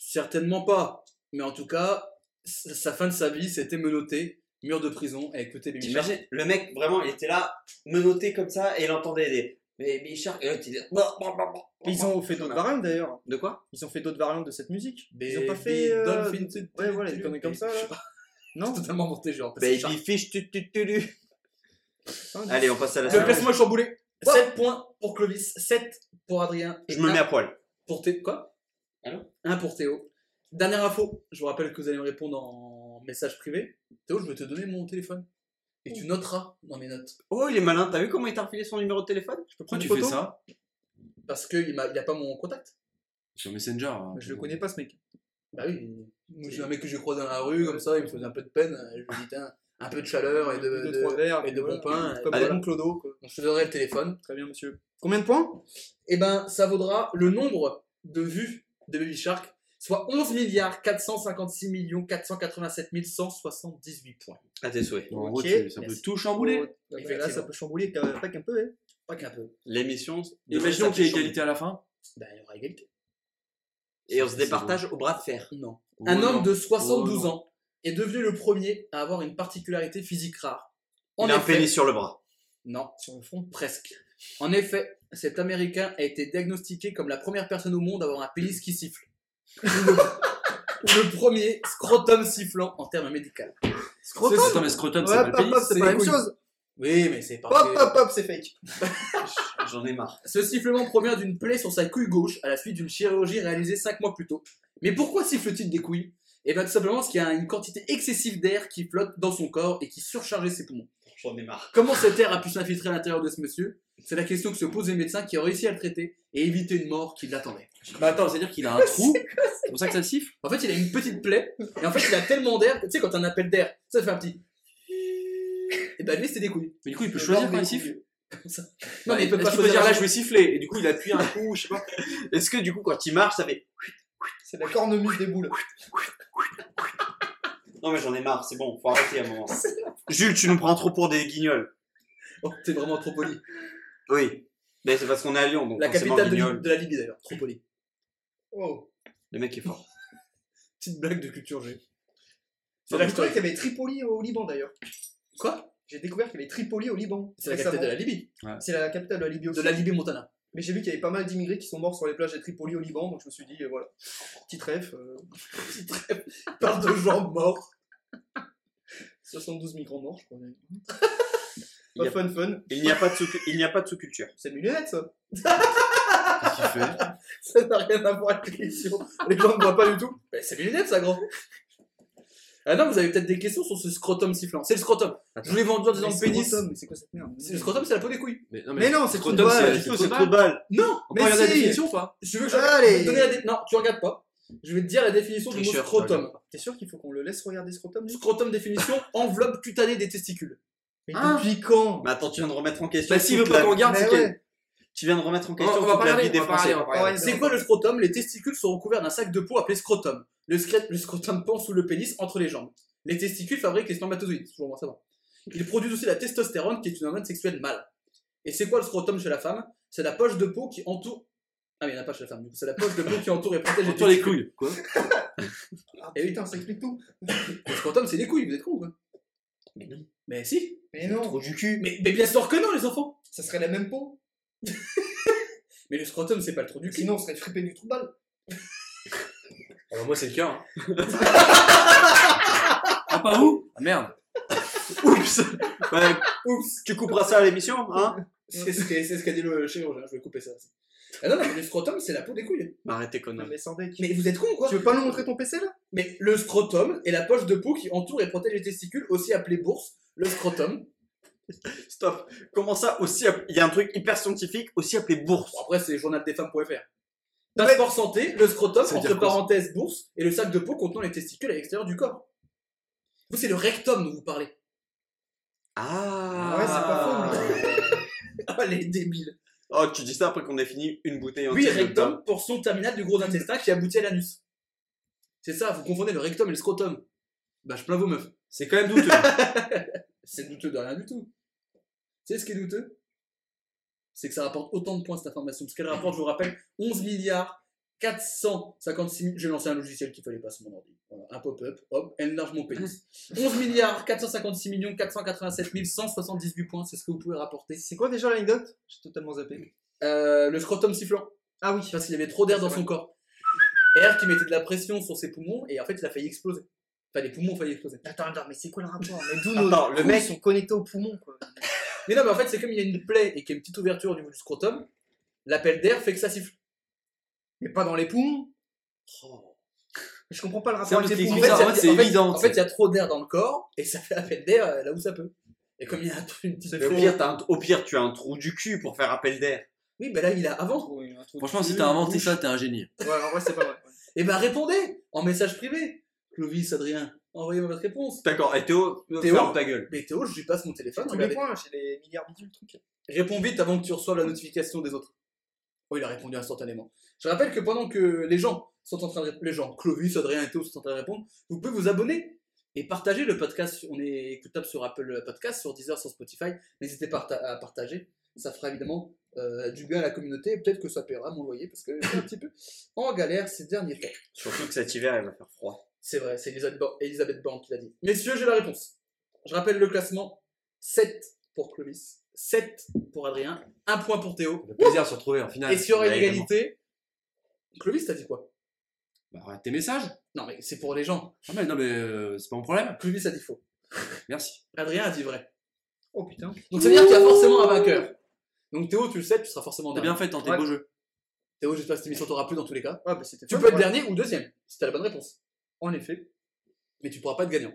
[SPEAKER 4] Certainement pas. Mais en tout cas, sa sa fin de sa vie, c'était menotté, mur de prison, à écouter Baby Shark.
[SPEAKER 5] T'imagines, le mec, vraiment, il était là, menotté comme ça, et il entendait des. Mais Bichard, et l'autre, il disait. Bah, bah, bah, bah.
[SPEAKER 12] Ils ont fait d'autres variantes d'ailleurs.
[SPEAKER 5] De quoi
[SPEAKER 12] Ils ont fait d'autres variantes de cette musique. Ils ont pas fait. euh, Ouais, voilà, ils connaissent comme ça.
[SPEAKER 4] Je
[SPEAKER 12] là.
[SPEAKER 4] sais pas,
[SPEAKER 12] Non
[SPEAKER 4] c'est totalement monté, genre.
[SPEAKER 5] Bah,
[SPEAKER 4] parce que Shark-
[SPEAKER 5] Baby fish, tu tu tu tu.
[SPEAKER 12] Putain,
[SPEAKER 5] Allez, on passe à la
[SPEAKER 4] Le
[SPEAKER 5] suite.
[SPEAKER 4] classement est chamboulé. 7 points pour Clovis, 7 pour Adrien.
[SPEAKER 5] Je me mets à
[SPEAKER 4] un
[SPEAKER 5] poil.
[SPEAKER 4] pour Théo. Quoi
[SPEAKER 5] Allô
[SPEAKER 4] 1 pour Théo. Dernière info, je vous rappelle que vous allez me répondre en message privé. Théo, je vais te donner mon téléphone. Et
[SPEAKER 12] Oh.
[SPEAKER 4] tu noteras dans mes notes.
[SPEAKER 5] Oh, il est malin, t'as vu comment il t'a refilé son numéro de téléphone
[SPEAKER 12] Je peux
[SPEAKER 7] Pourquoi
[SPEAKER 12] prendre
[SPEAKER 7] tu
[SPEAKER 12] une
[SPEAKER 7] fais
[SPEAKER 12] photo
[SPEAKER 7] ça
[SPEAKER 4] Parce qu'il n'a pas mon contact.
[SPEAKER 7] Sur Messenger. hein.
[SPEAKER 12] Mais Je le connais pas ce mec.
[SPEAKER 4] Bah oui. Moi, j'ai un mec que j'ai croisé dans la rue, comme ça, il me faisait un peu de peine. Je lui dis, tiens, un peu de chaleur et de,
[SPEAKER 12] Deux,
[SPEAKER 4] de-
[SPEAKER 12] trois verres
[SPEAKER 4] et Ah, de bon pain.
[SPEAKER 12] Comme
[SPEAKER 5] Allez.
[SPEAKER 12] un bon clodo. quoi.
[SPEAKER 4] Donc, je te donnerai le téléphone.
[SPEAKER 12] Très bien, monsieur. Combien de points
[SPEAKER 4] Eh ben, ça vaudra le nombre de vues de Baby Shark, soit 11 milliards 456 millions 487 178 points.
[SPEAKER 5] À tes souhaits.
[SPEAKER 7] En gros,
[SPEAKER 12] Ok,
[SPEAKER 7] tu- ça peut
[SPEAKER 4] merci.
[SPEAKER 7] tout chambouler.
[SPEAKER 12] Ouais, mais Là, ça peut chambouler quand même, pas qu'un peu. hein.
[SPEAKER 4] Pas qu'un peu.
[SPEAKER 5] L'émission.
[SPEAKER 7] Imaginons
[SPEAKER 5] ça
[SPEAKER 7] qu'il y ait
[SPEAKER 5] fait
[SPEAKER 7] égalité à la fin.
[SPEAKER 4] Ben, il y aura égalité.
[SPEAKER 5] Et on se départage au bras de fer.
[SPEAKER 4] Non.
[SPEAKER 7] Oh
[SPEAKER 4] Un
[SPEAKER 7] non.
[SPEAKER 4] homme de 72
[SPEAKER 7] Oh non.
[SPEAKER 4] ans est devenu le premier à avoir une particularité physique rare. En
[SPEAKER 5] il a un
[SPEAKER 4] effet-
[SPEAKER 5] pénis sur le bras.
[SPEAKER 4] Non, sur le front, presque. En effet, cet Américain a été diagnostiqué comme la première personne au monde à avoir un pénis qui siffle. Ou le, ou le premier scrotum sifflant en termes médicaux.
[SPEAKER 12] Scrotum
[SPEAKER 7] C'est- Attends, mais Scrotum, c'est
[SPEAKER 12] Ouais,
[SPEAKER 7] pas le
[SPEAKER 12] pop,
[SPEAKER 7] pays.
[SPEAKER 12] pop, c'est
[SPEAKER 4] c'est
[SPEAKER 12] pas la
[SPEAKER 4] les
[SPEAKER 12] même
[SPEAKER 4] couilles.
[SPEAKER 12] chose.
[SPEAKER 4] Oui, mais c'est pas.
[SPEAKER 12] Pop, pop, pop, c'est fake.
[SPEAKER 5] J'en ai marre.
[SPEAKER 4] Ce sifflement provient d'une plaie sur sa couille gauche à la suite d'une chirurgie réalisée 5 mois plus tôt. Mais pourquoi siffle-t-il des couilles Eh bien tout simplement parce qu'il y a une quantité excessive d'air qui flotte dans son corps et qui surchargeait ses poumons.
[SPEAKER 5] J'en ai marre.
[SPEAKER 4] Comment cet air a pu s'infiltrer à l'intérieur de ce monsieur C'est la question que se posent les médecins qui ont réussi à le traiter et éviter une mort qui l'attendait.
[SPEAKER 7] Bah attends, c'est-à-dire qu'il a un trou. C'est pour ça que ça siffle
[SPEAKER 4] En fait, il a une petite plaie et en fait, il a tellement d'air. Tu sais, quand un appel d'air, ça fait un petit. Et ben lui, c'était des couilles.
[SPEAKER 7] Mais du coup, il peut choisir quand il siffle.
[SPEAKER 4] Comme ça. Non, mais il
[SPEAKER 7] Est-ce
[SPEAKER 4] peut pas
[SPEAKER 7] qu'il peut
[SPEAKER 4] choisir.
[SPEAKER 7] dire
[SPEAKER 4] la
[SPEAKER 7] là, je vais siffler. Et du coup, il appuie un coup, je sais pas.
[SPEAKER 5] Est-ce que du coup, quand il marche, ça fait.
[SPEAKER 12] C'est la cornemuse des boules.
[SPEAKER 5] Non, mais j'en ai marre, c'est bon, faut arrêter à un moment. Jules, tu nous prends trop pour des guignols.
[SPEAKER 4] Oh, t'es vraiment trop poli.
[SPEAKER 5] Oui. Mais c'est parce qu'on est à Lyon, donc
[SPEAKER 4] La
[SPEAKER 5] forcément,
[SPEAKER 4] capitale de,
[SPEAKER 5] guignol.
[SPEAKER 4] de la Libye d'ailleurs, trop poli.
[SPEAKER 12] Wow.
[SPEAKER 5] Le mec est fort.
[SPEAKER 4] Petite blague de culture G.
[SPEAKER 12] C'est
[SPEAKER 4] C'est
[SPEAKER 12] la
[SPEAKER 4] là que je te
[SPEAKER 12] qu'il y avait Tripoli au Liban d'ailleurs.
[SPEAKER 4] Quoi
[SPEAKER 12] J'ai découvert qu'il y avait Tripoli au Liban.
[SPEAKER 4] C'est la capitale de la Libye.
[SPEAKER 12] Libye. C'est la capitale de la Libye
[SPEAKER 4] De
[SPEAKER 12] aussi.
[SPEAKER 4] la Libye Montana.
[SPEAKER 12] Mais j'ai vu qu'il y avait pas mal d'immigrés qui sont morts sur les plages de Tripoli au Liban, donc je me suis dit, euh, voilà, petite ref. euh,
[SPEAKER 4] Par de gens morts.
[SPEAKER 12] 72 migrants morts, je crois. même.
[SPEAKER 5] Il y
[SPEAKER 12] pas
[SPEAKER 5] a-
[SPEAKER 12] fun, fun.
[SPEAKER 5] Il n'y a pas de sous- il n'y a pas de sous-culture.
[SPEAKER 12] C'est mes lunettes, ça.
[SPEAKER 7] Qu'est-ce qu'il fait
[SPEAKER 4] Ça n'a rien à voir avec l'émission. Les gens ne voient pas du tout. Mais c'est mes lunettes, Ben, ça, grand. Ah non, vous avez peut-être des questions sur ce scrotum sifflant. C'est le scrotum. Je vous l'ai vendu en disant
[SPEAKER 12] Mais
[SPEAKER 4] le pénis.
[SPEAKER 12] scrotum, Mais c'est quoi cette merde
[SPEAKER 4] C'est- Le scrotum, c'est la peau des couilles.
[SPEAKER 7] Mais non,
[SPEAKER 12] Mais non, c'est trop de
[SPEAKER 7] Scrotum,
[SPEAKER 12] balle.
[SPEAKER 7] c'est-
[SPEAKER 5] C'est
[SPEAKER 7] c'est
[SPEAKER 5] trop de balles.
[SPEAKER 4] Non
[SPEAKER 7] On
[SPEAKER 12] Mais
[SPEAKER 7] peut regarder la
[SPEAKER 12] si
[SPEAKER 7] définition ou pas
[SPEAKER 4] Je veux que je...
[SPEAKER 12] Allez.
[SPEAKER 4] je vais te donner la dé- Non, tu regardes pas. Je vais te dire la définition du mot
[SPEAKER 7] Tricheur, tu
[SPEAKER 4] scrotum.
[SPEAKER 12] T'es sûr qu'il faut qu'on le laisse regarder ce scrotum lui
[SPEAKER 4] Scrotum définition, enveloppe cutanée des testicules.
[SPEAKER 12] Mais
[SPEAKER 5] Hein
[SPEAKER 12] depuis quand
[SPEAKER 5] Mais attends, tu viens de remettre en question.
[SPEAKER 4] Bah, s'il
[SPEAKER 5] toute
[SPEAKER 4] veut pas
[SPEAKER 5] la-
[SPEAKER 4] qu'on garde, c'est
[SPEAKER 5] Mais
[SPEAKER 4] qu'elle-
[SPEAKER 5] ouais. Tu viens de remettre en
[SPEAKER 4] On,
[SPEAKER 5] question
[SPEAKER 4] on va
[SPEAKER 5] toute la
[SPEAKER 4] parler,
[SPEAKER 5] vie des
[SPEAKER 4] on va parler,
[SPEAKER 5] Français.
[SPEAKER 4] on va parler.
[SPEAKER 12] Ouais,
[SPEAKER 4] C'est
[SPEAKER 12] ouais.
[SPEAKER 4] quoi le scrotum Les testicules sont recouverts d'un sac de peau appelé scrotum. Le, scré- le scrotum pend sous le pénis entre les jambes. Les testicules fabriquent les spermatozoïdes, toujours bon à savoir. Ils produisent aussi la testostérone qui est une hormone sexuelle mâle. Et c'est quoi le scrotum chez la femme C'est la poche de peau qui entoure. Ah, mais il n'y en a pas chez la femme, du coup. c'est la poche de peau qui entoure et protège les
[SPEAKER 7] Sur les
[SPEAKER 4] testicules.
[SPEAKER 7] couilles, quoi.
[SPEAKER 12] Ah,
[SPEAKER 4] Eh oui.
[SPEAKER 12] Putain, ça explique tout.
[SPEAKER 4] Le scrotum, c'est les couilles, vous êtes cons, quoi.
[SPEAKER 5] Mais non.
[SPEAKER 4] Mais si
[SPEAKER 12] Mais non,
[SPEAKER 5] Trop du cul.
[SPEAKER 4] mais, mais bien sûr que non, les enfants
[SPEAKER 12] ça serait la même peau.
[SPEAKER 4] Mais le scrotum, c'est pas le trou du cul.
[SPEAKER 12] Sinon, on serait frippé du trou de balle.
[SPEAKER 7] Alors moi, c'est le cas. Hein. ah, pas vous ah, Merde.
[SPEAKER 5] Oups. Ouais, Oups. Tu couperas ça à l'émission, hein
[SPEAKER 4] C'est ce qu'a c'est ce qu'a dit le chirurgien, je vais couper ça. Ah non, non, mais le scrotum, c'est la peau des couilles.
[SPEAKER 5] Mais Arrête tes
[SPEAKER 12] Non,
[SPEAKER 5] conneries.
[SPEAKER 12] mais sans deck.
[SPEAKER 4] Mais vous êtes cons, quoi
[SPEAKER 12] Tu veux pas nous montrer ton PC là
[SPEAKER 4] Mais le scrotum est la poche de peau qui entoure et protège les testicules, aussi appelée bourse. Le scrotum.
[SPEAKER 5] Stop. Comment ça aussi app- Il y a un truc hyper scientifique aussi appelé bourse.
[SPEAKER 4] Bon, après, c'est journaldesfemmes.fr. Passeport santé, le scrotum,
[SPEAKER 7] Ça veut
[SPEAKER 4] entre
[SPEAKER 7] dire quoi, ça
[SPEAKER 4] parenthèses bourse, et le sac de peau contenant les testicules à l'extérieur du corps. Vous, c'est le rectum dont vous parlez.
[SPEAKER 5] Ah.
[SPEAKER 12] Ouais, c'est pas faux,
[SPEAKER 4] Ah, les débiles.
[SPEAKER 5] Oh, tu dis ça après qu'on ait fini une bouteille
[SPEAKER 4] Oui,
[SPEAKER 5] entière de
[SPEAKER 4] rectum, portion terminale du gros intestin qui aboutit à l'anus. C'est ça, vous confondez le rectum et le scrotum. Bah, je plains vos meufs.
[SPEAKER 7] C'est quand même douteux.
[SPEAKER 4] C'est douteux de rien du tout. Tu sais ce qui est douteux C'est que ça rapporte autant de points cette information. Parce qu'elle
[SPEAKER 12] Mm-hmm.
[SPEAKER 4] rapporte, je vous rappelle, 11 milliards 456 000. J'ai lancé un logiciel qu'il fallait pas sur mon ordi. Voilà, un pop-up, hop, enlarge mon pénis. 11 milliards 456 millions 487 178 points, c'est ce que vous pouvez rapporter.
[SPEAKER 12] C'est quoi déjà l'anecdote J'ai totalement zappé.
[SPEAKER 4] Euh, le scrotum sifflant.
[SPEAKER 12] Ah oui.
[SPEAKER 4] Parce qu'il y avait trop d'air
[SPEAKER 12] C'est
[SPEAKER 4] dans
[SPEAKER 12] vrai.
[SPEAKER 4] son corps. Air qui mettait de la pression sur ses poumons et en fait il a failli exploser. Enfin, les poumons ont failli exploser.
[SPEAKER 12] Attends, attends, mais c'est quoi le rapport Mais d'où nos
[SPEAKER 5] Attends, le
[SPEAKER 12] couilles
[SPEAKER 5] mec-
[SPEAKER 12] sont connectés aux poumons quoi.
[SPEAKER 4] Mais non, mais en fait, c'est comme il y a une plaie et qu'il y a une petite ouverture au niveau du scrotum, l'appel d'air fait que ça siffle.
[SPEAKER 12] Mais pas dans les poumons. Je comprends pas le
[SPEAKER 7] C'est
[SPEAKER 12] rapport
[SPEAKER 7] un
[SPEAKER 12] avec
[SPEAKER 7] truc
[SPEAKER 12] les
[SPEAKER 7] qui
[SPEAKER 12] poumons.
[SPEAKER 7] explique ça.
[SPEAKER 4] en
[SPEAKER 7] Ouais, hein, c'est
[SPEAKER 4] fait, en fait,
[SPEAKER 7] évident,
[SPEAKER 4] En fait, il y a trop d'air dans le corps et ça fait appel d'air euh, là où ça peut. Et comme il y a un truc- une petite
[SPEAKER 5] Mais Au pire, t'as un- au pire, tu as un trou du cul pour faire appel d'air.
[SPEAKER 4] Oui, bah là, il a avant.
[SPEAKER 7] Franchement, si t'as inventé ça, t'es un génie.
[SPEAKER 12] Ouais, en vrai, c'est pas vrai.
[SPEAKER 4] Et bah répondez en message privé. Clovis, Adrien, envoyez-moi votre réponse.
[SPEAKER 5] D'accord. Et Théo,
[SPEAKER 4] Théo.
[SPEAKER 5] ferme ta gueule.
[SPEAKER 4] Mais Théo, je lui passe mon téléphone.
[SPEAKER 12] Tous les
[SPEAKER 4] regardez.
[SPEAKER 12] points chez les milliards bidules, le truc.
[SPEAKER 4] Réponds vite avant que tu reçoives la notification des autres. Oh, il a répondu instantanément. Je rappelle que pendant que les gens sont en train de rép- les gens, Clovis, Adrien et Théo sont en train de répondre, vous pouvez vous abonner et partager le podcast. On est écoutable sur Apple Podcast, sur Deezer, sur Spotify. N'hésitez pas à ta- à partager. Ça fera évidemment euh, du bien à la communauté et peut-être que ça paiera mon loyer parce que je suis un petit peu en galère ces derniers temps.
[SPEAKER 5] Surtout que cet hiver, il va faire froid.
[SPEAKER 4] C'est vrai, c'est Elisabeth, Borne- Elisabeth Borne qui l'a dit. Messieurs, j'ai la réponse. Je rappelle le classement 7 pour Clovis, 7 pour Adrien, 1 point pour Théo.
[SPEAKER 7] Le plaisir de se retrouver en
[SPEAKER 12] Ah,
[SPEAKER 7] finale.
[SPEAKER 4] Et s'il y aurait
[SPEAKER 7] Ouais,
[SPEAKER 4] une égalité, Clovis, t'as dit quoi
[SPEAKER 7] Bah, arrête tes messages.
[SPEAKER 4] Non, mais c'est pour les gens.
[SPEAKER 7] Ah, mais non, mais euh, c'est pas mon problème.
[SPEAKER 4] Clovis a dit faux.
[SPEAKER 7] Merci.
[SPEAKER 4] Adrien a dit vrai.
[SPEAKER 12] Oh putain.
[SPEAKER 4] Donc ça veut dire qu'il y a forcément un vainqueur. Donc Théo, tu le sais, tu seras forcément
[SPEAKER 7] T'as
[SPEAKER 4] dernier.
[SPEAKER 7] bien fait, tant tes
[SPEAKER 12] Ouais.
[SPEAKER 7] beau jeu.
[SPEAKER 4] Théo, j'espère que cette émission t'aura plu dans tous les cas.
[SPEAKER 12] Ouais, bah c'était
[SPEAKER 4] Tu
[SPEAKER 12] fun,
[SPEAKER 4] peux être
[SPEAKER 12] ouais.
[SPEAKER 4] dernier ou deuxième, si t'as la bonne réponse.
[SPEAKER 12] En effet.
[SPEAKER 4] Mais tu pourras pas être gagnant.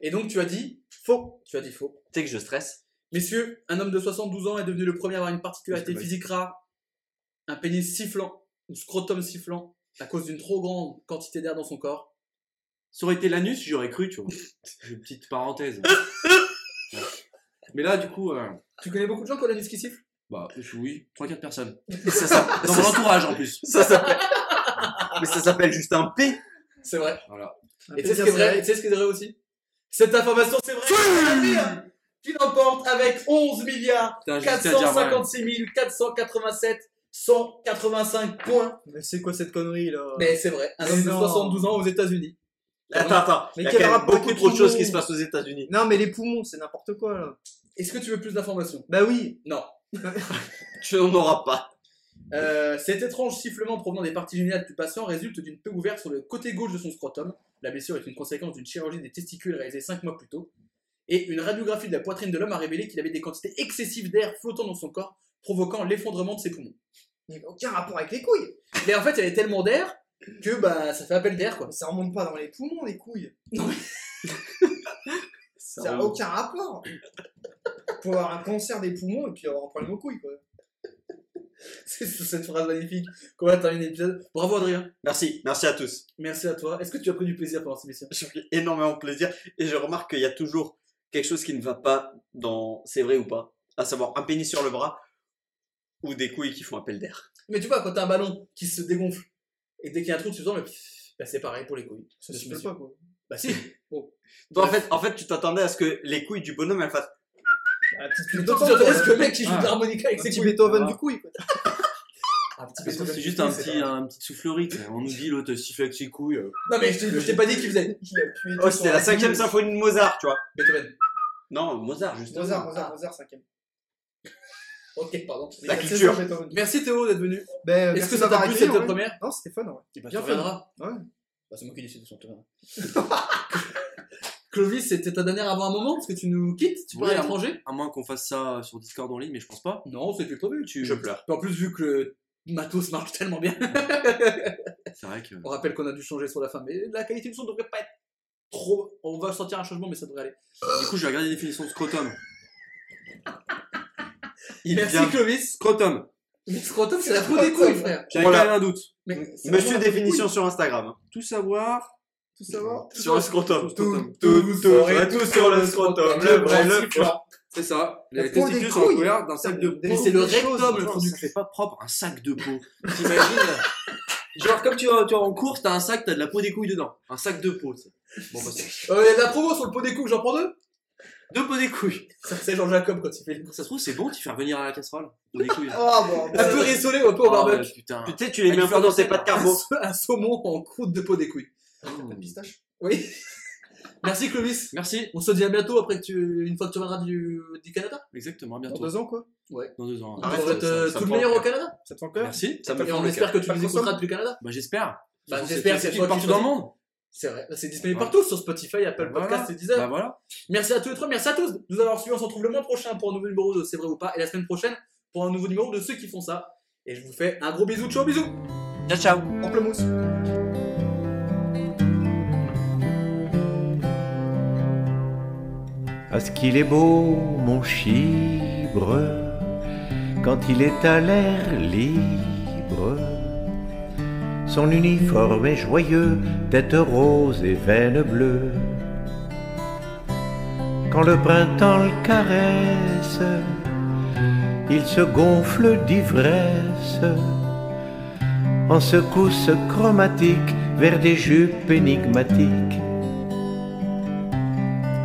[SPEAKER 4] Et donc tu as dit faux. Tu as dit faux.
[SPEAKER 7] Tu sais que je stresse.
[SPEAKER 4] Messieurs, un homme de 72 ans est devenu le premier à avoir une particularité
[SPEAKER 7] Parce que, bah,
[SPEAKER 4] physique rare, un pénis sifflant ou scrotum sifflant à cause d'une trop grande quantité d'air dans son corps.
[SPEAKER 7] Ça aurait été l'anus, j'aurais cru, tu vois. Une petite parenthèse. Ouais. Mais là, du coup, euh,
[SPEAKER 4] Tu connais beaucoup de gens qui ont l'anus qui siffle
[SPEAKER 7] bah, je- oui, 3-4 personnes. Ça, ça- dans mon entourage en plus.
[SPEAKER 5] Ça s'appelle. Mais ça s'appelle juste un P.
[SPEAKER 4] C'est vrai.
[SPEAKER 7] Voilà.
[SPEAKER 4] Et tu sais ce qui est vrai, et tu sais ce qui est vrai aussi Cette information, c'est vrai Adrien, Qui l'emporte avec 11 milliards
[SPEAKER 7] Putain, j'hésitais Ah, à dire, ouais.
[SPEAKER 4] 456 487 185 points.
[SPEAKER 12] Mais c'est quoi cette connerie là
[SPEAKER 4] Mais c'est vrai, un
[SPEAKER 12] Mais
[SPEAKER 4] homme de
[SPEAKER 12] non.
[SPEAKER 4] 72 ans aux États-Unis.
[SPEAKER 5] Attends, attends.
[SPEAKER 12] Mais
[SPEAKER 5] il y a
[SPEAKER 12] quel
[SPEAKER 5] quand même
[SPEAKER 12] rapport
[SPEAKER 5] beaucoup
[SPEAKER 12] avec
[SPEAKER 5] trop de
[SPEAKER 12] le
[SPEAKER 5] choses qui
[SPEAKER 12] poumon
[SPEAKER 5] se passent aux États-Unis.
[SPEAKER 12] Non, mais les poumons, c'est n'importe quoi là.
[SPEAKER 4] Est-ce que tu veux plus d'informations
[SPEAKER 12] Bah oui.
[SPEAKER 4] Non.
[SPEAKER 5] Tu n'en auras pas.
[SPEAKER 4] Euh, cet étrange sifflement provenant des parties géniales du patient résulte d'une plaie ouverte sur le côté gauche de son scrotum. La blessure est une conséquence d'une chirurgie des testicules réalisée 5 mois plus tôt. Et une radiographie de la poitrine de l'homme a révélé qu'il avait des quantités excessives d'air flottant dans son corps, provoquant l'effondrement de ses poumons.
[SPEAKER 12] Il y a aucun rapport avec les couilles.
[SPEAKER 4] Mais en fait, il y avait tellement d'air que bah, ça fait appel d'air quoi.
[SPEAKER 12] Mais ça remonte pas dans les poumons, les couilles.
[SPEAKER 4] Non,
[SPEAKER 12] Ça a aucun rapport. Pour avoir un cancer des poumons et puis avoir un problème aux couilles quoi.
[SPEAKER 4] C'est sur cette phrase magnifique qu'on va terminer l'épisode. Bravo Adrien,
[SPEAKER 5] Merci, merci à tous.
[SPEAKER 4] merci à toi. Est-ce que tu as pris du plaisir pendant ces missions
[SPEAKER 5] J'ai pris énormément de plaisir et je remarque qu'il y a toujours quelque chose qui ne va pas dans C'est vrai ou pas, à savoir un pénis sur le bras ou des couilles qui font appel d'air.
[SPEAKER 4] Mais tu vois, quand t'as un ballon qui se dégonfle, et dès qu'il y a un trou, tu sens, mais pff, bah, c'est pareil pour les couilles.
[SPEAKER 12] Ça
[SPEAKER 4] De
[SPEAKER 12] se
[SPEAKER 4] ce
[SPEAKER 12] fait
[SPEAKER 4] mesure.
[SPEAKER 12] pas, quoi.
[SPEAKER 4] Bah si. Bon.
[SPEAKER 5] Toi, en fait, en fait, tu t'attendais à ce que les couilles du bonhomme elles fassent.
[SPEAKER 4] Tu t'attendais à ce que le mec qui joue de l'harmonica avec ses couilles.
[SPEAKER 12] hein. Beethoven du couille.
[SPEAKER 4] c'est
[SPEAKER 7] C'est juste un
[SPEAKER 4] euh,
[SPEAKER 7] petit, un petit soufflerie. tu sais. On nous dit l'autre siffle avec ses couilles. euh.
[SPEAKER 4] Non, mais je t'ai- je t'ai pas dit qu'il faisait.
[SPEAKER 5] Oh, c'était la cinquième symphonie de Mozart, tu vois.
[SPEAKER 4] Beethoven.
[SPEAKER 5] Non, Mozart, justement.
[SPEAKER 12] Mozart, Mozart, Mozart, cinquième.
[SPEAKER 4] Ok, pardon.
[SPEAKER 5] La
[SPEAKER 12] Il y a
[SPEAKER 5] culture.
[SPEAKER 12] 16 ans, Beethoven.
[SPEAKER 4] Bah, Merci Théo d'être venu.
[SPEAKER 12] Ben,
[SPEAKER 4] Est-ce
[SPEAKER 12] merci
[SPEAKER 4] que ça t'a
[SPEAKER 12] d'avoir
[SPEAKER 4] plu
[SPEAKER 12] été,
[SPEAKER 4] cette
[SPEAKER 12] ouais.
[SPEAKER 4] première
[SPEAKER 12] Non, c'était fun, ouais.
[SPEAKER 4] Eh ben,
[SPEAKER 12] Bien
[SPEAKER 4] tu
[SPEAKER 12] fun.
[SPEAKER 4] reviendras.
[SPEAKER 12] Ouais.
[SPEAKER 4] Bah, c'est moi qui décide de son terrain. Clovis, c'était ta dernière avant un moment parce que tu nous quittes, tu pars
[SPEAKER 7] Ouais,
[SPEAKER 4] à
[SPEAKER 7] à-
[SPEAKER 4] l'étranger.
[SPEAKER 7] À moins qu'on fasse ça sur Discord en ligne, mais je pense pas.
[SPEAKER 4] hein. Non, c'est plus prévu.
[SPEAKER 7] Tu...
[SPEAKER 5] Je pleure.
[SPEAKER 4] En plus, vu que le matos marche tellement bien,
[SPEAKER 7] C'est vrai que.
[SPEAKER 4] on rappelle qu'on a dû changer sur la fin, mais la qualité du son devrait pas être trop. On va sortir un changement, mais ça devrait aller.
[SPEAKER 7] Du coup, je vais regarder la définition de scrotum.
[SPEAKER 4] Merci
[SPEAKER 7] vient-
[SPEAKER 4] Clovis.
[SPEAKER 7] Scrotum.
[SPEAKER 4] Mais scrotum, c'est la peau des couilles, frère.
[SPEAKER 7] J'avais
[SPEAKER 5] Voilà.
[SPEAKER 7] quand même un doute.
[SPEAKER 4] Mais
[SPEAKER 5] Monsieur définition sur Instagram. hein.
[SPEAKER 7] Tout savoir.
[SPEAKER 12] Tout savoir.
[SPEAKER 5] Sur le scrotum.
[SPEAKER 7] Scrotum.
[SPEAKER 5] Tout, tout, tout sur le scrotum. Le vrai, le faux.
[SPEAKER 7] C'est ça.
[SPEAKER 12] La
[SPEAKER 7] Les
[SPEAKER 12] peau des
[SPEAKER 7] testicules sont
[SPEAKER 12] couilles.
[SPEAKER 7] couverts d'un sac de peau.
[SPEAKER 4] Mais c'est le
[SPEAKER 12] Des choses,
[SPEAKER 4] rectum, le
[SPEAKER 12] genre,
[SPEAKER 4] fond du
[SPEAKER 7] C'est pas propre, un sac de peau. T'imagines euh, Genre, comme tu vas, tu vas en course, t'as un sac, t'as de la peau des couilles dedans. Un sac de peau, tu sais. Bon, bah, c'est-
[SPEAKER 4] Euh, y a de la promo sur le pot des couilles, j'en prends deux
[SPEAKER 7] de peau des couilles.
[SPEAKER 4] Ça, C'est Jean-Jacob quand il fait les courses.
[SPEAKER 7] Ça se trouve, c'est bon, tu fais revenir à la casserole. Peau des couilles.
[SPEAKER 12] Ah, bon.
[SPEAKER 4] Un peu rissolé ou un peu au
[SPEAKER 7] Ah,
[SPEAKER 4] Oh, barbecue.
[SPEAKER 7] putain.
[SPEAKER 5] Tu sais, tu les
[SPEAKER 7] Ah,
[SPEAKER 5] mets un
[SPEAKER 7] il
[SPEAKER 5] peu
[SPEAKER 7] fait
[SPEAKER 5] dans
[SPEAKER 7] un
[SPEAKER 5] tes pas de
[SPEAKER 4] Un,
[SPEAKER 5] carbo. Oh.
[SPEAKER 4] sa- un saumon en croûte de peau des couilles.
[SPEAKER 12] Pistache.
[SPEAKER 4] Oui. Merci Clovis.
[SPEAKER 7] Merci.
[SPEAKER 4] On se dit à bientôt après que tu, une fois que tu reviendras du, du Canada.
[SPEAKER 7] Exactement, à
[SPEAKER 12] Dans
[SPEAKER 7] bientôt.
[SPEAKER 4] bah,
[SPEAKER 12] deux ans, quoi.
[SPEAKER 7] Dans deux ans.
[SPEAKER 4] On
[SPEAKER 5] Arrête,
[SPEAKER 4] devrait
[SPEAKER 5] ça-
[SPEAKER 4] être euh,
[SPEAKER 5] ça- ça
[SPEAKER 4] tout
[SPEAKER 5] me
[SPEAKER 4] le meilleur
[SPEAKER 5] prend.
[SPEAKER 4] au Canada.
[SPEAKER 12] Ça te fait encore
[SPEAKER 7] Merci.
[SPEAKER 5] Ça me
[SPEAKER 4] Et
[SPEAKER 5] prend
[SPEAKER 4] on
[SPEAKER 5] le
[SPEAKER 4] espère que tu
[SPEAKER 12] Pas de
[SPEAKER 4] nous écouteras
[SPEAKER 12] consomme.
[SPEAKER 4] depuis le Canada.
[SPEAKER 7] Bah, j'espère.
[SPEAKER 4] Bah,
[SPEAKER 7] Surtout,
[SPEAKER 4] j'espère,
[SPEAKER 7] c'est
[SPEAKER 4] c'est
[SPEAKER 7] accessible
[SPEAKER 4] toi qui
[SPEAKER 7] partout dans le monde.
[SPEAKER 4] C'est vrai. C'est disponible
[SPEAKER 7] Ouais.
[SPEAKER 4] partout sur Spotify, Apple
[SPEAKER 7] Voilà.
[SPEAKER 4] Podcast et Deezer.
[SPEAKER 7] Bah, voilà.
[SPEAKER 4] Merci à tous les trois, merci à tous de nous avoir suivis. On se retrouve le mois prochain pour un nouveau numéro de C'est vrai ou pas et la semaine prochaine pour un nouveau numéro de ceux qui font ça. Et je vous fais un gros bisou, ciao, bisous.
[SPEAKER 7] Ciao, ciao.
[SPEAKER 12] Pamplemousse.
[SPEAKER 1] À ce qu'il est beau, mon chibre, quand il est à l'air libre. Son uniforme est joyeux, tête rose et veines bleues. Quand le printemps le caresse, il se gonfle d'ivresse en secousses chromatiques vers des jupes énigmatiques.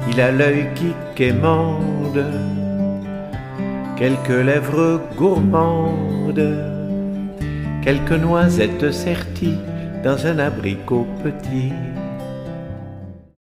[SPEAKER 1] Il a l'œil qui quémande, quelques lèvres gourmandes, quelques noisettes serties dans un abricot petit.